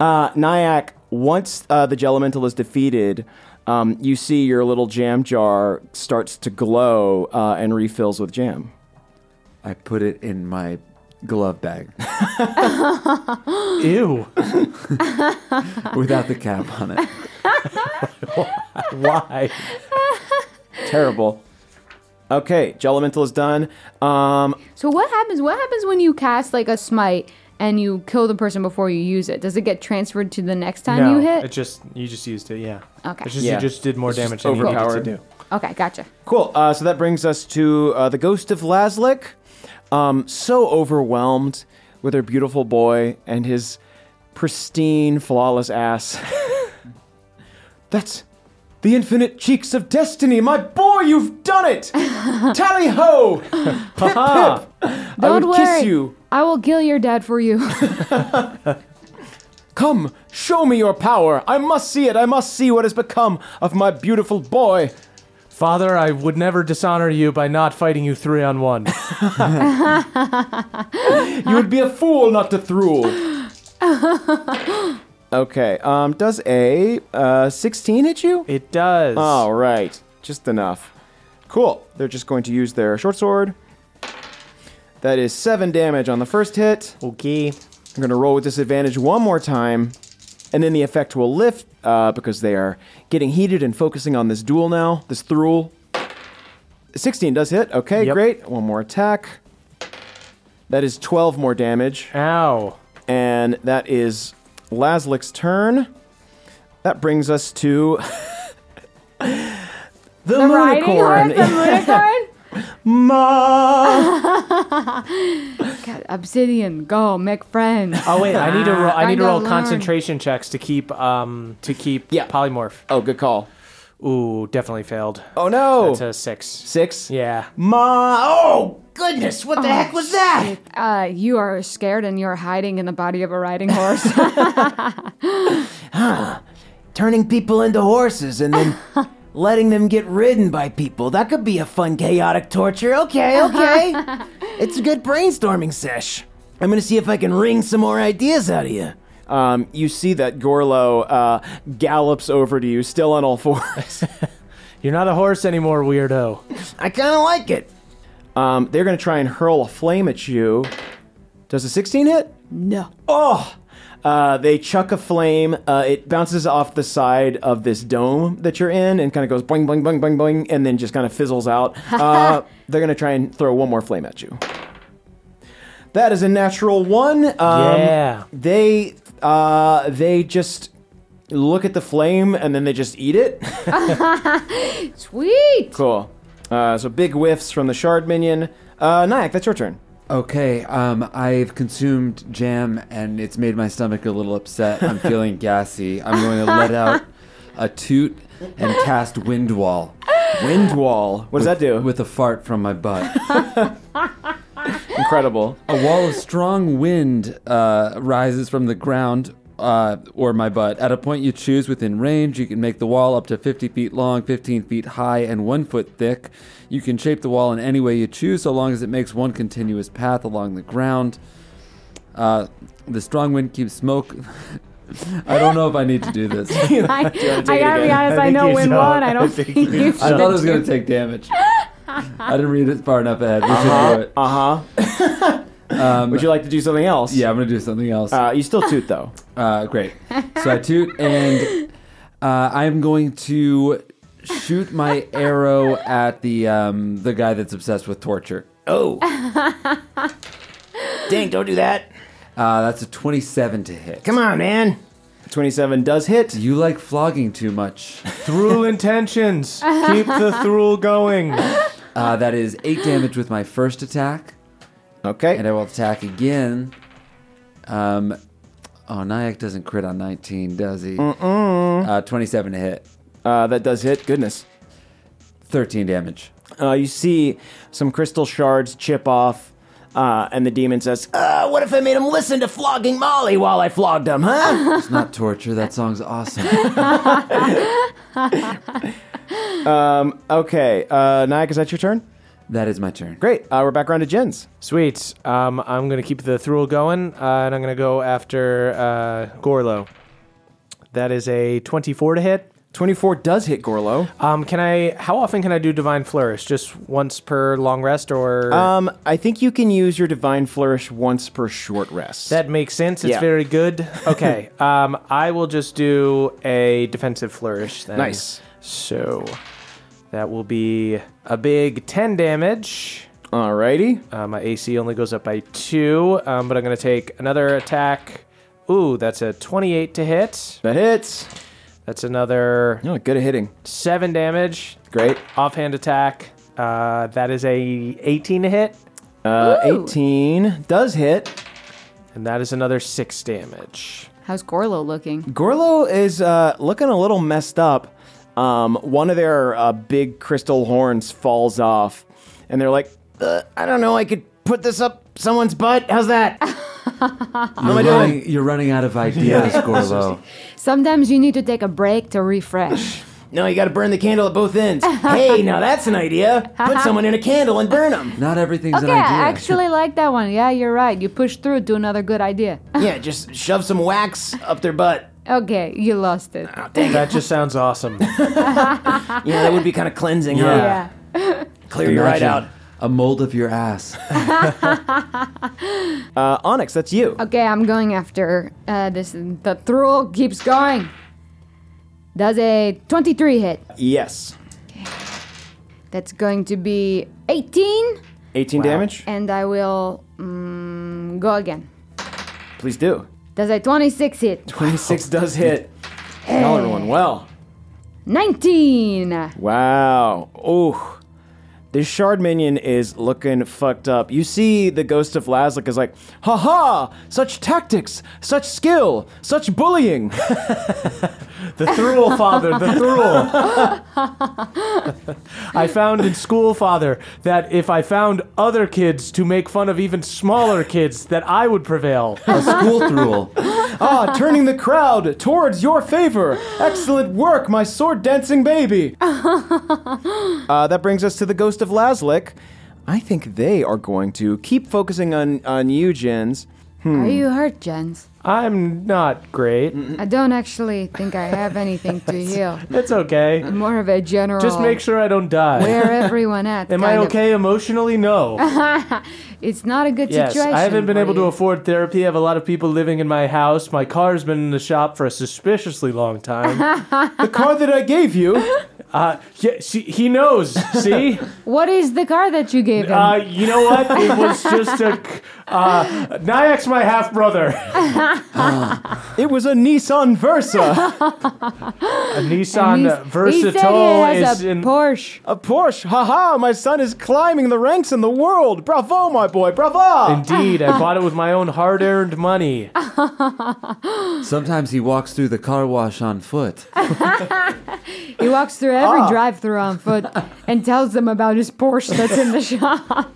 Speaker 12: Uh, Nyack, once uh, the Gelimental is defeated, um, you see your little jam jar starts to glow uh, and refills with jam.
Speaker 15: I put it in my glove bag
Speaker 6: Ew.
Speaker 15: without the cap on it.
Speaker 6: Why?
Speaker 12: Terrible. Okay, Gelimental is done. Um,
Speaker 4: So what happens? What happens when you cast like a smite and you kill the person before you use it? Does it get transferred to the next time you hit? Oh.
Speaker 6: It just you just used it, yeah.
Speaker 4: Okay.
Speaker 6: It's just
Speaker 12: Yeah.
Speaker 6: you just did more
Speaker 12: It's just
Speaker 6: damage than you needed to
Speaker 12: overpowered.
Speaker 6: do.
Speaker 4: Okay, gotcha.
Speaker 12: Cool. Uh, so that brings us to uh, the ghost of Laslik. Um, so overwhelmed with her beautiful boy and his pristine, flawless ass. That's the infinite cheeks of destiny. My boy, you've done it! Tally ho! Pip pip! I
Speaker 13: Don't
Speaker 12: would
Speaker 13: worry.
Speaker 12: kiss you.
Speaker 13: I will kill your dad for you.
Speaker 12: Come, show me your power. I must see it. I must see what has become of my beautiful boy.
Speaker 6: Father, I would never dishonor you by not fighting you three on one.
Speaker 12: You would be a fool not to thrule. Okay. Um, does a uh, 16 hit you?
Speaker 6: It does.
Speaker 12: All right. Just enough. Cool. They're just going to use their short sword. That is seven damage on the first hit.
Speaker 6: Okay.
Speaker 12: I'm going to roll with disadvantage one more time. And then the effect will lift uh, because they are getting heated and focusing on this duel now, this thrul. 16 does hit. Okay,
Speaker 6: Yep.
Speaker 12: great. One more attack. That is 12 more damage.
Speaker 6: Ow.
Speaker 12: And that is Laslik's turn. That brings us to the, Lunicorn. Ma!
Speaker 13: God, obsidian, go make friends.
Speaker 6: Oh wait, I need to roll. I need to
Speaker 13: Kinda
Speaker 6: roll
Speaker 13: learn.
Speaker 6: concentration checks to keep um to keep
Speaker 12: Yeah.
Speaker 6: polymorph.
Speaker 12: oh, good call.
Speaker 6: Ooh, definitely failed.
Speaker 12: Oh no!
Speaker 6: That's a six.
Speaker 12: Six.
Speaker 6: Yeah.
Speaker 12: Ma! Oh goodness! What the heck was
Speaker 22: Oh,
Speaker 12: that?
Speaker 13: Uh, you are scared and you're hiding in the body of a riding horse.
Speaker 12: Turning people into horses and then
Speaker 22: letting them get ridden by people. That could be a fun, chaotic torture. Okay, okay. it's a good brainstorming sesh. I'm gonna see if I can wring some more ideas out of you.
Speaker 12: Um, you see that Gorlo uh, gallops over to you, still on all fours.
Speaker 6: You're not a horse anymore, weirdo.
Speaker 22: I kind of like it.
Speaker 12: Um, they're going to try and hurl a flame at you. Does a 16 hit?
Speaker 22: No.
Speaker 12: Oh! Uh, they chuck a flame. Uh, it bounces off the side of this dome that you're in and kind of goes boing, boing, boing, boing, boing, and then just kind of fizzles out. Uh, they're going to try and throw one more flame at you. That is a natural one. Um,
Speaker 6: Yeah.
Speaker 12: They uh, they just look at the flame and then they just eat it.
Speaker 4: Sweet.
Speaker 12: cool. Uh, so big whiffs from the shard minion. Uh, Nyack, that's your turn.
Speaker 5: Okay, um, I've consumed jam and it's made my stomach a little upset. I'm feeling gassy. I'm going to let out a toot and cast wind wall.
Speaker 12: Wind wall. What does that do?
Speaker 5: With a fart from my butt.
Speaker 12: Incredible.
Speaker 5: A wall of strong wind uh, rises from the ground uh, or my butt. At a point you choose within range, you can make the wall up to 50 feet long, 15 feet high, and one foot thick. You can shape the wall in any way you choose, so long as it makes one continuous path along the ground. Uh, the strong wind keeps smoke. I don't know if I need to do this.
Speaker 4: I, I gotta be honest, I, know win one. I don't think you
Speaker 5: I
Speaker 4: should.
Speaker 5: thought it was going
Speaker 4: do
Speaker 5: to take damage. I didn't read it far enough ahead. We should do it.
Speaker 12: Uh
Speaker 5: huh. Um,
Speaker 12: Would you like to do something else?
Speaker 5: Yeah, I'm going to do something else. Uh,
Speaker 12: you still toot, though.
Speaker 5: Uh, great. So I toot, and uh, I'm going to shoot my arrow at the um, the guy that's obsessed with torture.
Speaker 22: Oh. Dang, don't do that.
Speaker 5: Uh, that's a 27 to hit.
Speaker 22: Come on, man.
Speaker 12: 27 does hit.
Speaker 5: You like flogging too much.
Speaker 6: Thrul intentions. Keep the thrul going.
Speaker 5: Uh, that is 8 damage with my first attack.
Speaker 12: Okay.
Speaker 5: And I will attack again. Um, oh, Nyack doesn't crit on 19, does he?
Speaker 12: Mm-mm.
Speaker 5: Uh, 27 to hit.
Speaker 12: Uh, that does hit. Goodness.
Speaker 5: 13 damage.
Speaker 12: Uh, you see some crystal shards chip off, uh, and the demon says,
Speaker 22: Uh, what if I made him listen to flogging Molly while I flogged him, huh?
Speaker 5: It's not torture. That song's awesome.
Speaker 12: um, okay, uh, Nyack, is that your turn?
Speaker 5: That is my turn.
Speaker 12: Great. Uh, we're back around to Jen's.
Speaker 6: Sweet. Um, I'm going to keep the Thrul going, uh, and I'm going to go after uh, Gorlo. That is a 24 to hit.
Speaker 12: 24 does hit Gorlo.
Speaker 6: Um, can I? How often can I do Divine Flourish? Just once per long rest, or
Speaker 12: Um, I think you can use your divine flourish once per short rest.
Speaker 6: that makes sense. It's
Speaker 12: Yeah.
Speaker 6: very good. Okay. um, I will just do a defensive flourish then.
Speaker 12: Nice.
Speaker 6: So that will be a big 10 damage.
Speaker 12: Alrighty.
Speaker 6: Uh, my AC only goes up by two, um, but I'm going to take another attack. Ooh, that's a 28 to hit.
Speaker 12: That hits.
Speaker 6: That's another
Speaker 12: No, good at hitting.
Speaker 6: seven damage.
Speaker 12: Great.
Speaker 6: Offhand attack. Uh, that is a 18 to hit,
Speaker 12: Uh,
Speaker 4: Ooh.
Speaker 12: 18 does hit.
Speaker 6: and that is another six damage.
Speaker 4: How's Gorlo looking?
Speaker 12: Gorlo is uh, looking a little messed up. Um, one of their uh, big crystal horns falls off, and they're like, uh,
Speaker 22: I don't know. I could put this up someone's butt. How's that?
Speaker 5: You're,
Speaker 22: am I
Speaker 5: running, you're running out of ideas, Gorlo.
Speaker 13: Sometimes you need to take a break to refresh.
Speaker 22: No, you gotta burn the candle at both ends. hey, now that's an idea. Put someone in a candle and burn them.
Speaker 5: Not everything's
Speaker 13: Okay,
Speaker 5: an idea.
Speaker 13: I actually like that one. Yeah, you're right. You push through to another good idea.
Speaker 22: Yeah, just shove some wax up their butt.
Speaker 13: Okay, you lost it.
Speaker 6: That just sounds awesome.
Speaker 22: Yeah, that would be kind of cleansing, huh?
Speaker 13: Yeah.
Speaker 22: Clear your right
Speaker 5: Imagine
Speaker 22: out.
Speaker 5: A mold of your ass.
Speaker 12: uh, Onyx, that's you.
Speaker 13: Okay, I'm going after uh, this. The Thrall keeps going. Does a 23 hit.
Speaker 12: Yes.
Speaker 13: That's going to be 18,
Speaker 12: 18 damage?
Speaker 13: and I will mm, go again.
Speaker 12: Please do.
Speaker 13: Does a 26 hit?
Speaker 12: 26 does hit. Y'all are doing well.
Speaker 13: 19!
Speaker 12: Wow. Ooh. This shard minion is looking fucked up. You see the ghost of Lazlik is like, ha ha! Such tactics, such skill, such bullying.
Speaker 6: The Thrul, father, the Thrul. I found in school, father, that if I found other kids to make fun of even smaller kids, that I would prevail.
Speaker 5: a school thrul.
Speaker 19: ah, turning the crowd towards your favor. Excellent work, my sword dancing baby.
Speaker 12: Uh, that brings us to the ghost of Lazlik. I think they are going to keep focusing on on you, Jens. Hmm.
Speaker 13: Are you hurt, Jens?
Speaker 6: I'm not great.
Speaker 13: I don't actually think I have anything to heal.
Speaker 6: It's okay.
Speaker 13: More of a general.
Speaker 6: Just
Speaker 4: Oh.
Speaker 6: make sure I don't die.
Speaker 13: Where everyone at?
Speaker 6: Am I
Speaker 13: kind of-
Speaker 6: okay emotionally? No.
Speaker 13: it's not a good
Speaker 6: yes,
Speaker 13: situation.
Speaker 6: I haven't been
Speaker 13: for
Speaker 6: able to
Speaker 13: you.
Speaker 6: afford therapy. I have a lot of people living in my house. My car's been in the shop for a suspiciously long time. the car that I gave you. Uh, yeah, see, he knows. See,
Speaker 4: What is the car that you gave him?
Speaker 6: uh, you know what? It was just a uh, Nyack's my half brother.
Speaker 19: it was a Nissan Versa.
Speaker 6: A Nissan
Speaker 19: he's- he said he
Speaker 6: Versatile
Speaker 19: has
Speaker 6: is
Speaker 19: a
Speaker 6: in
Speaker 4: Porsche.
Speaker 19: A Porsche. Haha, my son is climbing the ranks in the world. Bravo, my boy. Bravo.
Speaker 6: Indeed, I bought it with my own hard-earned money.
Speaker 5: Sometimes he walks through the car wash on foot.
Speaker 4: He walks through every
Speaker 13: Ah.
Speaker 4: drive-through on foot and tells them about his Porsche that's in the shop.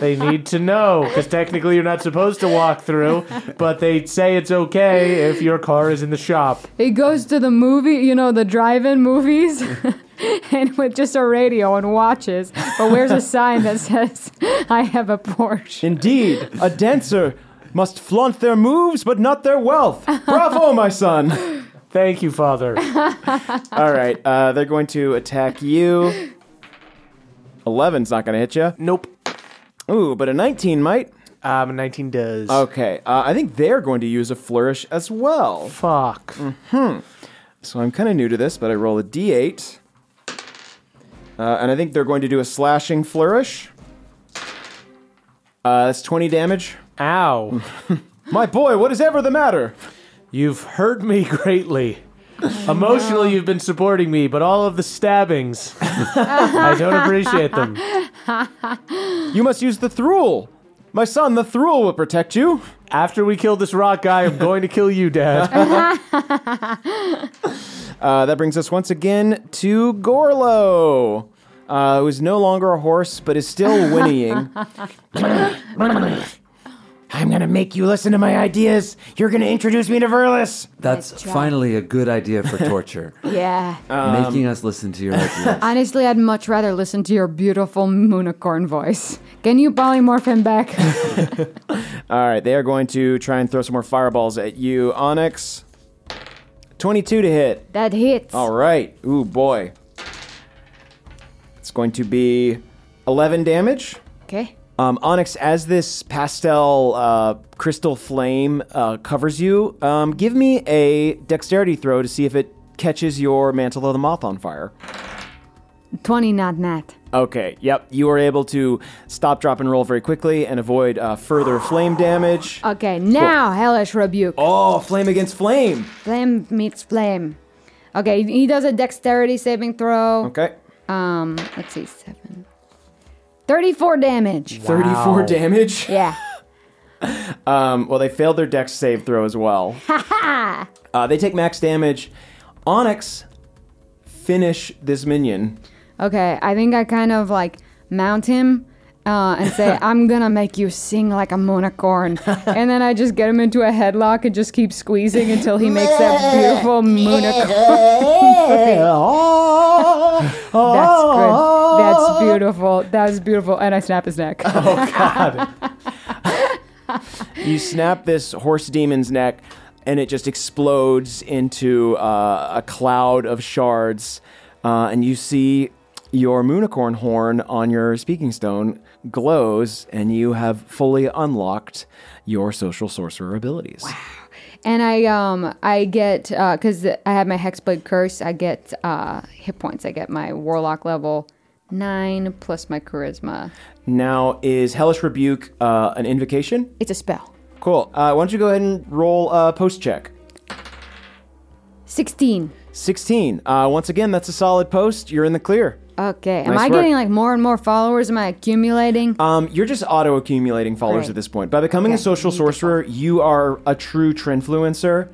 Speaker 6: They need to know because technically you're not supposed to walk through, but they say it's okay if your car is in the shop.
Speaker 4: He goes to the movie, you know, the drive-in movies, and with just a radio and watches, but wears a sign that says, "I have a Porsche."
Speaker 19: Indeed, a dancer must flaunt their moves but not their wealth. Bravo, my son.
Speaker 6: Thank you, father.
Speaker 12: All right, uh, they're going to attack you. 11's not going to hit you.
Speaker 6: Nope.
Speaker 12: Ooh, but a 19 might.
Speaker 6: Um, a 19 does.
Speaker 12: Okay, uh, I think they're going to use a flourish as well.
Speaker 6: Fuck.
Speaker 12: Hmm. So I'm kind of new to this, but I roll a d8. Uh, and I think they're going to do a slashing flourish. Uh, that's 20 damage.
Speaker 6: Ow.
Speaker 12: My boy, what is ever the matter?
Speaker 6: You've hurt me greatly. Emotionally, you've been supporting me, but all of the stabbings, I don't appreciate them.
Speaker 19: You must use the thrul. My son, the thrul will protect you.
Speaker 6: After we kill this rock guy, I'm going to kill you, Dad.
Speaker 12: Uh, that brings us once again to Gorlo, uh, who is no longer a horse but is still whinnying.
Speaker 22: I'm gonna make you listen to my ideas. You're gonna introduce me to Verlis.
Speaker 5: That's
Speaker 22: job.
Speaker 5: finally a good idea for torture.
Speaker 13: Yeah.
Speaker 5: Making us listen to your ideas.
Speaker 13: Honestly, I'd much rather listen to your beautiful unicorn voice. Can you polymorph him back?
Speaker 12: All right, they are going to try and throw some more fireballs at you, Onyx. 22 to hit.
Speaker 13: that hits.
Speaker 12: All right. Ooh, boy. It's going to be 11 damage.
Speaker 13: Okay.
Speaker 12: Um, Onyx, as this pastel uh, crystal flame uh, covers you, um, give me a dexterity throw to see if it catches your mantle of the moth on fire.
Speaker 13: 20 not nat.
Speaker 12: Okay, yep, you are able to stop, drop, and roll very quickly and avoid uh, further flame damage.
Speaker 21: Uh,
Speaker 13: Okay, now hellish rebuke.
Speaker 12: Oh, flame against flame.
Speaker 13: Flame meets flame. Okay, he does a dexterity saving throw.
Speaker 12: Okay.
Speaker 13: Um, let's see, seven. 34 damage.
Speaker 12: 34 damage.
Speaker 13: Yeah.
Speaker 12: Um, well, they failed their dex save throw as well. uh, they take max damage. Onyx, finish this minion.
Speaker 13: Okay, I think I kind of like mount him uh, and say, I'm gonna make you sing like a unicorn. and then I just get him into a headlock and just keep squeezing until he makes that beautiful unicorn. That's good. That's beautiful. That was beautiful. And I snap his neck.
Speaker 12: You snap this horse demon's neck, and it just explodes into uh, a cloud of shards. Uh, and you see your moonicorn horn on your speaking stone glows, and you have fully unlocked your social sorcerer abilities.
Speaker 13: and I um I get because I have my hexblade curse. I get uh, hit points. I get my warlock level nine plus my charisma.
Speaker 12: Now, is Hellish Rebuke uh, an invocation?
Speaker 13: It's a spell.
Speaker 12: Cool. Uh, why don't you go ahead and roll a post check?
Speaker 13: Sixteen.
Speaker 12: 16. Uh, once again, that's a solid post. You're in the clear.
Speaker 13: Okay. Am
Speaker 12: Nice
Speaker 13: I
Speaker 12: work.
Speaker 13: getting like more and more followers? Am I accumulating?
Speaker 5: Uh,
Speaker 12: Um, you're just auto accumulating followers
Speaker 13: Great.
Speaker 12: at this point. By becoming a
Speaker 13: Okay,
Speaker 12: social sorcerer, you are a true trendfluencer.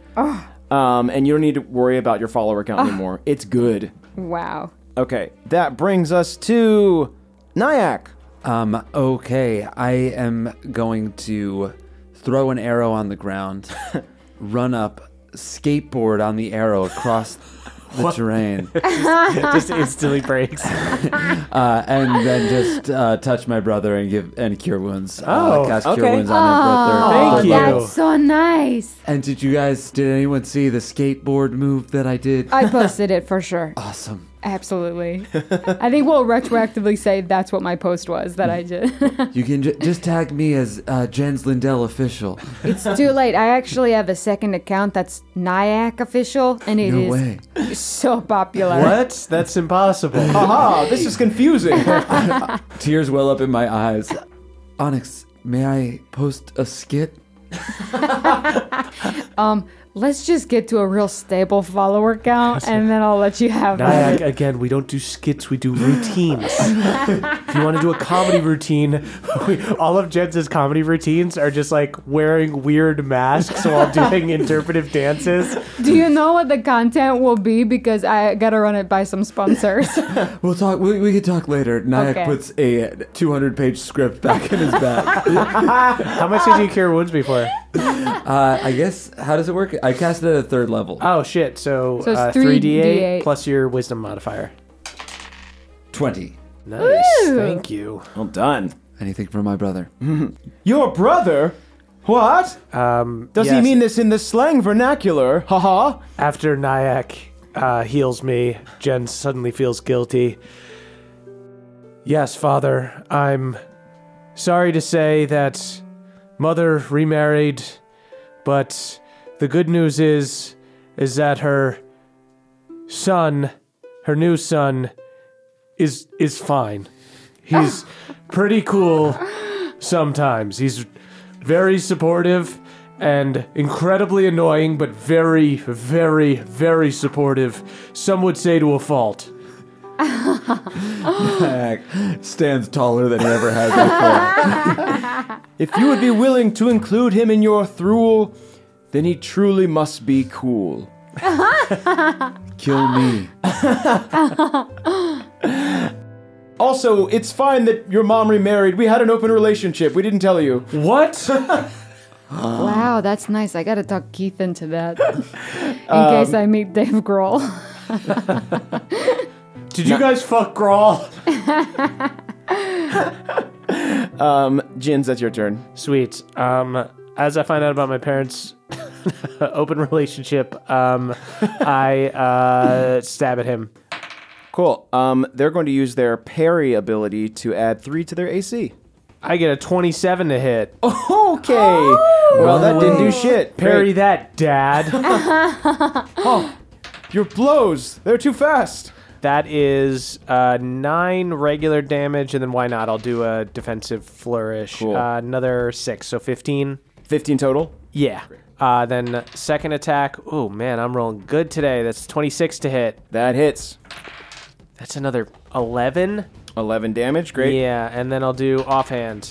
Speaker 12: Um, and you don't need to worry about your follower count anymore. It's good.
Speaker 13: Wow.
Speaker 12: Okay, that brings us to Nyack.
Speaker 5: Um, okay, I am going to throw an arrow on the ground run up, skateboard on the arrow across the terrain.
Speaker 6: Just instantly breaks.
Speaker 5: uh, and then just uh, touch my brother and give and cure wounds. uh,
Speaker 6: Oh,
Speaker 5: cast cure
Speaker 6: okay.
Speaker 5: wounds on him for third. third level.
Speaker 4: Oh, That's so nice.
Speaker 5: And did you guys? Did anyone see the skateboard move that I did?
Speaker 4: I posted it for sure.
Speaker 5: Awesome.
Speaker 4: Absolutely. I think we'll retroactively say that's what my post was that I did.
Speaker 5: You can ju- just tag me as uh, Jens Lindell official.
Speaker 4: it's too late. I actually have a second account that's NIAC official, and it
Speaker 5: No
Speaker 4: is
Speaker 5: way.
Speaker 4: so popular.
Speaker 6: What? That's impossible.
Speaker 12: Aha, Ah, this is confusing.
Speaker 5: Tears well up in my eyes. Onyx, may I post a skit?
Speaker 4: Um, let's just get to a real stable follower count, and then I'll let you have
Speaker 6: Nyack,
Speaker 4: it.
Speaker 6: again, we don't do skits, we do routines. if you want to do a comedy routine, we, all of Jens's comedy routines are just like wearing weird masks while doing interpretive dances.
Speaker 4: Do you know what the content will be? Because I gotta run it by some sponsors.
Speaker 5: We'll talk. We, we can talk later. Nyack
Speaker 4: Okay.
Speaker 5: puts a 200-page script back in his bag.
Speaker 6: How much did you cure wounds before?
Speaker 5: Uh, I guess. How does it work? I cast it at a third level.
Speaker 6: Oh shit! So,
Speaker 4: So it's
Speaker 6: uh, 3d8
Speaker 4: 3d8.
Speaker 6: plus your wisdom modifier.
Speaker 5: Twenty.
Speaker 6: Nice.
Speaker 4: Ooh.
Speaker 6: Thank you.
Speaker 12: well done.
Speaker 5: Anything for my brother?
Speaker 12: Your brother? What?
Speaker 6: Um,
Speaker 12: Does he
Speaker 6: yes,
Speaker 12: mean this in the slang vernacular? Haha.
Speaker 6: after Nyack uh, heals me, Jen suddenly feels guilty. Yes, father, I'm sorry to say that mother remarried, but the good news is is that her son, her new son is is fine. He's pretty cool sometimes. He's very supportive and incredibly annoying, but very, very, very supportive. Some would say to a fault.
Speaker 5: Nyack stands taller than he ever has before.
Speaker 12: If you would be willing to include him in your thruel, then he truly must be cool.
Speaker 5: Kill me.
Speaker 12: Also, it's fine that your mom remarried. We had an open relationship. We didn't tell you.
Speaker 6: What?
Speaker 4: wow, that's nice. I gotta talk Keith into that in
Speaker 5: Um,
Speaker 4: case I meet Dave Grohl.
Speaker 6: Did you guys fuck Grawl?
Speaker 12: Um, Jins, that's your turn.
Speaker 6: Sweet. Um, as I find out about my parents' open relationship, um, I uh, stab at him.
Speaker 12: Cool. Um, they're going to use their parry ability to add three to their AC.
Speaker 6: I get a 27 to hit.
Speaker 12: Okay. well, that didn't do shit.
Speaker 6: Parry
Speaker 12: Parry.
Speaker 6: that, Dad.
Speaker 12: Your blows, they're too fast.
Speaker 6: that is uh, nine regular damage, and then why not? I'll do a defensive flourish.
Speaker 12: Cool.
Speaker 6: Uh, another six, so 15.
Speaker 12: 15 total.
Speaker 6: Yeah. Uh, then second attack. Oh man, I'm rolling good today. That's 26 to hit.
Speaker 12: That hits.
Speaker 6: That's another 11.
Speaker 12: 11 damage. Great.
Speaker 6: Yeah, and then I'll do offhand.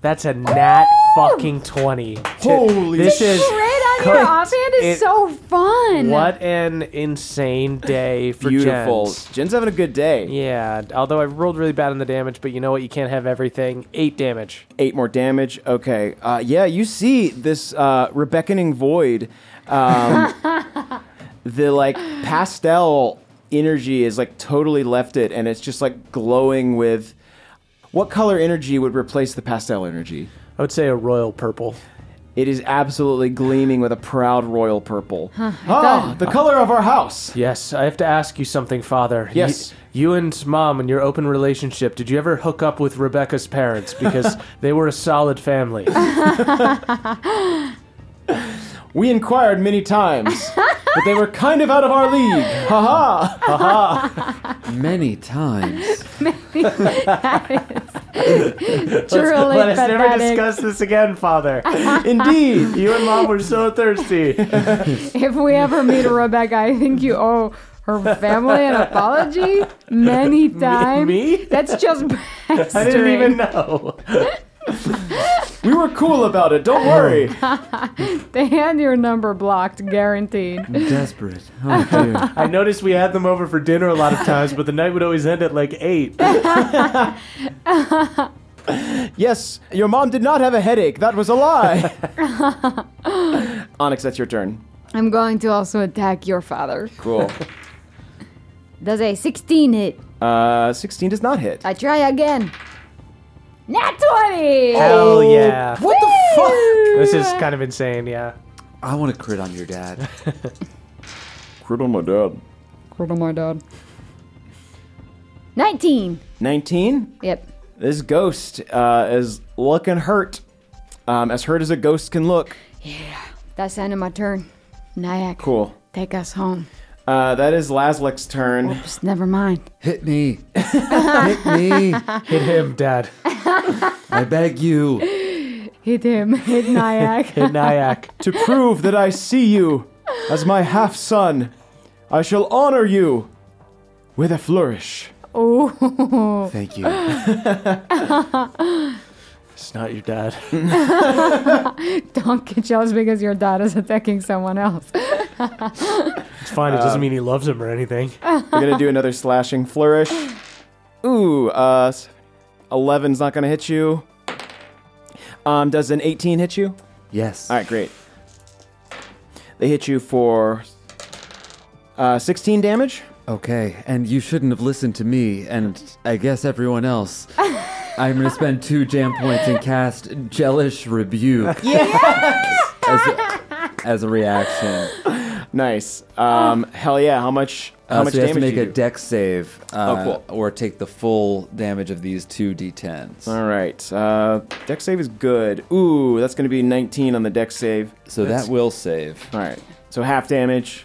Speaker 6: That's a nat fucking 20.
Speaker 12: Holy
Speaker 6: this is
Speaker 12: shit.
Speaker 4: Red on
Speaker 6: Cut
Speaker 4: your offhand is
Speaker 6: it-
Speaker 4: so fun.
Speaker 6: what an insane day for
Speaker 12: Beautiful.
Speaker 6: Jens.
Speaker 12: Jen's. having a good day.
Speaker 6: Yeah, although I rolled really bad on the damage, but you know what? You can't have everything. 8 damage.
Speaker 12: Eight more damage. Okay. Uh, yeah, you see this uh, Rebeccaning void. Um, the like pastel energy is like totally left it, and it's just like glowing with. What color energy would replace the pastel energy?
Speaker 6: I would say a royal purple.
Speaker 12: It is absolutely gleaming with a proud royal purple.
Speaker 4: thought-
Speaker 12: ah, the color of our house.
Speaker 6: Yes, I have to ask you something, Father.
Speaker 12: Yes.
Speaker 6: Y- You, and Mom and your open relationship, did you ever hook up with Rebecca's parents? Because they were a solid family.
Speaker 12: We inquired many times, but they were kind of out of our league. Haha.
Speaker 5: Many times.
Speaker 4: Truly
Speaker 6: Let us never
Speaker 4: pathetic.
Speaker 6: discuss this again, Father.
Speaker 12: Indeed.
Speaker 6: You and Mom were so thirsty.
Speaker 4: If we ever meet Rebecca, I think you owe her family an apology many times.
Speaker 6: me?
Speaker 4: That's just
Speaker 6: I didn't even know.
Speaker 12: We were cool about it. Don't worry.
Speaker 4: They had your number blocked, guaranteed.
Speaker 5: I'm desperate. Oh dear.
Speaker 6: I noticed we had them over for dinner a lot of times, but the night would always end at like 8.
Speaker 12: Yes, your mom did not have a headache. That was a lie. Onyx, that's your turn.
Speaker 4: I'm going to also attack your father.
Speaker 12: Cool.
Speaker 4: Does a 16 hit?
Speaker 12: uh, 16 does not hit.
Speaker 4: I try again. Nat 20!
Speaker 6: Hell yeah.
Speaker 4: What the
Speaker 6: This is kind of insane, yeah.
Speaker 5: I want to crit on your dad.
Speaker 19: Crit on my dad.
Speaker 4: Crit on my dad. 19.
Speaker 12: 19?
Speaker 4: Yep.
Speaker 12: This ghost uh, is looking hurt. Um, as hurt as a ghost can look.
Speaker 4: That's the end of my turn. Nyack,
Speaker 12: Cool.
Speaker 4: take us home.
Speaker 12: Uh, that is Laslek's turn.
Speaker 4: Just never mind.
Speaker 5: Hit me. Hit me.
Speaker 6: Hit him, Dad.
Speaker 5: I beg you.
Speaker 4: Hit him. Hit Nyack.
Speaker 6: Hit Nyack.
Speaker 12: to prove that I see you as my half son, I shall honor you with a flourish.
Speaker 4: oh.
Speaker 5: Thank you.
Speaker 6: It's not your dad.
Speaker 4: Don't get jealous because your dad is attacking someone else.
Speaker 6: It's fine. It doesn't mean he loves him or anything.
Speaker 12: We're gonna do another slashing flourish. Ooh, uh, 11's not gonna hit you. Um, does an 18 hit you?
Speaker 5: Yes.
Speaker 12: All right, great. They hit you for uh, 16 damage.
Speaker 5: Okay, and you shouldn't have listened to me, and I guess everyone else. I'm gonna spend two jam points and cast Jellish Rebuke. As a, as a reaction,
Speaker 12: Nice. Um, hell yeah. How much? How
Speaker 5: Oh. Uh,
Speaker 12: much
Speaker 5: so you have
Speaker 12: damage
Speaker 5: to make
Speaker 12: do
Speaker 5: a
Speaker 12: you do?
Speaker 5: deck save, uh,
Speaker 12: cool.
Speaker 5: or take the full damage of these two d10s.
Speaker 12: All right. Uh, deck save is good. Ooh, that's gonna be 19 on the deck save.
Speaker 5: So that will save
Speaker 12: All right. So half damage.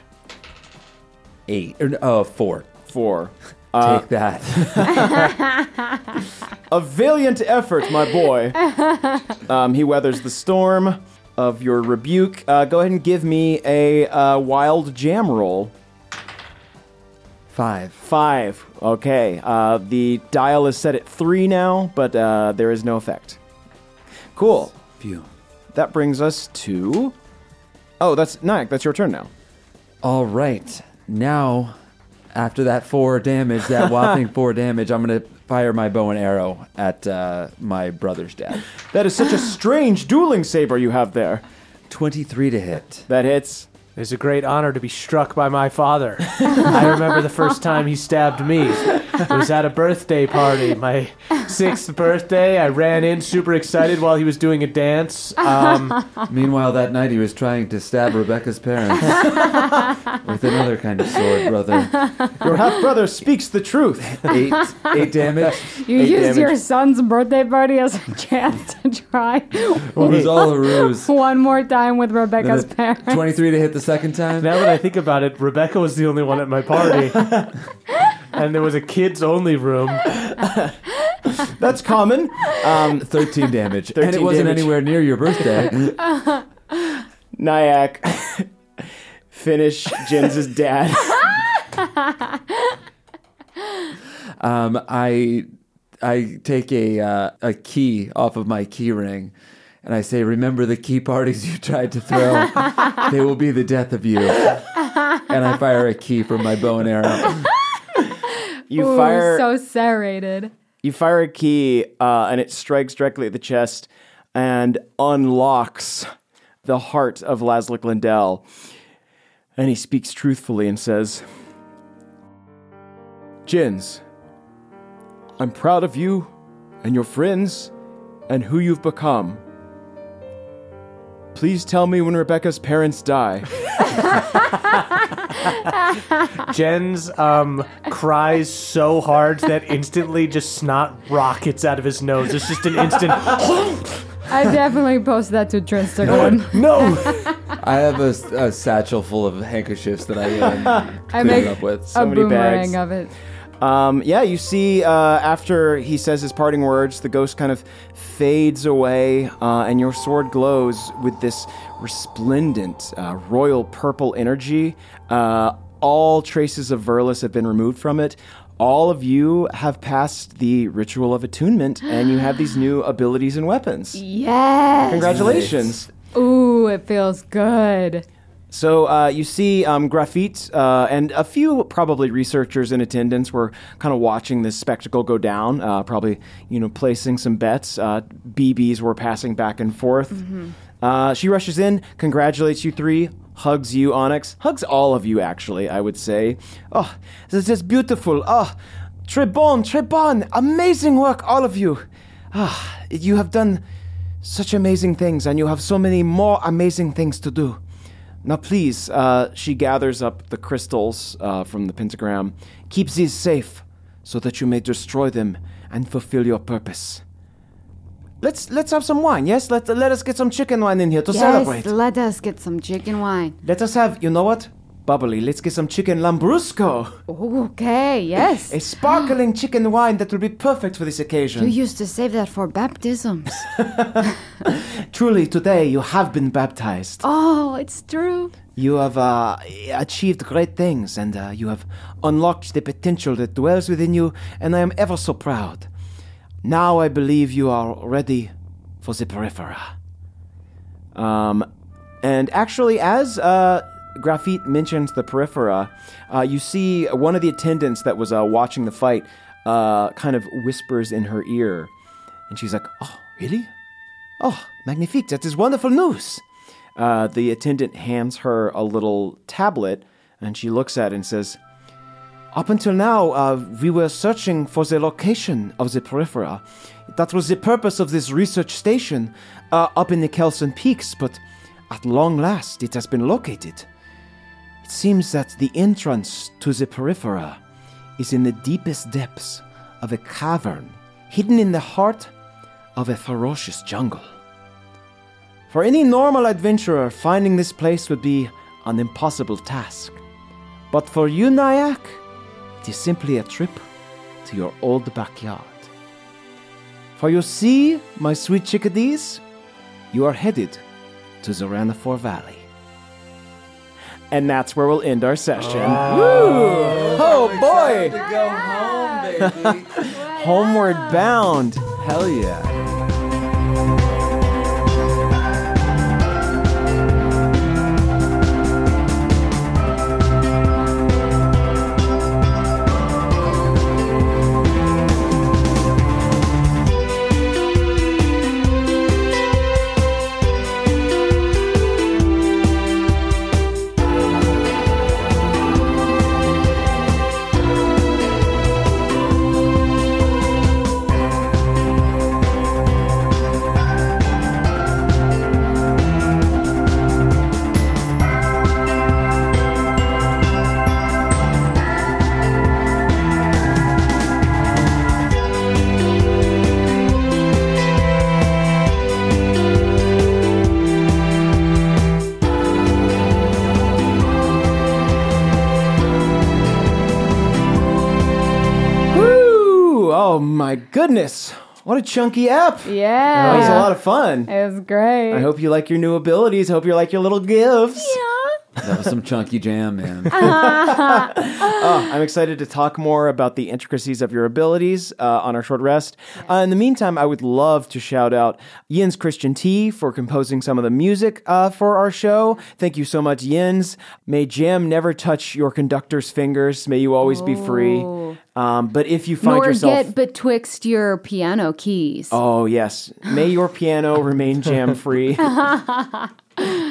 Speaker 5: eight or uh, four.
Speaker 12: Four. Uh,
Speaker 5: take that.
Speaker 12: A valiant effort, my boy. um, he weathers the storm of your rebuke. Uh, go ahead and give me a uh, wild jam roll.
Speaker 5: Five.
Speaker 12: Five. Okay. Uh, the dial is set at three now, but uh, there is no effect. Cool.
Speaker 5: Phew.
Speaker 12: That brings us to. Oh, that's Nyack. That's your turn now.
Speaker 5: All right. Now, after that four damage, that whopping four damage, I'm going to fire my bow and arrow at uh, my brother's dad.
Speaker 12: That is such a strange dueling saber you have there.
Speaker 5: 23 to hit.
Speaker 12: That hits.
Speaker 6: It's a great honor to be struck by my father. I remember the first time he stabbed me. It was at a birthday party, my sixth birthday. I ran in super excited while he was doing a dance. Um,
Speaker 5: Meanwhile, that night he was trying to stab Rebecca's parents with another kind of sword, brother.
Speaker 12: Your half brother speaks the truth.
Speaker 5: Eight, eight damage.
Speaker 4: You
Speaker 12: Eight
Speaker 4: used your
Speaker 12: damage.
Speaker 4: son's birthday party as a chance to try
Speaker 5: It was all a ruse.
Speaker 4: one more time with Rebecca's
Speaker 5: Then
Speaker 4: parents.
Speaker 5: 23 to hit the second time.
Speaker 6: now that I think about it, Rebecca was the only one at my party. And there was a kids only room.
Speaker 12: That's common. Um,
Speaker 5: 13 damage. and
Speaker 12: 13
Speaker 5: it wasn't
Speaker 12: damage.
Speaker 5: anywhere near your birthday.
Speaker 12: Nyack, finish Jens' dad.
Speaker 5: Um, I I take a uh, a key off of my key ring, and I say, "Remember the key parties you tried to throw. they will be the death of you." and I fire a key from my bow and arrow.
Speaker 12: You
Speaker 4: Ooh,
Speaker 12: fire.
Speaker 4: so serrated.
Speaker 12: You fire a key, uh, and it strikes directly at the chest and unlocks the heart of Laszlo Lindell. And he speaks truthfully and says, Jins, I'm proud of you and your friends and who you've become. Please tell me when Rebecca's parents die.
Speaker 6: Jens um, cries so hard that instantly just snot rockets out of his nose. It's just an instant.
Speaker 4: I definitely post that to Instagram.
Speaker 6: no!
Speaker 5: I have a, s- a satchel full of handkerchiefs that I um,
Speaker 4: I
Speaker 5: clean it
Speaker 4: make
Speaker 5: up with.
Speaker 4: a
Speaker 12: many bags.
Speaker 4: boomerang of it.
Speaker 12: Um, yeah, you see, uh, after he says his parting words, the ghost kind of fades away, uh, and your sword glows with this resplendent, uh, royal purple energy. Uh, all traces of Verlis have been removed from it. All of you have passed the ritual of attunement, and you have these new abilities and weapons.
Speaker 4: Yes.
Speaker 12: Congratulations!
Speaker 4: Ooh, it feels good.
Speaker 12: So uh, you see, um, Graffite uh, and a few probably researchers in attendance were kind of watching this spectacle go down. Uh, probably you know placing some bets. Uh, BBs were passing back and forth. Uh, she rushes in, congratulates you three, hugs you, Onyx. Hugs all of you, actually, I would say. Oh, this is beautiful. Oh, très bon, très bon. Amazing work, all of you. Ah, you have done such amazing things, and you have so many more amazing things to do. Now, please, uh, she gathers up the crystals uh, from the pentagram. Keep these safe so that you may destroy them and fulfill your purpose. Let's let's have some wine. Yes, let let us get some chicken wine in here to celebrate.
Speaker 23: Yes, let us get some chicken wine.
Speaker 12: Let us have. You know what? Bubbly. Let's get some chicken lambrusco.
Speaker 23: Okay, yes.
Speaker 12: A sparkling chicken wine that will be perfect for this occasion.
Speaker 23: You used to save that for baptisms.
Speaker 12: Truly, today you have been baptized.
Speaker 23: oh, it's true.
Speaker 12: You have uh, achieved great things, and uh, you have unlocked the potential that dwells within you, and I am ever so proud. Now I believe you are ready for the Periphera. Um, and actually, as uh, Graffite mentions the Periphera, uh, you see one of the attendants that was uh, watching the fight uh, kind of whispers in her ear, and she's like, "Oh, really? Oh, magnifique! That is wonderful news." Uh, the attendant hands her a little tablet, and she looks at it and says, up until now, uh, we were searching for the location of the Periphera. That was the purpose of this research station uh, up in the Kelson Peaks, but at long last it has been located. It seems that the entrance to the Periphera is in the deepest depths of a cavern hidden in the heart of a ferocious jungle. For any normal adventurer, finding this place would be an impossible task. But for you, Nyack, it is simply a trip to your old backyard. For you see, my sweet chickadees, you are headed to Zoranifor Valley. And that's where we'll end our session. Woo! Oh boy!
Speaker 15: To go home, baby.
Speaker 12: Homeward bound. Hell yeah. Woo! Oh my goodness. What a chunky app.
Speaker 4: Yeah.
Speaker 12: That was a lot of fun.
Speaker 4: It was great.
Speaker 12: I hope you like your new abilities. Hope you like your little gifts.
Speaker 5: That was some chunky jam, man.
Speaker 12: Oh, I'm excited to talk more about the intricacies of your abilities uh, on our short rest. Uh, in the meantime, I would love to shout out Jens Christian T for composing some of the music uh, for our show. Thank you so much, Jens. May jam never touch your conductor's fingers. May you always be free. Um, but if you find
Speaker 23: Nor
Speaker 12: yourself
Speaker 23: get betwixt your piano keys.
Speaker 12: Oh, yes. May your piano remain jam free.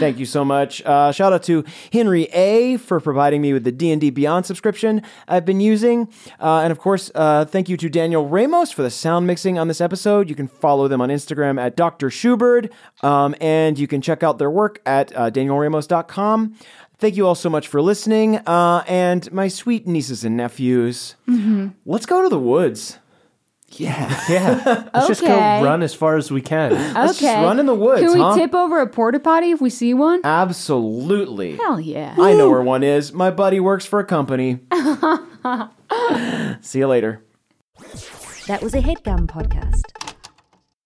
Speaker 12: Thank you so much. Uh, shout out to Henry A for providing me with the D&D Beyond subscription I've been using. Uh, and of course, uh, thank you to Daniel Ramos for the sound mixing on this episode. You can follow them on Instagram at Dr. Schubert, um, and you can check out their work at uh, danielramos.com. Thank you all so much for listening. Uh, and my sweet nieces and nephews,
Speaker 4: Mm-hmm.
Speaker 12: let's go to the woods.
Speaker 6: Yeah. Let's just go
Speaker 4: Okay.
Speaker 6: run as far as we can.
Speaker 12: Let's just run in the woods,
Speaker 4: Can we
Speaker 12: huh?
Speaker 4: tip over a porta potty if we see one?
Speaker 12: Absolutely.
Speaker 23: Hell yeah.
Speaker 12: I know where one is. My buddy works for a company. See you later.
Speaker 2: That was a headgum podcast.